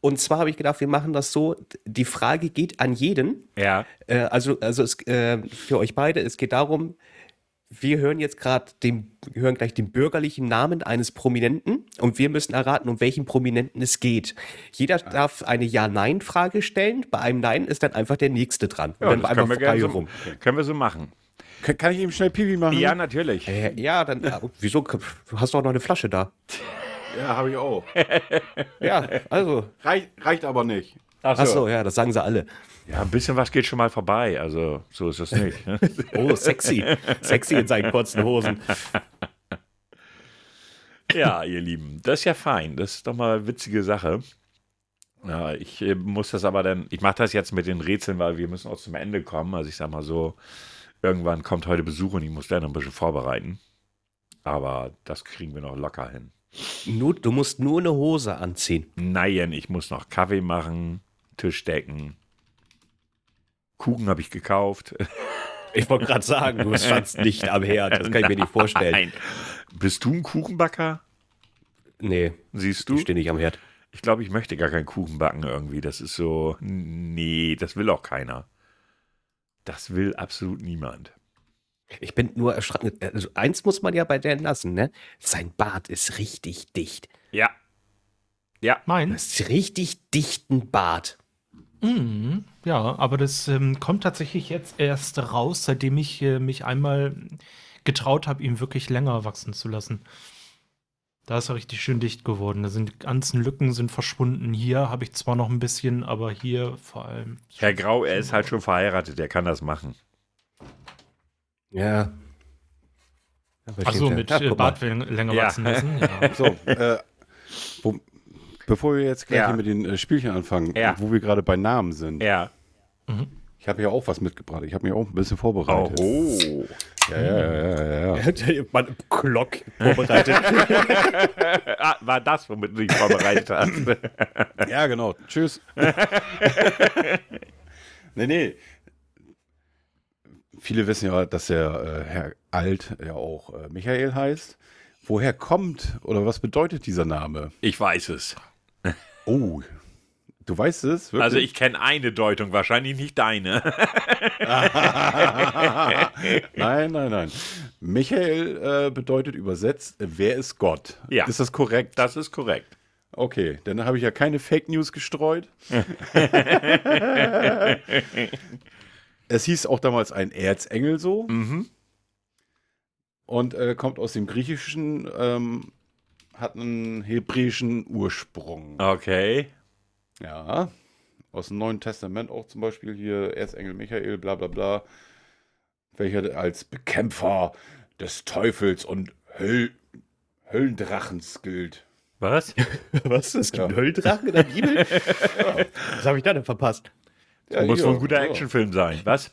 [SPEAKER 2] Und zwar habe ich gedacht, wir machen das so: die Frage geht an jeden.
[SPEAKER 1] Ja.
[SPEAKER 2] Äh, also, also es, äh, für euch beide, es geht darum, wir hören jetzt gerade den, wir hören gleich den bürgerlichen Namen eines Prominenten und wir müssen erraten, um welchen Prominenten es geht. Jeder
[SPEAKER 1] Ah.
[SPEAKER 2] darf eine Ja-Nein-Frage stellen. Bei einem Nein ist dann einfach der Nächste dran. Und
[SPEAKER 1] Ja,
[SPEAKER 2] dann
[SPEAKER 1] das
[SPEAKER 2] war
[SPEAKER 1] können
[SPEAKER 2] einfach
[SPEAKER 1] wir, gerne
[SPEAKER 2] vorbei
[SPEAKER 1] so,
[SPEAKER 2] rum.
[SPEAKER 1] können wir so machen.
[SPEAKER 4] Kann, kann ich eben schnell Pipi machen?
[SPEAKER 1] Ja, natürlich.
[SPEAKER 2] Äh, ja, dann, ja, wieso? Du hast doch noch eine Flasche da.
[SPEAKER 4] ja habe ich
[SPEAKER 1] *laughs*
[SPEAKER 4] auch.
[SPEAKER 2] Ja, also.
[SPEAKER 4] Reicht, reicht aber nicht.
[SPEAKER 2] Achso, ja, das sagen sie alle.
[SPEAKER 1] Ja, ein bisschen was geht schon mal vorbei, also so ist das nicht. ne?
[SPEAKER 2] Oh, sexy. sexy in seinen kurzen Hosen.
[SPEAKER 1] ja, ihr Lieben, das ist ja fein, das ist doch mal eine witzige Sache. Ja, ich äh, muss das aber dann, ich mache das jetzt mit den Rätseln, weil wir müssen auch zum Ende kommen. Also ich sag mal so, irgendwann kommt heute Besuch und ich muss dann noch ein bisschen vorbereiten. Aber das kriegen wir noch locker hin.
[SPEAKER 2] Nur, du musst nur eine Hose anziehen.
[SPEAKER 1] Nein, ich muss noch Kaffee machen, Tisch decken. Kuchen habe ich gekauft.
[SPEAKER 2] Ich wollte gerade sagen, du standst nicht am Herd. Das kann ich mir nicht vorstellen.
[SPEAKER 1] Nein. Äh, Bist du ein Kuchenbacker?
[SPEAKER 2] Nee,
[SPEAKER 1] Siehst du?
[SPEAKER 2] ich stehe nicht am Herd.
[SPEAKER 1] Ich glaube, ich möchte gar keinen Kuchen backen irgendwie. Das ist so, nee, das will auch keiner. Das will absolut niemand.
[SPEAKER 2] Ich bin nur erschrocken. Also eins muss man ja bei der lassen, ne? Sein Bart ist richtig dicht.
[SPEAKER 1] Ja. Ja.
[SPEAKER 3] meins?
[SPEAKER 2] Das ist richtig dichten Bart.
[SPEAKER 3] Mhm, ja, aber das ähm, kommt tatsächlich jetzt erst raus, seitdem ich äh, mich einmal getraut habe, ihn wirklich länger wachsen zu lassen. Da ist er richtig schön dicht geworden. Da sind die ganzen Lücken sind verschwunden. Hier habe ich zwar noch ein bisschen, aber hier vor allem.
[SPEAKER 1] Herr Grau, er ist halt schon verheiratet, er kann das machen.
[SPEAKER 2] Ja.
[SPEAKER 3] Achso, mit
[SPEAKER 2] Ja,
[SPEAKER 3] äh,
[SPEAKER 2] guck mal. *laughs*
[SPEAKER 3] Bart läng- länger
[SPEAKER 1] Ja.
[SPEAKER 3] wachsen lassen.
[SPEAKER 4] *laughs*
[SPEAKER 3] Ja.
[SPEAKER 4] So, äh, wo, bevor wir jetzt gleich
[SPEAKER 1] Ja.
[SPEAKER 4] hier mit den äh, Spielchen anfangen,
[SPEAKER 1] Ja.
[SPEAKER 4] wo wir gerade bei Namen sind.
[SPEAKER 1] Ja.
[SPEAKER 4] Ich habe ja auch was mitgebracht. Ich habe mich auch ein bisschen
[SPEAKER 1] Oh.
[SPEAKER 4] vorbereitet. Ja, ja, ja, ja, ja.
[SPEAKER 2] Man Glock vorbereitet.
[SPEAKER 1] Ah, war das, womit du dich vorbereitet hast?
[SPEAKER 4] Ja, genau. Tschüss. nee, nee. Viele wissen ja, dass der äh, Herr Alt ja auch äh, Michael heißt. Woher kommt oder was bedeutet dieser Name?
[SPEAKER 1] *laughs* Ich weiß es.
[SPEAKER 4] Oh, du weißt es? Wirklich?
[SPEAKER 1] Also ich kenne eine Deutung, wahrscheinlich nicht deine.
[SPEAKER 4] Nein, nein, nein. Michael äh, bedeutet übersetzt, äh, wer ist Gott?
[SPEAKER 1] Ja.
[SPEAKER 4] Ist das korrekt?
[SPEAKER 1] *laughs* Das ist korrekt.
[SPEAKER 4] Okay, dann habe ich ja keine Fake News *laughs* gestreut. es hieß auch damals ein Erzengel so
[SPEAKER 1] Mhm.
[SPEAKER 4] und äh, kommt aus dem Griechischen, ähm, Ah. hat einen hebräischen Ursprung.
[SPEAKER 1] Okay.
[SPEAKER 4] Ja. aus dem Neuen Testament auch zum Beispiel hier Erzengel Michael, bla bla bla, welcher als Bekämpfer des Teufels und Höll Höllendrachens gilt.
[SPEAKER 2] Was? Was? Es gibt
[SPEAKER 4] Ja.
[SPEAKER 2] Hölldrachen in der Bibel? *laughs* Was habe ich da denn verpasst?
[SPEAKER 4] Ja,
[SPEAKER 1] Muss
[SPEAKER 4] hier,
[SPEAKER 1] wohl ein guter
[SPEAKER 4] ja.
[SPEAKER 1] Actionfilm sein. Was?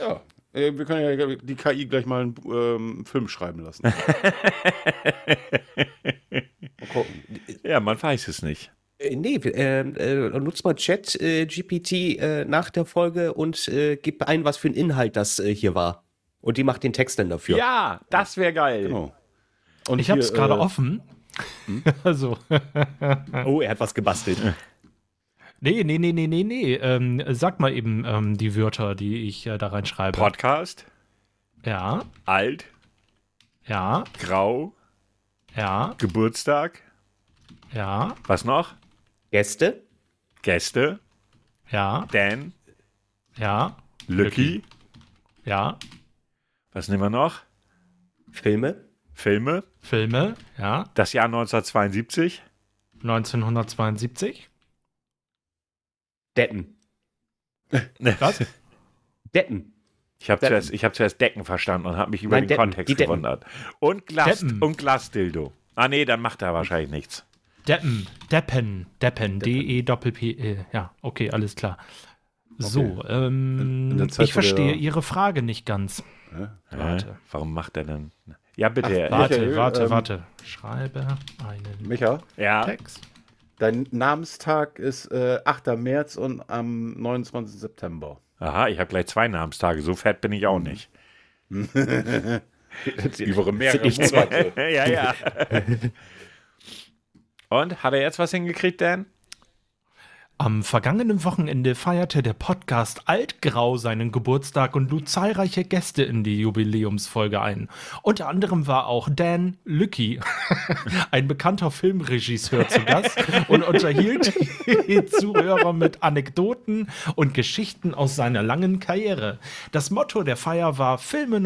[SPEAKER 4] Ja. Äh, Wir können ja die KI gleich mal einen ähm, Film schreiben lassen. mal
[SPEAKER 3] *laughs*
[SPEAKER 4] gucken.
[SPEAKER 1] Ja, man weiß es nicht.
[SPEAKER 2] Äh, Nee, ähm, äh, nutzt mal Chat äh, GPT äh, nach der Folge und äh, gib ein, was für ein Inhalt das äh, hier war. Und die macht den Text dann dafür.
[SPEAKER 1] Ja, das wäre geil.
[SPEAKER 4] Genau. Und
[SPEAKER 3] Ich habe es
[SPEAKER 4] hier,
[SPEAKER 3] gerade
[SPEAKER 4] äh,
[SPEAKER 3] offen. *laughs* Also,
[SPEAKER 2] Oh, er hat was gebastelt.
[SPEAKER 3] nee, nee, nee, nee, nee, nee. Ähm, sag mal eben ähm, die Wörter, die ich äh, da reinschreibe.
[SPEAKER 1] Podcast,
[SPEAKER 3] Ja,
[SPEAKER 1] alt,
[SPEAKER 3] ja,
[SPEAKER 1] grau,
[SPEAKER 3] ja,
[SPEAKER 1] Geburtstag,
[SPEAKER 3] ja,
[SPEAKER 1] was noch?
[SPEAKER 2] Gäste?
[SPEAKER 1] Gäste,
[SPEAKER 3] ja,
[SPEAKER 1] Dan,
[SPEAKER 3] ja,
[SPEAKER 1] Lucky.
[SPEAKER 3] ja,
[SPEAKER 1] Was nehmen wir noch?
[SPEAKER 2] Filme?
[SPEAKER 1] Filme,
[SPEAKER 3] Filme, ja,
[SPEAKER 1] das Jahr 1972,
[SPEAKER 3] 1972.
[SPEAKER 2] Deppen.
[SPEAKER 3] Was?
[SPEAKER 2] Deppen.
[SPEAKER 1] Ich habe
[SPEAKER 2] Deppen.
[SPEAKER 1] zuerst, ich hab zuerst Decken verstanden und habe mich über
[SPEAKER 2] Nein,
[SPEAKER 1] den
[SPEAKER 2] Deppen, die
[SPEAKER 1] Kontext
[SPEAKER 2] Deppen.
[SPEAKER 1] gewundert. Und Glas
[SPEAKER 3] Deppen.
[SPEAKER 1] und Glasdildo. Ah nee, dann macht er wahrscheinlich nichts.
[SPEAKER 3] Deppen, Deppen, Deppen, E D-E-P-P-E. Ja, okay, alles klar. So,
[SPEAKER 4] In
[SPEAKER 3] ähm,
[SPEAKER 4] der Zeit,
[SPEAKER 3] ich
[SPEAKER 4] wo der-
[SPEAKER 3] verstehe Ihre Frage nicht ganz. Warte.
[SPEAKER 1] Hä? Warum macht er dann? Ja, bitte.
[SPEAKER 4] Ach,
[SPEAKER 3] Warte,
[SPEAKER 4] Michael,
[SPEAKER 3] warte,
[SPEAKER 4] ähm,
[SPEAKER 3] warte. Schreibe einen
[SPEAKER 4] Micha,
[SPEAKER 1] ja,
[SPEAKER 3] Text.
[SPEAKER 4] dein Namenstag ist äh, 8. März und am 29. September.
[SPEAKER 1] aha, ich habe gleich zwei Namenstage. So fett bin ich auch nicht.
[SPEAKER 4] Über mehrere
[SPEAKER 2] nicht zwei.
[SPEAKER 4] Monate.
[SPEAKER 1] *laughs* ja, ja. und hat er jetzt was hingekriegt, Dan?
[SPEAKER 3] Am vergangenen Wochenende feierte der Podcast Altgrau seinen Geburtstag und lud zahlreiche Gäste in die Jubiläumsfolge ein. Unter anderem war auch Dan Lücki, *laughs* ein bekannter Filmregisseur, zu Gast und unterhielt die *laughs* Zuhörer mit Anekdoten und Geschichten aus seiner langen Karriere. Das Motto der Feier war Filme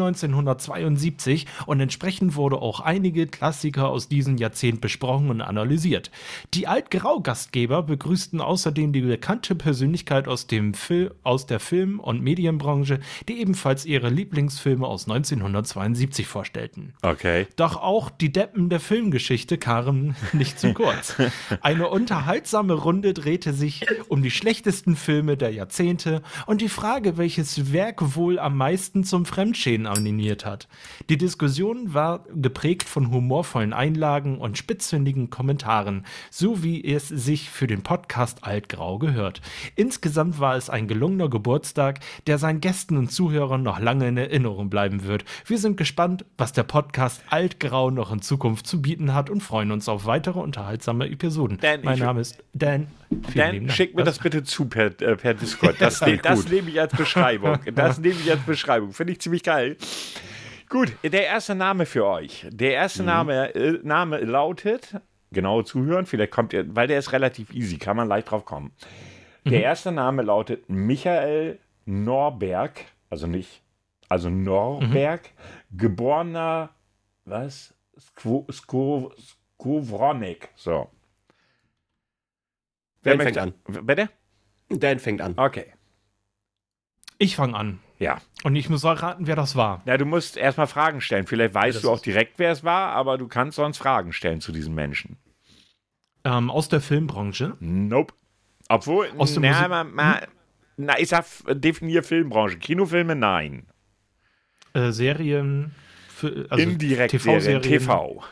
[SPEAKER 3] 1972 und entsprechend wurde auch einige Klassiker aus diesem Jahrzehnt besprochen und analysiert. Die Altgrau-Gastgeber begrüßten außerdem die bekannte Persönlichkeit aus, dem Fil aus der Film- und Medienbranche, die ebenfalls ihre Lieblingsfilme aus 1972 vorstellten.
[SPEAKER 1] Okay.
[SPEAKER 3] Doch auch die Deppen der Filmgeschichte kamen *laughs* nicht zu kurz. Eine unterhaltsame Runde drehte sich um die schlechtesten Filme der Jahrzehnte und die Frage, welches Werk wohl am meisten zum Fremdschäden animiert hat. Die Diskussion war geprägt von humorvollen Einlagen und spitzzündigen Kommentaren, so wie es sich für den Podcast Altgrau gehört. Insgesamt war es ein gelungener Geburtstag, der seinen Gästen und Zuhörern noch lange in Erinnerung bleiben wird. Wir sind gespannt, was der Podcast Altgrau noch in Zukunft zu bieten hat und freuen uns auf weitere unterhaltsame Episoden.
[SPEAKER 1] Dan,
[SPEAKER 3] mein
[SPEAKER 1] ich-
[SPEAKER 3] Name ist Dan. Vielen lieben
[SPEAKER 1] Dan,
[SPEAKER 3] Dank.
[SPEAKER 1] schick mir
[SPEAKER 3] Was?
[SPEAKER 1] das bitte zu per, äh, per Discord. *laughs* Das, ne, das nehme ich als *laughs* Beschreibung. Das nehme ich als Beschreibung. Finde ich ziemlich geil. Gut, der erste Name für euch. Der erste Name, äh, Name lautet, genau zuhören, vielleicht kommt ihr, weil der ist relativ easy, kann man leicht drauf kommen. Der erste Name lautet Michael Norberg, also nicht, also Norberg, geborener, was? Skwo, Sko, Skowronek. So.
[SPEAKER 2] Dan fängt an.
[SPEAKER 1] Bitte?
[SPEAKER 2] Dan fängt an.
[SPEAKER 1] Okay.
[SPEAKER 3] Ich fange an.
[SPEAKER 1] Ja.
[SPEAKER 3] Und ich muss erraten, wer das war.
[SPEAKER 1] Ja, du musst erstmal Fragen stellen. Vielleicht weißt du auch direkt, wer es war, aber du kannst sonst Fragen stellen zu diesen Menschen.
[SPEAKER 3] Ähm, aus der Filmbranche.
[SPEAKER 1] Nope. Obwohl,
[SPEAKER 3] Aus der
[SPEAKER 1] na,
[SPEAKER 3] Musik-
[SPEAKER 1] ma, ma, na, ich sag, f- definier Filmbranche. Kinofilme, nein.
[SPEAKER 3] Äh, Serien. Fi- Also
[SPEAKER 1] Indirekt
[SPEAKER 3] TV-Serien.
[SPEAKER 1] Serien, TV.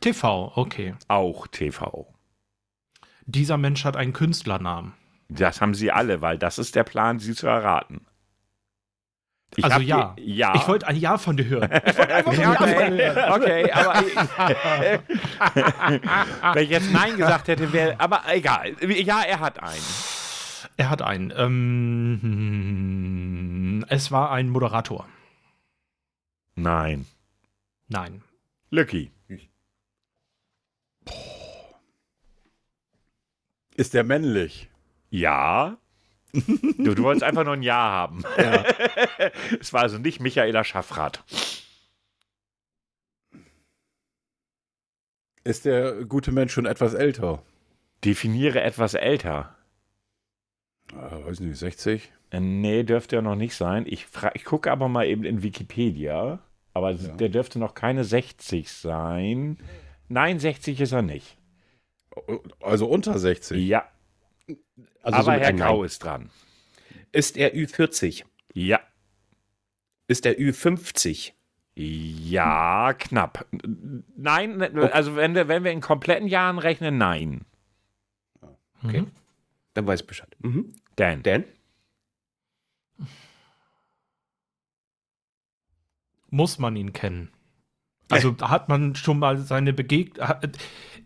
[SPEAKER 3] TV, okay.
[SPEAKER 1] Auch TV.
[SPEAKER 3] Dieser Mensch hat einen Künstlernamen.
[SPEAKER 1] Das haben sie alle, weil das ist der Plan, sie zu erraten. Ich
[SPEAKER 3] Also
[SPEAKER 1] hab
[SPEAKER 3] ja.
[SPEAKER 1] Die, ja.
[SPEAKER 3] Ich wollte ein Ja von dir hören. *laughs* Ich wollte einfach
[SPEAKER 1] Ja,
[SPEAKER 3] nur ein Ja
[SPEAKER 1] okay,
[SPEAKER 3] von dir
[SPEAKER 1] okay,
[SPEAKER 3] hören.
[SPEAKER 1] aber ich-
[SPEAKER 3] *laughs*
[SPEAKER 1] wenn ich jetzt Nein gesagt hätte, wäre. Aber egal. Ja, er hat einen.
[SPEAKER 3] Er hat einen. Ähm, es war ein Moderator.
[SPEAKER 1] Nein.
[SPEAKER 3] Nein.
[SPEAKER 1] Lucky.
[SPEAKER 4] Ist der männlich?
[SPEAKER 1] *laughs* Ja. Du, du wolltest einfach nur ein Ja haben. *laughs* es war also nicht Michaela Schaffrath.
[SPEAKER 4] Ist der gute Mensch schon etwas älter?
[SPEAKER 1] Definiere etwas älter.
[SPEAKER 4] Äh, weiß nicht, 60?
[SPEAKER 1] Äh, Nee, dürfte ja noch nicht sein. Ich, fra- ich gucke aber mal eben in Wikipedia. Aber s- der dürfte noch keine 60 sein. Nein, 60 ist er nicht.
[SPEAKER 4] Also unter 60.
[SPEAKER 1] Ja,
[SPEAKER 2] Also
[SPEAKER 1] aber
[SPEAKER 2] somit
[SPEAKER 1] Herr
[SPEAKER 2] ein Nein.
[SPEAKER 1] Grau ist dran.
[SPEAKER 2] Ist er Ü40?
[SPEAKER 1] Ja.
[SPEAKER 2] Ist er Ü50?
[SPEAKER 1] Ja, knapp. Nein, also wenn, wir- wenn wir in kompletten Jahren rechnen, nein.
[SPEAKER 2] Dann weiß ich Bescheid. Mhm.
[SPEAKER 1] Dan.
[SPEAKER 2] Dan?
[SPEAKER 3] Muss man ihn kennen?
[SPEAKER 1] *laughs*
[SPEAKER 3] Also hat man schon mal seine Begegnung.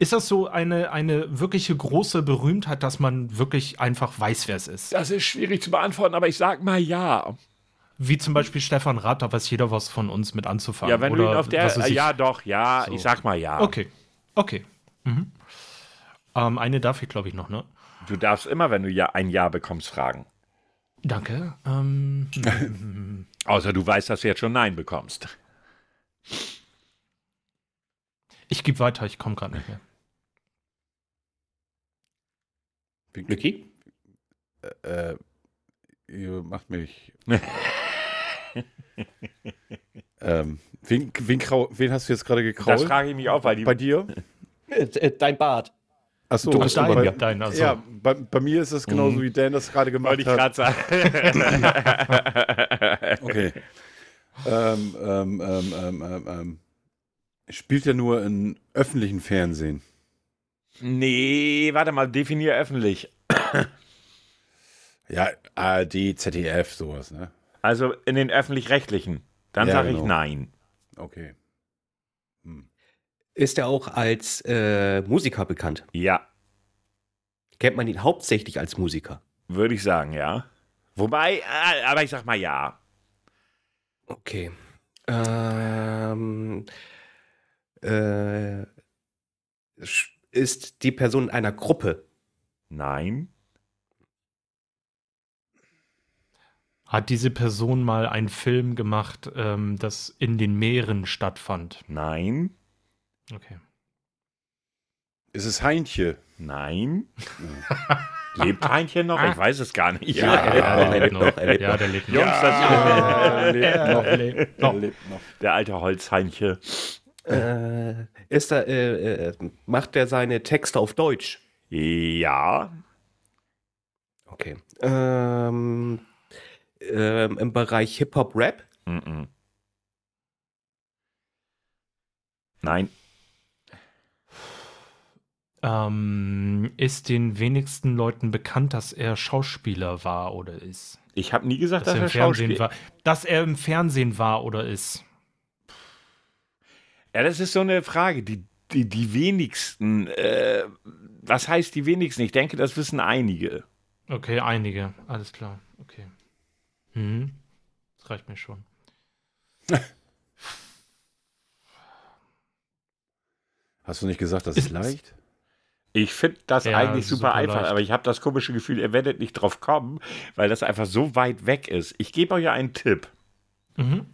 [SPEAKER 3] Ist das so eine, eine wirkliche große Berühmtheit, dass man wirklich einfach weiß, wer es ist?
[SPEAKER 1] Das ist schwierig zu beantworten, aber ich sag mal ja.
[SPEAKER 3] Wie zum Beispiel Stefan Rath, da weiß jeder was von uns mit anzufangen.
[SPEAKER 1] Ja, wenn du
[SPEAKER 3] oder
[SPEAKER 1] ihn auf der.
[SPEAKER 3] was weiß ich.
[SPEAKER 1] ja, doch, ja,
[SPEAKER 3] So.
[SPEAKER 1] ich sag mal ja.
[SPEAKER 3] Okay, okay. Mhm. Ähm, eine darf ich, glaube ich, noch, ne?
[SPEAKER 1] Du darfst immer, wenn du ja ein Ja bekommst, fragen.
[SPEAKER 3] Danke. Ähm,
[SPEAKER 1] Außer du weißt, dass du jetzt schon Nein bekommst.
[SPEAKER 3] *laughs* ich gebe weiter, ich komme gerade nicht mehr.
[SPEAKER 2] Niki?
[SPEAKER 4] Äh, ihr macht *laughs* mich. ähm, wen, wen, grau- wen hast du jetzt gerade
[SPEAKER 1] Das
[SPEAKER 4] gekrault?
[SPEAKER 1] frage ich mich auch, weil die.
[SPEAKER 4] Bei dir?
[SPEAKER 2] Äh, Dein Bart.
[SPEAKER 4] Achso,
[SPEAKER 2] Du bist
[SPEAKER 4] bei,
[SPEAKER 2] drüber,
[SPEAKER 4] bei,
[SPEAKER 2] ja.
[SPEAKER 3] dein, also.
[SPEAKER 4] ja, bei, bei mir ist es genauso, wie Dan das gerade gemacht
[SPEAKER 1] wollte ich
[SPEAKER 4] hat.
[SPEAKER 1] gerade sagen.
[SPEAKER 4] Okay. ähm, ähm, ähm, ähm, ähm, ähm. Spielt ja nur in öffentlichen Fernsehen.
[SPEAKER 1] nee, warte mal, definier öffentlich.
[SPEAKER 4] Ja, ARD, ZDF, sowas, ne?
[SPEAKER 1] Also in den öffentlich-rechtlichen. Dann
[SPEAKER 4] Ja,
[SPEAKER 1] sage ich
[SPEAKER 4] genau.
[SPEAKER 1] Nein.
[SPEAKER 4] Okay. Hm.
[SPEAKER 2] Ist er auch als äh, Musiker bekannt?
[SPEAKER 1] Ja.
[SPEAKER 2] Kennt man ihn hauptsächlich als Musiker?
[SPEAKER 1] Würde ich sagen, ja. Wobei, äh, aber ich sag mal ja.
[SPEAKER 2] Okay. Ähm, äh, sch- ist die Person in einer Gruppe?
[SPEAKER 1] Nein.
[SPEAKER 3] Hat diese Person mal einen Film gemacht, ähm, das in den Meeren stattfand?
[SPEAKER 1] Nein.
[SPEAKER 3] Okay.
[SPEAKER 4] Ist es Heintje?
[SPEAKER 3] *laughs*
[SPEAKER 1] Nein. Lebt Heinchen noch? Ich weiß es gar nicht.
[SPEAKER 2] der lebt noch, er lebt
[SPEAKER 3] Ja,
[SPEAKER 2] noch.
[SPEAKER 3] der lebt
[SPEAKER 1] *laughs*
[SPEAKER 3] noch.
[SPEAKER 1] Jungs, das
[SPEAKER 4] Ja, Äh, lebt noch.
[SPEAKER 3] Er lebt noch.
[SPEAKER 4] lebt noch.
[SPEAKER 1] *laughs* der alte Holzheinchen.
[SPEAKER 2] Äh, ist er, äh, äh, macht er seine Texte auf Deutsch?
[SPEAKER 1] Ja.
[SPEAKER 2] Okay. Ähm, ähm, Im Bereich Hip-Hop-Rap?
[SPEAKER 1] Mhm. Nein.
[SPEAKER 3] Ähm, ist den wenigsten Leuten bekannt, dass er Schauspieler war oder ist.
[SPEAKER 1] Ich habe nie gesagt,
[SPEAKER 3] Dass er im
[SPEAKER 1] dass,
[SPEAKER 3] Fernsehen
[SPEAKER 1] Schauspieler
[SPEAKER 3] war. Dass er im Fernsehen war oder ist.
[SPEAKER 1] Ja, das ist so eine Frage. Die, die, die wenigsten. Äh, was heißt die wenigsten? Ich denke, das wissen einige.
[SPEAKER 3] Okay, einige. Alles klar. Okay. Mhm. Das reicht mir schon.
[SPEAKER 4] Hast du nicht gesagt, das ist
[SPEAKER 3] Ist es-
[SPEAKER 4] leicht?
[SPEAKER 1] Ich finde das
[SPEAKER 3] Ja,
[SPEAKER 1] eigentlich
[SPEAKER 3] ist
[SPEAKER 1] super,
[SPEAKER 3] super
[SPEAKER 1] einfach,
[SPEAKER 3] leicht.
[SPEAKER 1] aber ich habe das komische Gefühl, ihr werdet nicht drauf kommen, weil das einfach so weit weg ist. Ich gebe euch einen Tipp.
[SPEAKER 3] Mhm.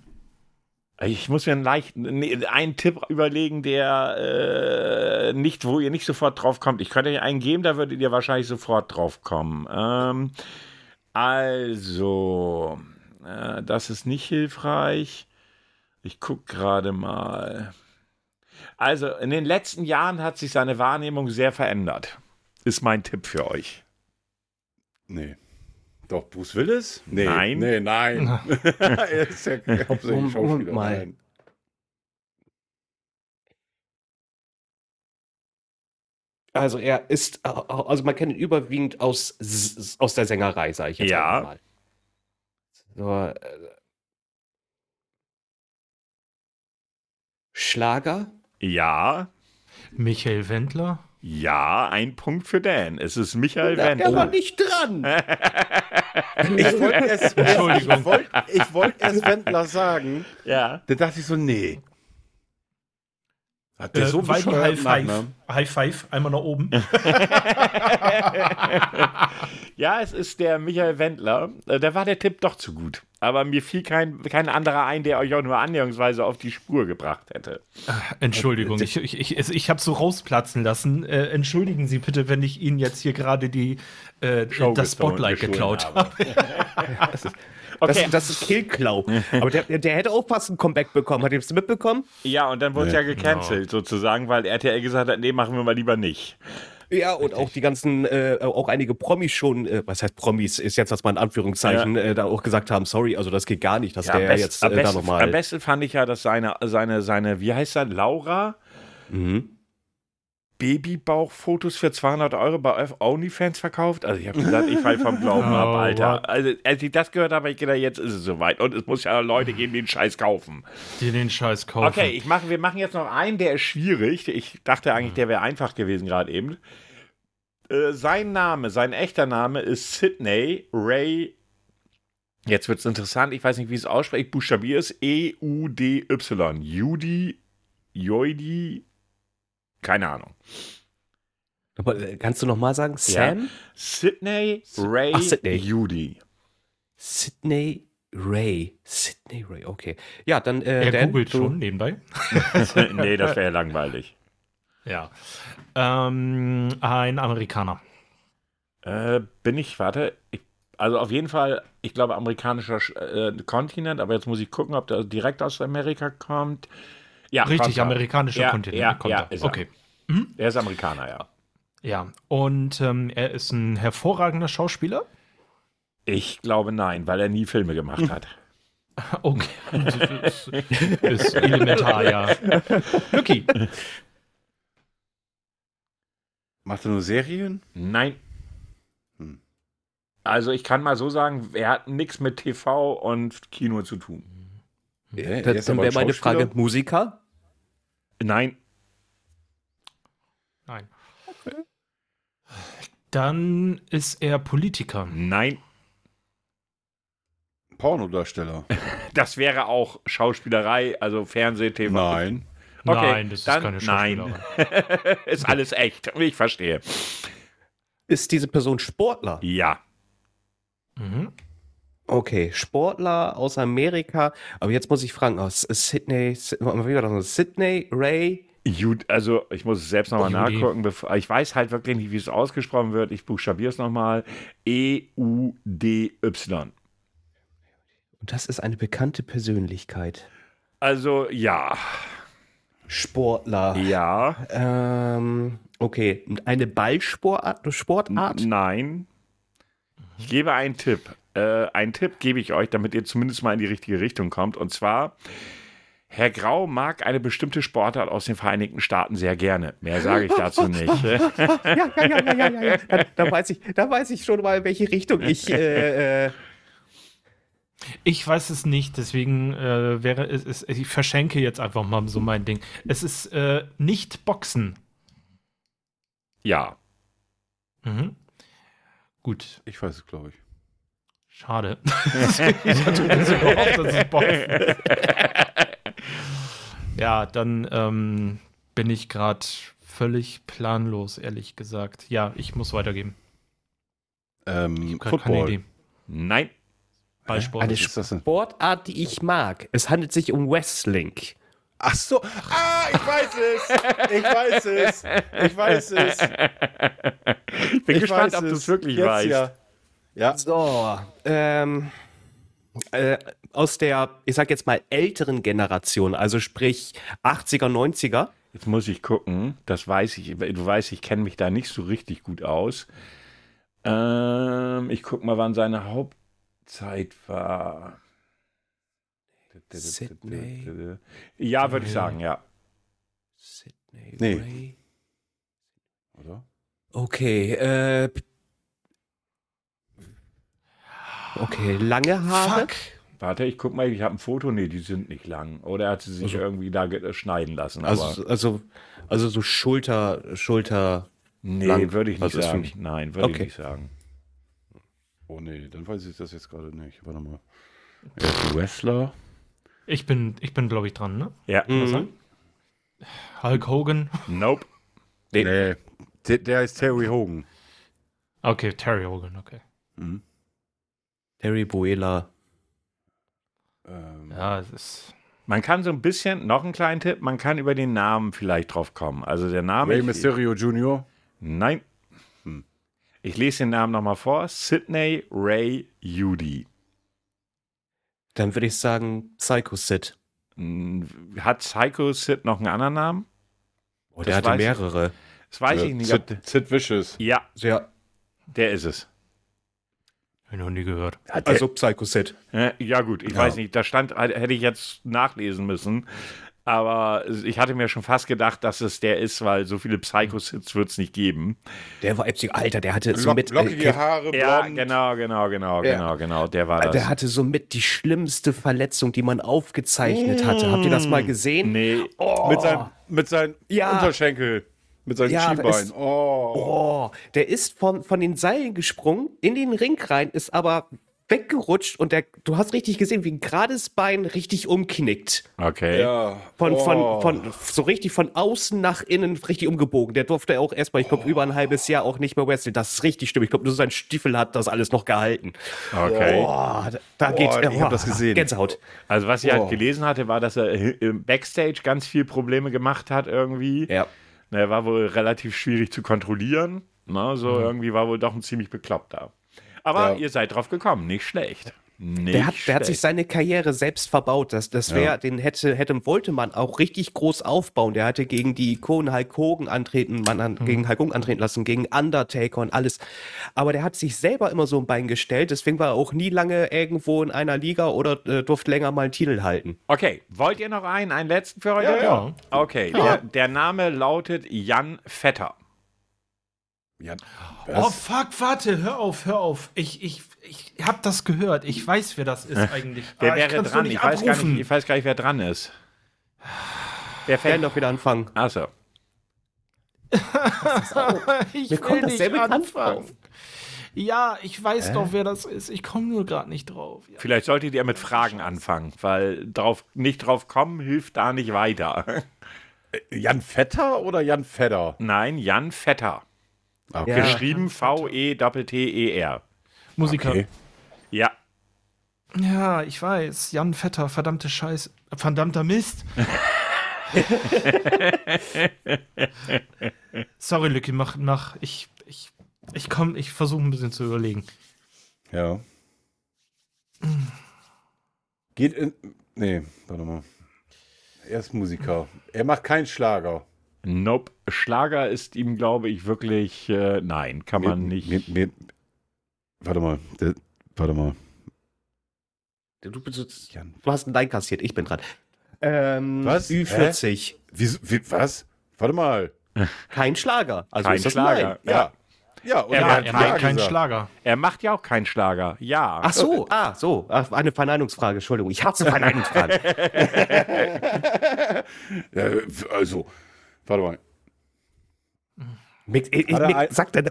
[SPEAKER 1] Ich muss mir einen leichten, nee, einen Tipp überlegen, der äh, nicht, wo ihr nicht sofort drauf kommt. Ich könnte euch einen geben, da würdet ihr wahrscheinlich sofort drauf kommen. Ähm, also, äh, das ist nicht hilfreich. Ich gucke gerade mal. Also, in den letzten Jahren hat sich seine Wahrnehmung sehr verändert. Ist mein Tipp für euch.
[SPEAKER 4] Nee. Doch, Bruce Willis? Nee.
[SPEAKER 1] Nein.
[SPEAKER 4] Nee, nein. er ist ja hauptsächlich
[SPEAKER 2] Moment
[SPEAKER 4] Schauspieler.
[SPEAKER 2] mal.
[SPEAKER 4] Nein.
[SPEAKER 2] Also er ist, also man kennt ihn überwiegend aus, S- aus der Sängerei, sage ich jetzt
[SPEAKER 1] Ja.
[SPEAKER 2] einfach mal. So, äh, Schlager?
[SPEAKER 1] Ja,
[SPEAKER 3] Michael Wendler?
[SPEAKER 1] ja, ein Punkt für Dan. Es ist Michael
[SPEAKER 2] Der war
[SPEAKER 1] Wendler.
[SPEAKER 2] nicht dran.
[SPEAKER 4] Ich wollte erst,
[SPEAKER 3] Entschuldigung.
[SPEAKER 4] ich wollte ich wollte erst Wendler sagen.
[SPEAKER 1] *laughs* Ja.
[SPEAKER 4] Da dachte ich so, nee. Hat der so
[SPEAKER 3] Äh, Weiden
[SPEAKER 4] bescheuerten ne?
[SPEAKER 1] ne?
[SPEAKER 3] High Five.
[SPEAKER 4] Nachnamen?
[SPEAKER 3] High Five, einmal nach oben.
[SPEAKER 1] Ja, es ist der Michael Wendler. Äh, Da war der Tipp doch zu gut. Aber mir fiel kein, kein anderer ein, der euch auch nur annäherungsweise auf die Spur gebracht hätte.
[SPEAKER 3] Entschuldigung, ich, ich, ich, es- ich habe so rausplatzen lassen. Äh, entschuldigen Sie bitte, wenn ich Ihnen jetzt hier gerade die äh, das
[SPEAKER 1] gestohlen-
[SPEAKER 3] Spotlight
[SPEAKER 1] gestohlen
[SPEAKER 3] geklaut
[SPEAKER 1] habe.
[SPEAKER 3] habe.
[SPEAKER 1] *laughs* Okay.
[SPEAKER 2] Das, das ist Killklau. Aber der, der hätte auch fast ein Comeback bekommen. Hat ihr das mitbekommen?
[SPEAKER 1] Ja, und dann wurde es ja gecancelt sozusagen, weil RTL gesagt hat, nee, machen wir mal lieber nicht.
[SPEAKER 2] Ja, und auch die ganzen, äh, auch einige Promis schon, äh, was heißt Promis, ist jetzt, was man in Anführungszeichen äh, da auch gesagt haben, sorry, also das geht gar nicht, dass
[SPEAKER 1] Ja,
[SPEAKER 2] der jetzt äh,
[SPEAKER 1] am,
[SPEAKER 2] da
[SPEAKER 1] besten, am
[SPEAKER 2] nochmal.
[SPEAKER 1] besten fand ich ja, dass seine, seine, seine wie heißt er, Laura
[SPEAKER 2] Mhm.
[SPEAKER 1] Babybauchfotos für 200 Euro bei OnlyFans verkauft. Also ich habe gesagt, ich fall vom Glauben
[SPEAKER 3] Oh,
[SPEAKER 1] ab, Alter.
[SPEAKER 3] wow.
[SPEAKER 1] Also als ich das gehört habe, habe ich gedacht, jetzt ist es soweit. Und es muss ja Leute geben, die den Scheiß kaufen.
[SPEAKER 3] Die den Scheiß kaufen.
[SPEAKER 1] Okay, ich mach, wir machen jetzt noch einen, der ist schwierig. Ich dachte eigentlich, der wäre einfach gewesen gerade eben. Äh, sein Name, sein echter Name ist Sidney Ray. Jetzt wird es interessant. Ich weiß nicht, wie es ausspricht. Ich buchstabiere es. E E-U-D-Y. Judy, Joidi, keine Ahnung.
[SPEAKER 2] Aber, äh, kannst du nochmal sagen, Sam?
[SPEAKER 1] Sidney Ray
[SPEAKER 2] Ach, Sidney.
[SPEAKER 1] Judy.
[SPEAKER 2] Sydney Ray. Sydney Ray, okay. Ja, dann. Äh,
[SPEAKER 3] er
[SPEAKER 2] Dan,
[SPEAKER 3] googelt
[SPEAKER 2] du-
[SPEAKER 3] schon nebenbei.
[SPEAKER 1] nee, das wäre ja langweilig.
[SPEAKER 3] Ja. Ähm, ein Amerikaner.
[SPEAKER 1] Äh, bin ich, warte, ich, also auf jeden Fall, ich glaube, amerikanischer Sch- äh, Kontinent, aber jetzt muss ich gucken, ob der direkt aus Amerika kommt. Ja,
[SPEAKER 3] Richtig,
[SPEAKER 1] kommt er.
[SPEAKER 3] amerikanischer
[SPEAKER 1] ja,
[SPEAKER 3] Kontinent. ne?
[SPEAKER 1] Ja,
[SPEAKER 3] kommt
[SPEAKER 1] ja,
[SPEAKER 3] er.
[SPEAKER 1] Ist er.
[SPEAKER 3] Okay.
[SPEAKER 1] Er ist Amerikaner, ja.
[SPEAKER 3] Ja. Und ähm, er ist ein hervorragender Schauspieler.
[SPEAKER 1] Ich glaube nein, weil er nie Filme gemacht hat.
[SPEAKER 3] Okay. Das ist, *laughs* ist
[SPEAKER 1] *laughs*
[SPEAKER 3] elementar, ja. Lucky.
[SPEAKER 4] Macht er nur Serien?
[SPEAKER 1] Nein.
[SPEAKER 4] Hm.
[SPEAKER 1] Also ich kann mal so sagen, er hat nichts mit TV und Kino zu tun.
[SPEAKER 4] Äh,
[SPEAKER 2] Dann,
[SPEAKER 4] er ist
[SPEAKER 2] dann
[SPEAKER 4] aber
[SPEAKER 2] wäre
[SPEAKER 4] ein
[SPEAKER 2] meine
[SPEAKER 4] Schauspieler.
[SPEAKER 2] Frage: Musiker?
[SPEAKER 1] Nein.
[SPEAKER 3] Nein. Dann ist er Politiker.
[SPEAKER 1] Nein. *laughs*
[SPEAKER 4] Pornodarsteller.
[SPEAKER 1] Das wäre auch Schauspielerei, also Fernseh, TV.
[SPEAKER 4] Nein.
[SPEAKER 1] Okay,
[SPEAKER 3] Nein, das
[SPEAKER 1] dann
[SPEAKER 3] ist keine
[SPEAKER 1] nein.
[SPEAKER 3] Schauspielerei.
[SPEAKER 1] *laughs* ist alles echt. Ich verstehe.
[SPEAKER 2] Ist diese Person Sportler?
[SPEAKER 1] Ja.
[SPEAKER 3] Mhm.
[SPEAKER 2] Okay, Sportler aus Amerika. Aber jetzt muss ich fragen: aus Sydney, Sy- wie war das noch? Sydney Ray?
[SPEAKER 1] Jud, also ich muss es selbst nochmal
[SPEAKER 3] Judy.
[SPEAKER 1] nachgucken. bevor- Ich weiß halt wirklich nicht, wie es ausgesprochen wird. Ich buchstabiere es nochmal. E-U-D-Y.
[SPEAKER 2] Und das ist eine bekannte Persönlichkeit.
[SPEAKER 1] Also ja,
[SPEAKER 2] Sportler.
[SPEAKER 1] ja,
[SPEAKER 2] Ähm, okay, und eine Ballsportart? Sportart?
[SPEAKER 1] nein. Ich gebe einen Tipp. Äh, einen Tipp gebe ich euch, damit ihr zumindest mal in die richtige Richtung kommt. Und zwar, Herr Grau mag eine bestimmte Sportart aus den Vereinigten Staaten sehr gerne. Mehr sage ich dazu nicht.
[SPEAKER 2] Ja, ja, ja, ja, ja, ja. ja. Da, da, weiß ich, da weiß ich schon mal, in welche Richtung ich. Äh, äh,
[SPEAKER 3] Ich weiß es nicht, deswegen äh, wäre es, es. Ich verschenke jetzt einfach mal so mein Ding. Es ist äh, nicht Boxen.
[SPEAKER 1] ja,
[SPEAKER 3] Mhm. Gut,
[SPEAKER 4] Ich weiß es, glaube ich.
[SPEAKER 3] schade. *laughs* ich hatte ein bisschen gehofft, dass es Boxen ist. Ja, dann ähm, bin ich gerade völlig planlos, ehrlich gesagt. Ja, ich muss weitergeben.
[SPEAKER 4] Ähm,
[SPEAKER 3] Keine
[SPEAKER 4] Football.
[SPEAKER 3] Idee.
[SPEAKER 1] nein.
[SPEAKER 3] Ballsport.
[SPEAKER 2] eine
[SPEAKER 4] Was ist das denn?
[SPEAKER 2] Sportart, die ich mag. Es handelt sich um Wrestling.
[SPEAKER 4] Ach so. Ah, ich weiß es. Ich weiß es. Ich
[SPEAKER 1] *laughs*
[SPEAKER 4] weiß es.
[SPEAKER 1] Ich bin
[SPEAKER 4] ich
[SPEAKER 1] gespannt,
[SPEAKER 4] weiß
[SPEAKER 1] ob du es
[SPEAKER 4] es.
[SPEAKER 1] wirklich
[SPEAKER 4] Jetzt
[SPEAKER 1] weißt.
[SPEAKER 4] Ja. ja.
[SPEAKER 2] So, ähm, äh, aus der, ich sag jetzt mal, älteren Generation, also sprich 80er, 90er.
[SPEAKER 1] Jetzt muss ich gucken, das weiß ich, du weißt, ich kenne mich da nicht so richtig gut aus. Ähm, ich guck mal, wann seine Hauptzeit war.
[SPEAKER 2] Sydney.
[SPEAKER 1] Ja, würde ich sagen, ja.
[SPEAKER 2] Sydney
[SPEAKER 4] Nee.
[SPEAKER 2] Ray.
[SPEAKER 4] Oder?
[SPEAKER 2] Okay, äh. Okay, lange Haare.
[SPEAKER 3] Fuck.
[SPEAKER 1] Warte, ich guck mal, ich habe ein Foto. Nee, die sind nicht lang. Oder er hat sie sich irgendwie da ge- äh, schneiden lassen. Aber
[SPEAKER 2] Also, also, also so Schulter, Schulter.
[SPEAKER 1] nee,
[SPEAKER 2] lang.
[SPEAKER 1] würde ich nicht
[SPEAKER 2] Also ist für
[SPEAKER 1] sagen.
[SPEAKER 2] mich-
[SPEAKER 1] Nein, würde ich
[SPEAKER 2] Okay.
[SPEAKER 1] nicht sagen.
[SPEAKER 4] Oh nee, dann weiß ich das jetzt gerade nicht. Warte mal.
[SPEAKER 1] Wrestler?
[SPEAKER 3] Ich bin, ich bin glaube ich, dran, ne?
[SPEAKER 2] Mhm.
[SPEAKER 1] Ja.
[SPEAKER 3] Kann das sein? Hulk Hogan.
[SPEAKER 1] Nope.
[SPEAKER 2] Nee.
[SPEAKER 4] Nee. Der, der heißt Terry Hogan.
[SPEAKER 3] Okay, Terry Hogan, okay.
[SPEAKER 2] Terry Buela.
[SPEAKER 4] Ähm,
[SPEAKER 3] Ja, es ist.
[SPEAKER 1] Man kann so ein bisschen, noch einen kleinen Tipp, man kann über den Namen vielleicht drauf kommen. Also der Name.
[SPEAKER 4] Ray
[SPEAKER 1] ich-
[SPEAKER 4] Mysterio Jr.
[SPEAKER 1] Nein. Ich lese den Namen nochmal vor. Sidney Ray Judy.
[SPEAKER 2] Dann würde ich sagen Psycho Sid.
[SPEAKER 1] Hm, Hat Psycho Sid noch einen anderen Namen?
[SPEAKER 2] Oh, der
[SPEAKER 1] Das
[SPEAKER 2] hatte
[SPEAKER 1] weiß ich-
[SPEAKER 2] mehrere.
[SPEAKER 1] Das weiß
[SPEAKER 4] Äh,
[SPEAKER 1] ich nicht. Ob,
[SPEAKER 4] Sid, Sid Vicious.
[SPEAKER 1] ja,
[SPEAKER 2] Sehr,
[SPEAKER 1] der ist es.
[SPEAKER 3] Hab ich noch nie gehört.
[SPEAKER 2] also Psycho Sid.
[SPEAKER 1] Äh, Ja, gut, ich
[SPEAKER 2] Ja.
[SPEAKER 1] weiß nicht. Da stand, hätte ich jetzt nachlesen müssen. Aber ich hatte mir schon fast gedacht, dass es der ist, weil so viele Psycho-Sits wird es nicht geben.
[SPEAKER 2] Der war Epsi, Alter, der hatte so
[SPEAKER 4] Lock,
[SPEAKER 2] mit. äh,
[SPEAKER 4] lockige
[SPEAKER 2] Kev-
[SPEAKER 4] Haare, blond.
[SPEAKER 1] Ja, genau, genau, genau,
[SPEAKER 2] Ja. Äh,
[SPEAKER 1] genau, genau. Der war das.
[SPEAKER 2] der hatte so mit die schlimmste Verletzung, die man aufgezeichnet hatte. Habt ihr das mal gesehen?
[SPEAKER 1] nee.
[SPEAKER 4] Mit
[SPEAKER 1] Oh.
[SPEAKER 4] seinem, mit seinem
[SPEAKER 2] Ja.
[SPEAKER 4] Unterschenkel. Mit seinem
[SPEAKER 2] Ja, da
[SPEAKER 4] Schienbein.
[SPEAKER 2] ist-
[SPEAKER 4] oh.
[SPEAKER 2] Oh, der ist von, von den Seilen gesprungen, in den Ring rein, ist aber weggerutscht und der, du hast richtig gesehen, wie ein gerades Bein richtig umknickt.
[SPEAKER 1] Okay.
[SPEAKER 4] Ja.
[SPEAKER 2] Von,
[SPEAKER 4] Oh.
[SPEAKER 2] von, von, so richtig von außen nach innen richtig umgebogen. Der durfte auch erstmal, ich
[SPEAKER 4] Oh.
[SPEAKER 2] glaube, über ein halbes Jahr auch nicht mehr wresteln. Das ist richtig schlimm. Ich glaube, nur sein Stiefel hat das alles noch gehalten.
[SPEAKER 1] Okay.
[SPEAKER 2] Boah, da, da geht's. oh,
[SPEAKER 4] ich hab das gesehen.
[SPEAKER 2] Gänsehaut.
[SPEAKER 1] Also was ich
[SPEAKER 4] Boah.
[SPEAKER 2] Oh.
[SPEAKER 1] halt gelesen hatte, war, dass er im Backstage ganz viel Probleme gemacht hat irgendwie.
[SPEAKER 2] Ja.
[SPEAKER 1] Na, Er war wohl relativ schwierig zu kontrollieren. Na,
[SPEAKER 2] Mhm.
[SPEAKER 1] so irgendwie war wohl doch ein ziemlich bekloppter. Aber
[SPEAKER 4] Ja.
[SPEAKER 1] ihr seid drauf gekommen, nicht schlecht. Nicht
[SPEAKER 2] Der hat, der hat sich
[SPEAKER 1] schlecht.
[SPEAKER 2] seine Karriere selbst verbaut. Das, das wäre, den hätte, hätte, wollte man auch richtig groß aufbauen. Der hatte gegen die Ikonen Hulk Hogan antreten, man an,
[SPEAKER 4] Mhm.
[SPEAKER 2] gegen Hulk Hogan antreten lassen, gegen Undertaker und alles. Aber der hat sich selber immer so ein Bein gestellt. Deswegen war er auch nie lange irgendwo in einer Liga oder äh, durfte länger mal einen Titel halten.
[SPEAKER 1] Okay, wollt ihr noch einen, einen letzten für heute?
[SPEAKER 4] Ja, ja.
[SPEAKER 1] Okay, Der, der Name lautet Jan Vetter.
[SPEAKER 4] ja.
[SPEAKER 3] Oh
[SPEAKER 4] Was?
[SPEAKER 3] fuck, warte, hör auf, hör auf. Ich, ich, ich hab das gehört. Ich weiß, wer das ist eigentlich.
[SPEAKER 1] Wer
[SPEAKER 3] Ah, ich
[SPEAKER 1] wäre
[SPEAKER 3] kann's doch
[SPEAKER 1] dran? Ich weiß, gar nicht, ich weiß gar nicht, wer dran ist. Wer
[SPEAKER 2] Werden
[SPEAKER 1] fällt?
[SPEAKER 2] doch wieder anfangen.
[SPEAKER 1] Achso.
[SPEAKER 3] *laughs* Ich
[SPEAKER 2] Mir kommt
[SPEAKER 3] will
[SPEAKER 2] das
[SPEAKER 3] nicht
[SPEAKER 2] sehr bekannt
[SPEAKER 3] anfangen.
[SPEAKER 2] vor.
[SPEAKER 3] Ja, ich weiß doch, wer das ist. Ich komme nur gerade nicht drauf. Ja.
[SPEAKER 1] Vielleicht solltet
[SPEAKER 2] Oh,
[SPEAKER 1] ihr mit Fragen anfangen, weil drauf, nicht drauf kommen hilft da nicht weiter. *laughs*
[SPEAKER 4] Jan Vetter oder Jan Fedder?
[SPEAKER 1] Nein, Jan Vetter.
[SPEAKER 4] Ah,
[SPEAKER 2] Ja.
[SPEAKER 1] Geschrieben V-E-T-T-E-R.
[SPEAKER 3] Musiker.
[SPEAKER 4] Okay.
[SPEAKER 1] Ja.
[SPEAKER 3] Ja, ich weiß. Jan Vetter, verdammte Scheiß. Verdammter Mist. Sorry, Lücki, mach, mach. Ich, ich, ich komm, ich versuche ein bisschen zu überlegen.
[SPEAKER 4] Ja. Geht in. Nee, warte mal. Er ist Musiker. Er macht keinen Schlager.
[SPEAKER 1] Nope. Schlager ist ihm, glaube ich, wirklich. Äh, nein, kann man
[SPEAKER 4] Mir-
[SPEAKER 1] nicht.
[SPEAKER 4] mir- mir- warte mal. Der- warte mal.
[SPEAKER 2] Du, bist-
[SPEAKER 4] Jan.
[SPEAKER 2] du hast einen Nein kassiert, ich bin dran. Ähm,
[SPEAKER 4] Was?
[SPEAKER 2] Ü40.
[SPEAKER 4] Wieso, wie, was? Warte mal.
[SPEAKER 2] Kein Schlager. Also
[SPEAKER 1] Kein
[SPEAKER 2] ist das
[SPEAKER 1] Schlager.
[SPEAKER 2] Nein.
[SPEAKER 4] Ja. Ja, und
[SPEAKER 1] Er
[SPEAKER 4] er
[SPEAKER 1] macht-
[SPEAKER 4] hat
[SPEAKER 3] er
[SPEAKER 1] er
[SPEAKER 3] macht
[SPEAKER 4] Ja
[SPEAKER 3] keinen
[SPEAKER 4] gesagt.
[SPEAKER 3] Schlager.
[SPEAKER 1] Er macht ja auch keinen Schlager. Ja.
[SPEAKER 2] Ach so, ah, so. Ach, eine Verneinungsfrage, Entschuldigung. Ich hasse Verneinungsfragen.
[SPEAKER 4] *laughs* Ja, also, warte mal.
[SPEAKER 2] Mick, ich, ich,
[SPEAKER 4] Hat er
[SPEAKER 2] Mick,
[SPEAKER 4] ein-
[SPEAKER 2] äh, sag deine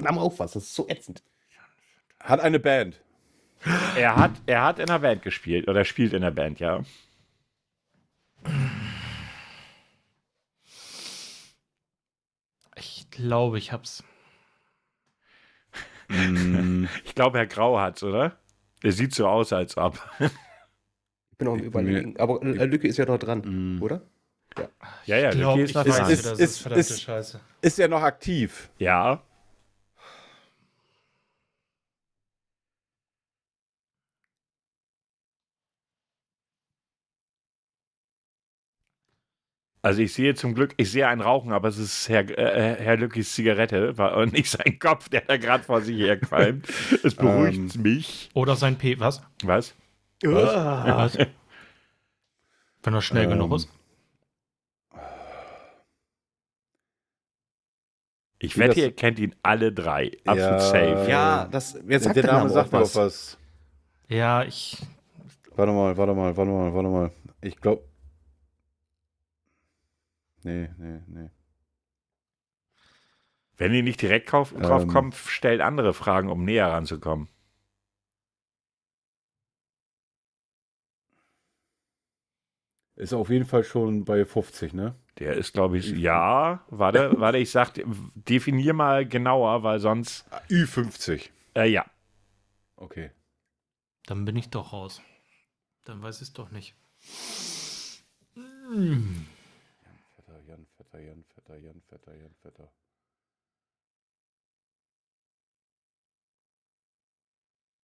[SPEAKER 2] Name auch was, das ist so ätzend.
[SPEAKER 4] Hat eine Band.
[SPEAKER 1] Er, hat, er hat in der Band gespielt. Oder spielt in der Band, ja.
[SPEAKER 3] Ich glaube, ich hab's.
[SPEAKER 4] *laughs*
[SPEAKER 1] Ich glaube, Herr Grau hat's, oder? Der sieht so aus, als ob.
[SPEAKER 2] Ich bin noch am Überlegen. Aber äh, Lücke ist ja noch
[SPEAKER 4] Mhm.
[SPEAKER 2] dran, oder?
[SPEAKER 1] Ja, ja,
[SPEAKER 3] Glaub,
[SPEAKER 1] Lucky
[SPEAKER 3] ich
[SPEAKER 1] ist noch
[SPEAKER 3] weiß,
[SPEAKER 1] dran.
[SPEAKER 3] wer
[SPEAKER 4] ist-
[SPEAKER 3] das
[SPEAKER 4] ist-
[SPEAKER 3] Verdammte
[SPEAKER 4] ist-
[SPEAKER 3] Scheiße.
[SPEAKER 4] Ist er noch aktiv?
[SPEAKER 1] Ja. Also ich sehe zum Glück, ich sehe einen Rauchen, aber es ist Herr, äh, Herr Lückis Zigarette wa- und nicht sein Kopf, der da gerade vor sich
[SPEAKER 4] *laughs*
[SPEAKER 1] herqualmt. Es
[SPEAKER 4] Ähm.
[SPEAKER 1] beruhigt mich.
[SPEAKER 3] Oder sein P. Was?
[SPEAKER 1] Was?
[SPEAKER 3] Was? Wenn er
[SPEAKER 4] Ähm.
[SPEAKER 3] schnell genug ist.
[SPEAKER 1] Ich
[SPEAKER 4] Wie
[SPEAKER 1] wette,
[SPEAKER 4] das-
[SPEAKER 1] ihr kennt ihn alle drei. Absolut
[SPEAKER 4] Ja.
[SPEAKER 1] safe.
[SPEAKER 2] Ja, das, wer sagt
[SPEAKER 4] der
[SPEAKER 2] der
[SPEAKER 4] Name
[SPEAKER 2] Name
[SPEAKER 4] sagt
[SPEAKER 2] auch
[SPEAKER 4] mir
[SPEAKER 2] was?
[SPEAKER 4] doch was.
[SPEAKER 3] Ja, ich.
[SPEAKER 4] Warte mal, warte mal, warte mal, warte mal. Ich glaube. Nee, nee, nee.
[SPEAKER 1] Wenn ihr nicht direkt drauf,
[SPEAKER 4] Ähm.
[SPEAKER 1] drauf kommt, stellt andere Fragen, um näher ranzukommen.
[SPEAKER 4] Ist auf jeden Fall schon bei 50, ne?
[SPEAKER 1] Der ist, glaube ich, ja,
[SPEAKER 2] *laughs*
[SPEAKER 1] warte, warte, ich sag, definier mal genauer, weil sonst,
[SPEAKER 4] Ü50.
[SPEAKER 1] äh, ja.
[SPEAKER 4] Okay.
[SPEAKER 3] Dann bin ich doch raus. Dann weiß ich es doch nicht.
[SPEAKER 4] Vetter, Jan, Vetter, Jan, Vetter, Jan, Vetter, Jan, Vetter.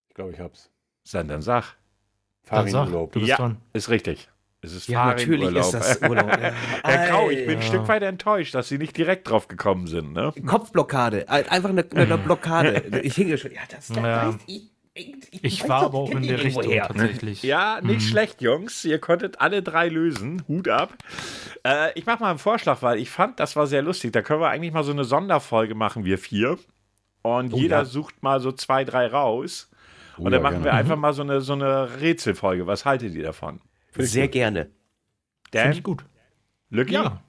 [SPEAKER 4] Ich glaube, ich hab's.
[SPEAKER 1] Dann, dann sag.
[SPEAKER 3] Dann sag,
[SPEAKER 4] Fahrradurlaub.
[SPEAKER 3] du bist
[SPEAKER 1] Ja.
[SPEAKER 3] dran.
[SPEAKER 1] Ist richtig. Es ist
[SPEAKER 2] Ja, natürlich
[SPEAKER 1] Fahrradurlaub.
[SPEAKER 2] ist das Urlaub. Ja.
[SPEAKER 1] *laughs* Herr Grau, ich bin ein
[SPEAKER 3] Ja.
[SPEAKER 1] Stück weit enttäuscht, dass Sie nicht direkt drauf gekommen sind, ne?
[SPEAKER 2] Kopfblockade. Ein- Einfach eine,
[SPEAKER 3] *laughs*
[SPEAKER 2] eine Blockade. Ich hinge schon. Ja, das, das
[SPEAKER 3] Mhm. Ja.
[SPEAKER 2] weiß ich. Ich,
[SPEAKER 3] Ich
[SPEAKER 2] weiß
[SPEAKER 3] war
[SPEAKER 2] doch,
[SPEAKER 3] aber auch
[SPEAKER 2] kenn
[SPEAKER 3] in
[SPEAKER 2] die
[SPEAKER 3] der
[SPEAKER 2] irgendwo
[SPEAKER 3] Richtung
[SPEAKER 2] her.
[SPEAKER 3] tatsächlich.
[SPEAKER 1] Ja,
[SPEAKER 2] Hm.
[SPEAKER 1] nicht schlecht, Jungs. Ihr konntet alle drei lösen. Hut ab. Äh, ich mache mal einen Vorschlag, weil ich fand, das war sehr lustig. Da können wir eigentlich mal so eine Sonderfolge machen, wir vier. Und jeder
[SPEAKER 2] Oh, ja. Oh,
[SPEAKER 1] sucht mal so zwei, drei raus. Und dann machen wir
[SPEAKER 2] Mhm.
[SPEAKER 1] einfach mal so eine, so eine Rätselfolge. Was haltet ihr davon?
[SPEAKER 2] Sehr gerne.
[SPEAKER 3] Finde ich
[SPEAKER 1] Dan,
[SPEAKER 3] gut.
[SPEAKER 1] Lucky?
[SPEAKER 3] Ja.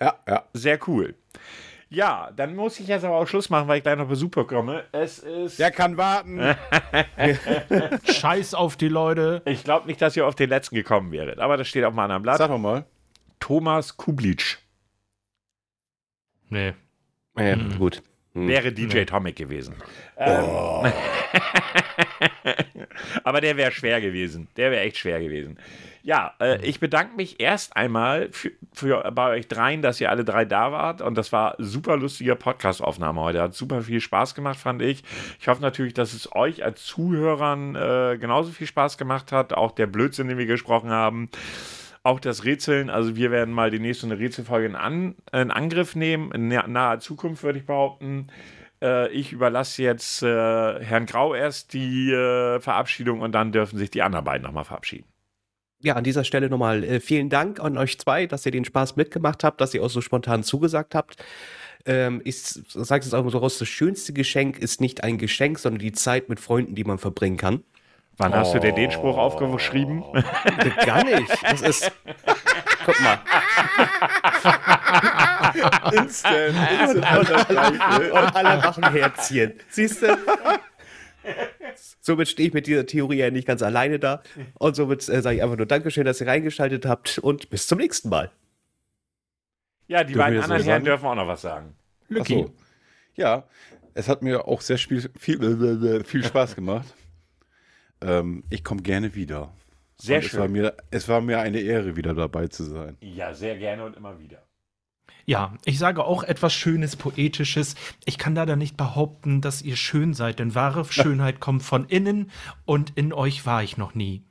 [SPEAKER 4] Ja, ja.
[SPEAKER 1] Sehr cool. Ja, dann muss ich jetzt aber auch Schluss machen, weil ich gleich noch Besuch komme. Es ist.
[SPEAKER 4] Der kann
[SPEAKER 3] *laughs*
[SPEAKER 4] warten.
[SPEAKER 3] Scheiß auf die Leute.
[SPEAKER 1] Ich glaube nicht, dass ihr auf den letzten gekommen wäret, aber das steht auf einem anderen Blatt.
[SPEAKER 4] Sag doch mal.
[SPEAKER 1] Thomas Kublitsch
[SPEAKER 3] Nee.
[SPEAKER 2] Ja, gut.
[SPEAKER 1] wäre DJ Tomic gewesen. Ähm. *laughs* aber der wäre schwer gewesen. Der wäre echt schwer gewesen. Ja, äh, ich bedanke mich erst einmal für, für, bei euch dreien, dass ihr alle drei da wart. Und das war super lustige Podcast-Aufnahme heute. Hat super viel Spaß gemacht, fand ich. Ich hoffe natürlich, dass es euch als Zuhörern äh, genauso viel Spaß gemacht hat. Auch der Blödsinn, den wir gesprochen haben. Auch das Rätseln, also wir werden mal demnächst so eine Rätselfolge in, an, in Angriff nehmen, in na- naher Zukunft würde ich behaupten. Äh, ich überlasse jetzt äh, Herrn Grau erst die äh, Verabschiedung und dann dürfen sich die anderen beiden nochmal verabschieden.
[SPEAKER 2] Ja, an dieser Stelle nochmal äh, vielen Dank an euch zwei, dass ihr den Spaß mitgemacht habt, dass ihr auch so spontan zugesagt habt. Ähm, ich sage es jetzt auch mal so raus, das schönste Geschenk ist nicht ein Geschenk, sondern die Zeit mit Freunden, die man verbringen kann.
[SPEAKER 1] Wann hast du dir den Spruch aufgeschrieben?
[SPEAKER 4] Oh.
[SPEAKER 2] Gar nicht. Das ist. Guck mal.
[SPEAKER 4] Instant. Instant an das Gleiche.
[SPEAKER 2] Und alle machen Herzchen. Siehst du? Somit stehe ich mit dieser Theorie ja nicht ganz alleine da. Und somit äh, sage ich einfach nur Dankeschön, dass ihr reingeschaltet habt und bis zum nächsten Mal.
[SPEAKER 1] Ja, die
[SPEAKER 4] Dürfen wir
[SPEAKER 1] beiden
[SPEAKER 4] das
[SPEAKER 1] anderen
[SPEAKER 4] so
[SPEAKER 1] Herren
[SPEAKER 4] sagen?
[SPEAKER 1] dürfen auch noch was sagen.
[SPEAKER 4] Ach so. Ja, es hat mir auch sehr spiel, viel, *laughs* viel Spaß gemacht. ähm, ich komme gerne wieder.
[SPEAKER 1] Sehr
[SPEAKER 4] Und Es war,
[SPEAKER 1] schön.
[SPEAKER 4] mir, es war mir eine Ehre, wieder dabei zu sein.
[SPEAKER 1] Ja, sehr gerne und immer wieder.
[SPEAKER 3] Ja, ich sage auch etwas Schönes, Poetisches. Ich kann leider nicht behaupten, dass ihr schön seid, denn wahre Schönheit kommt von innen und in euch war ich noch nie.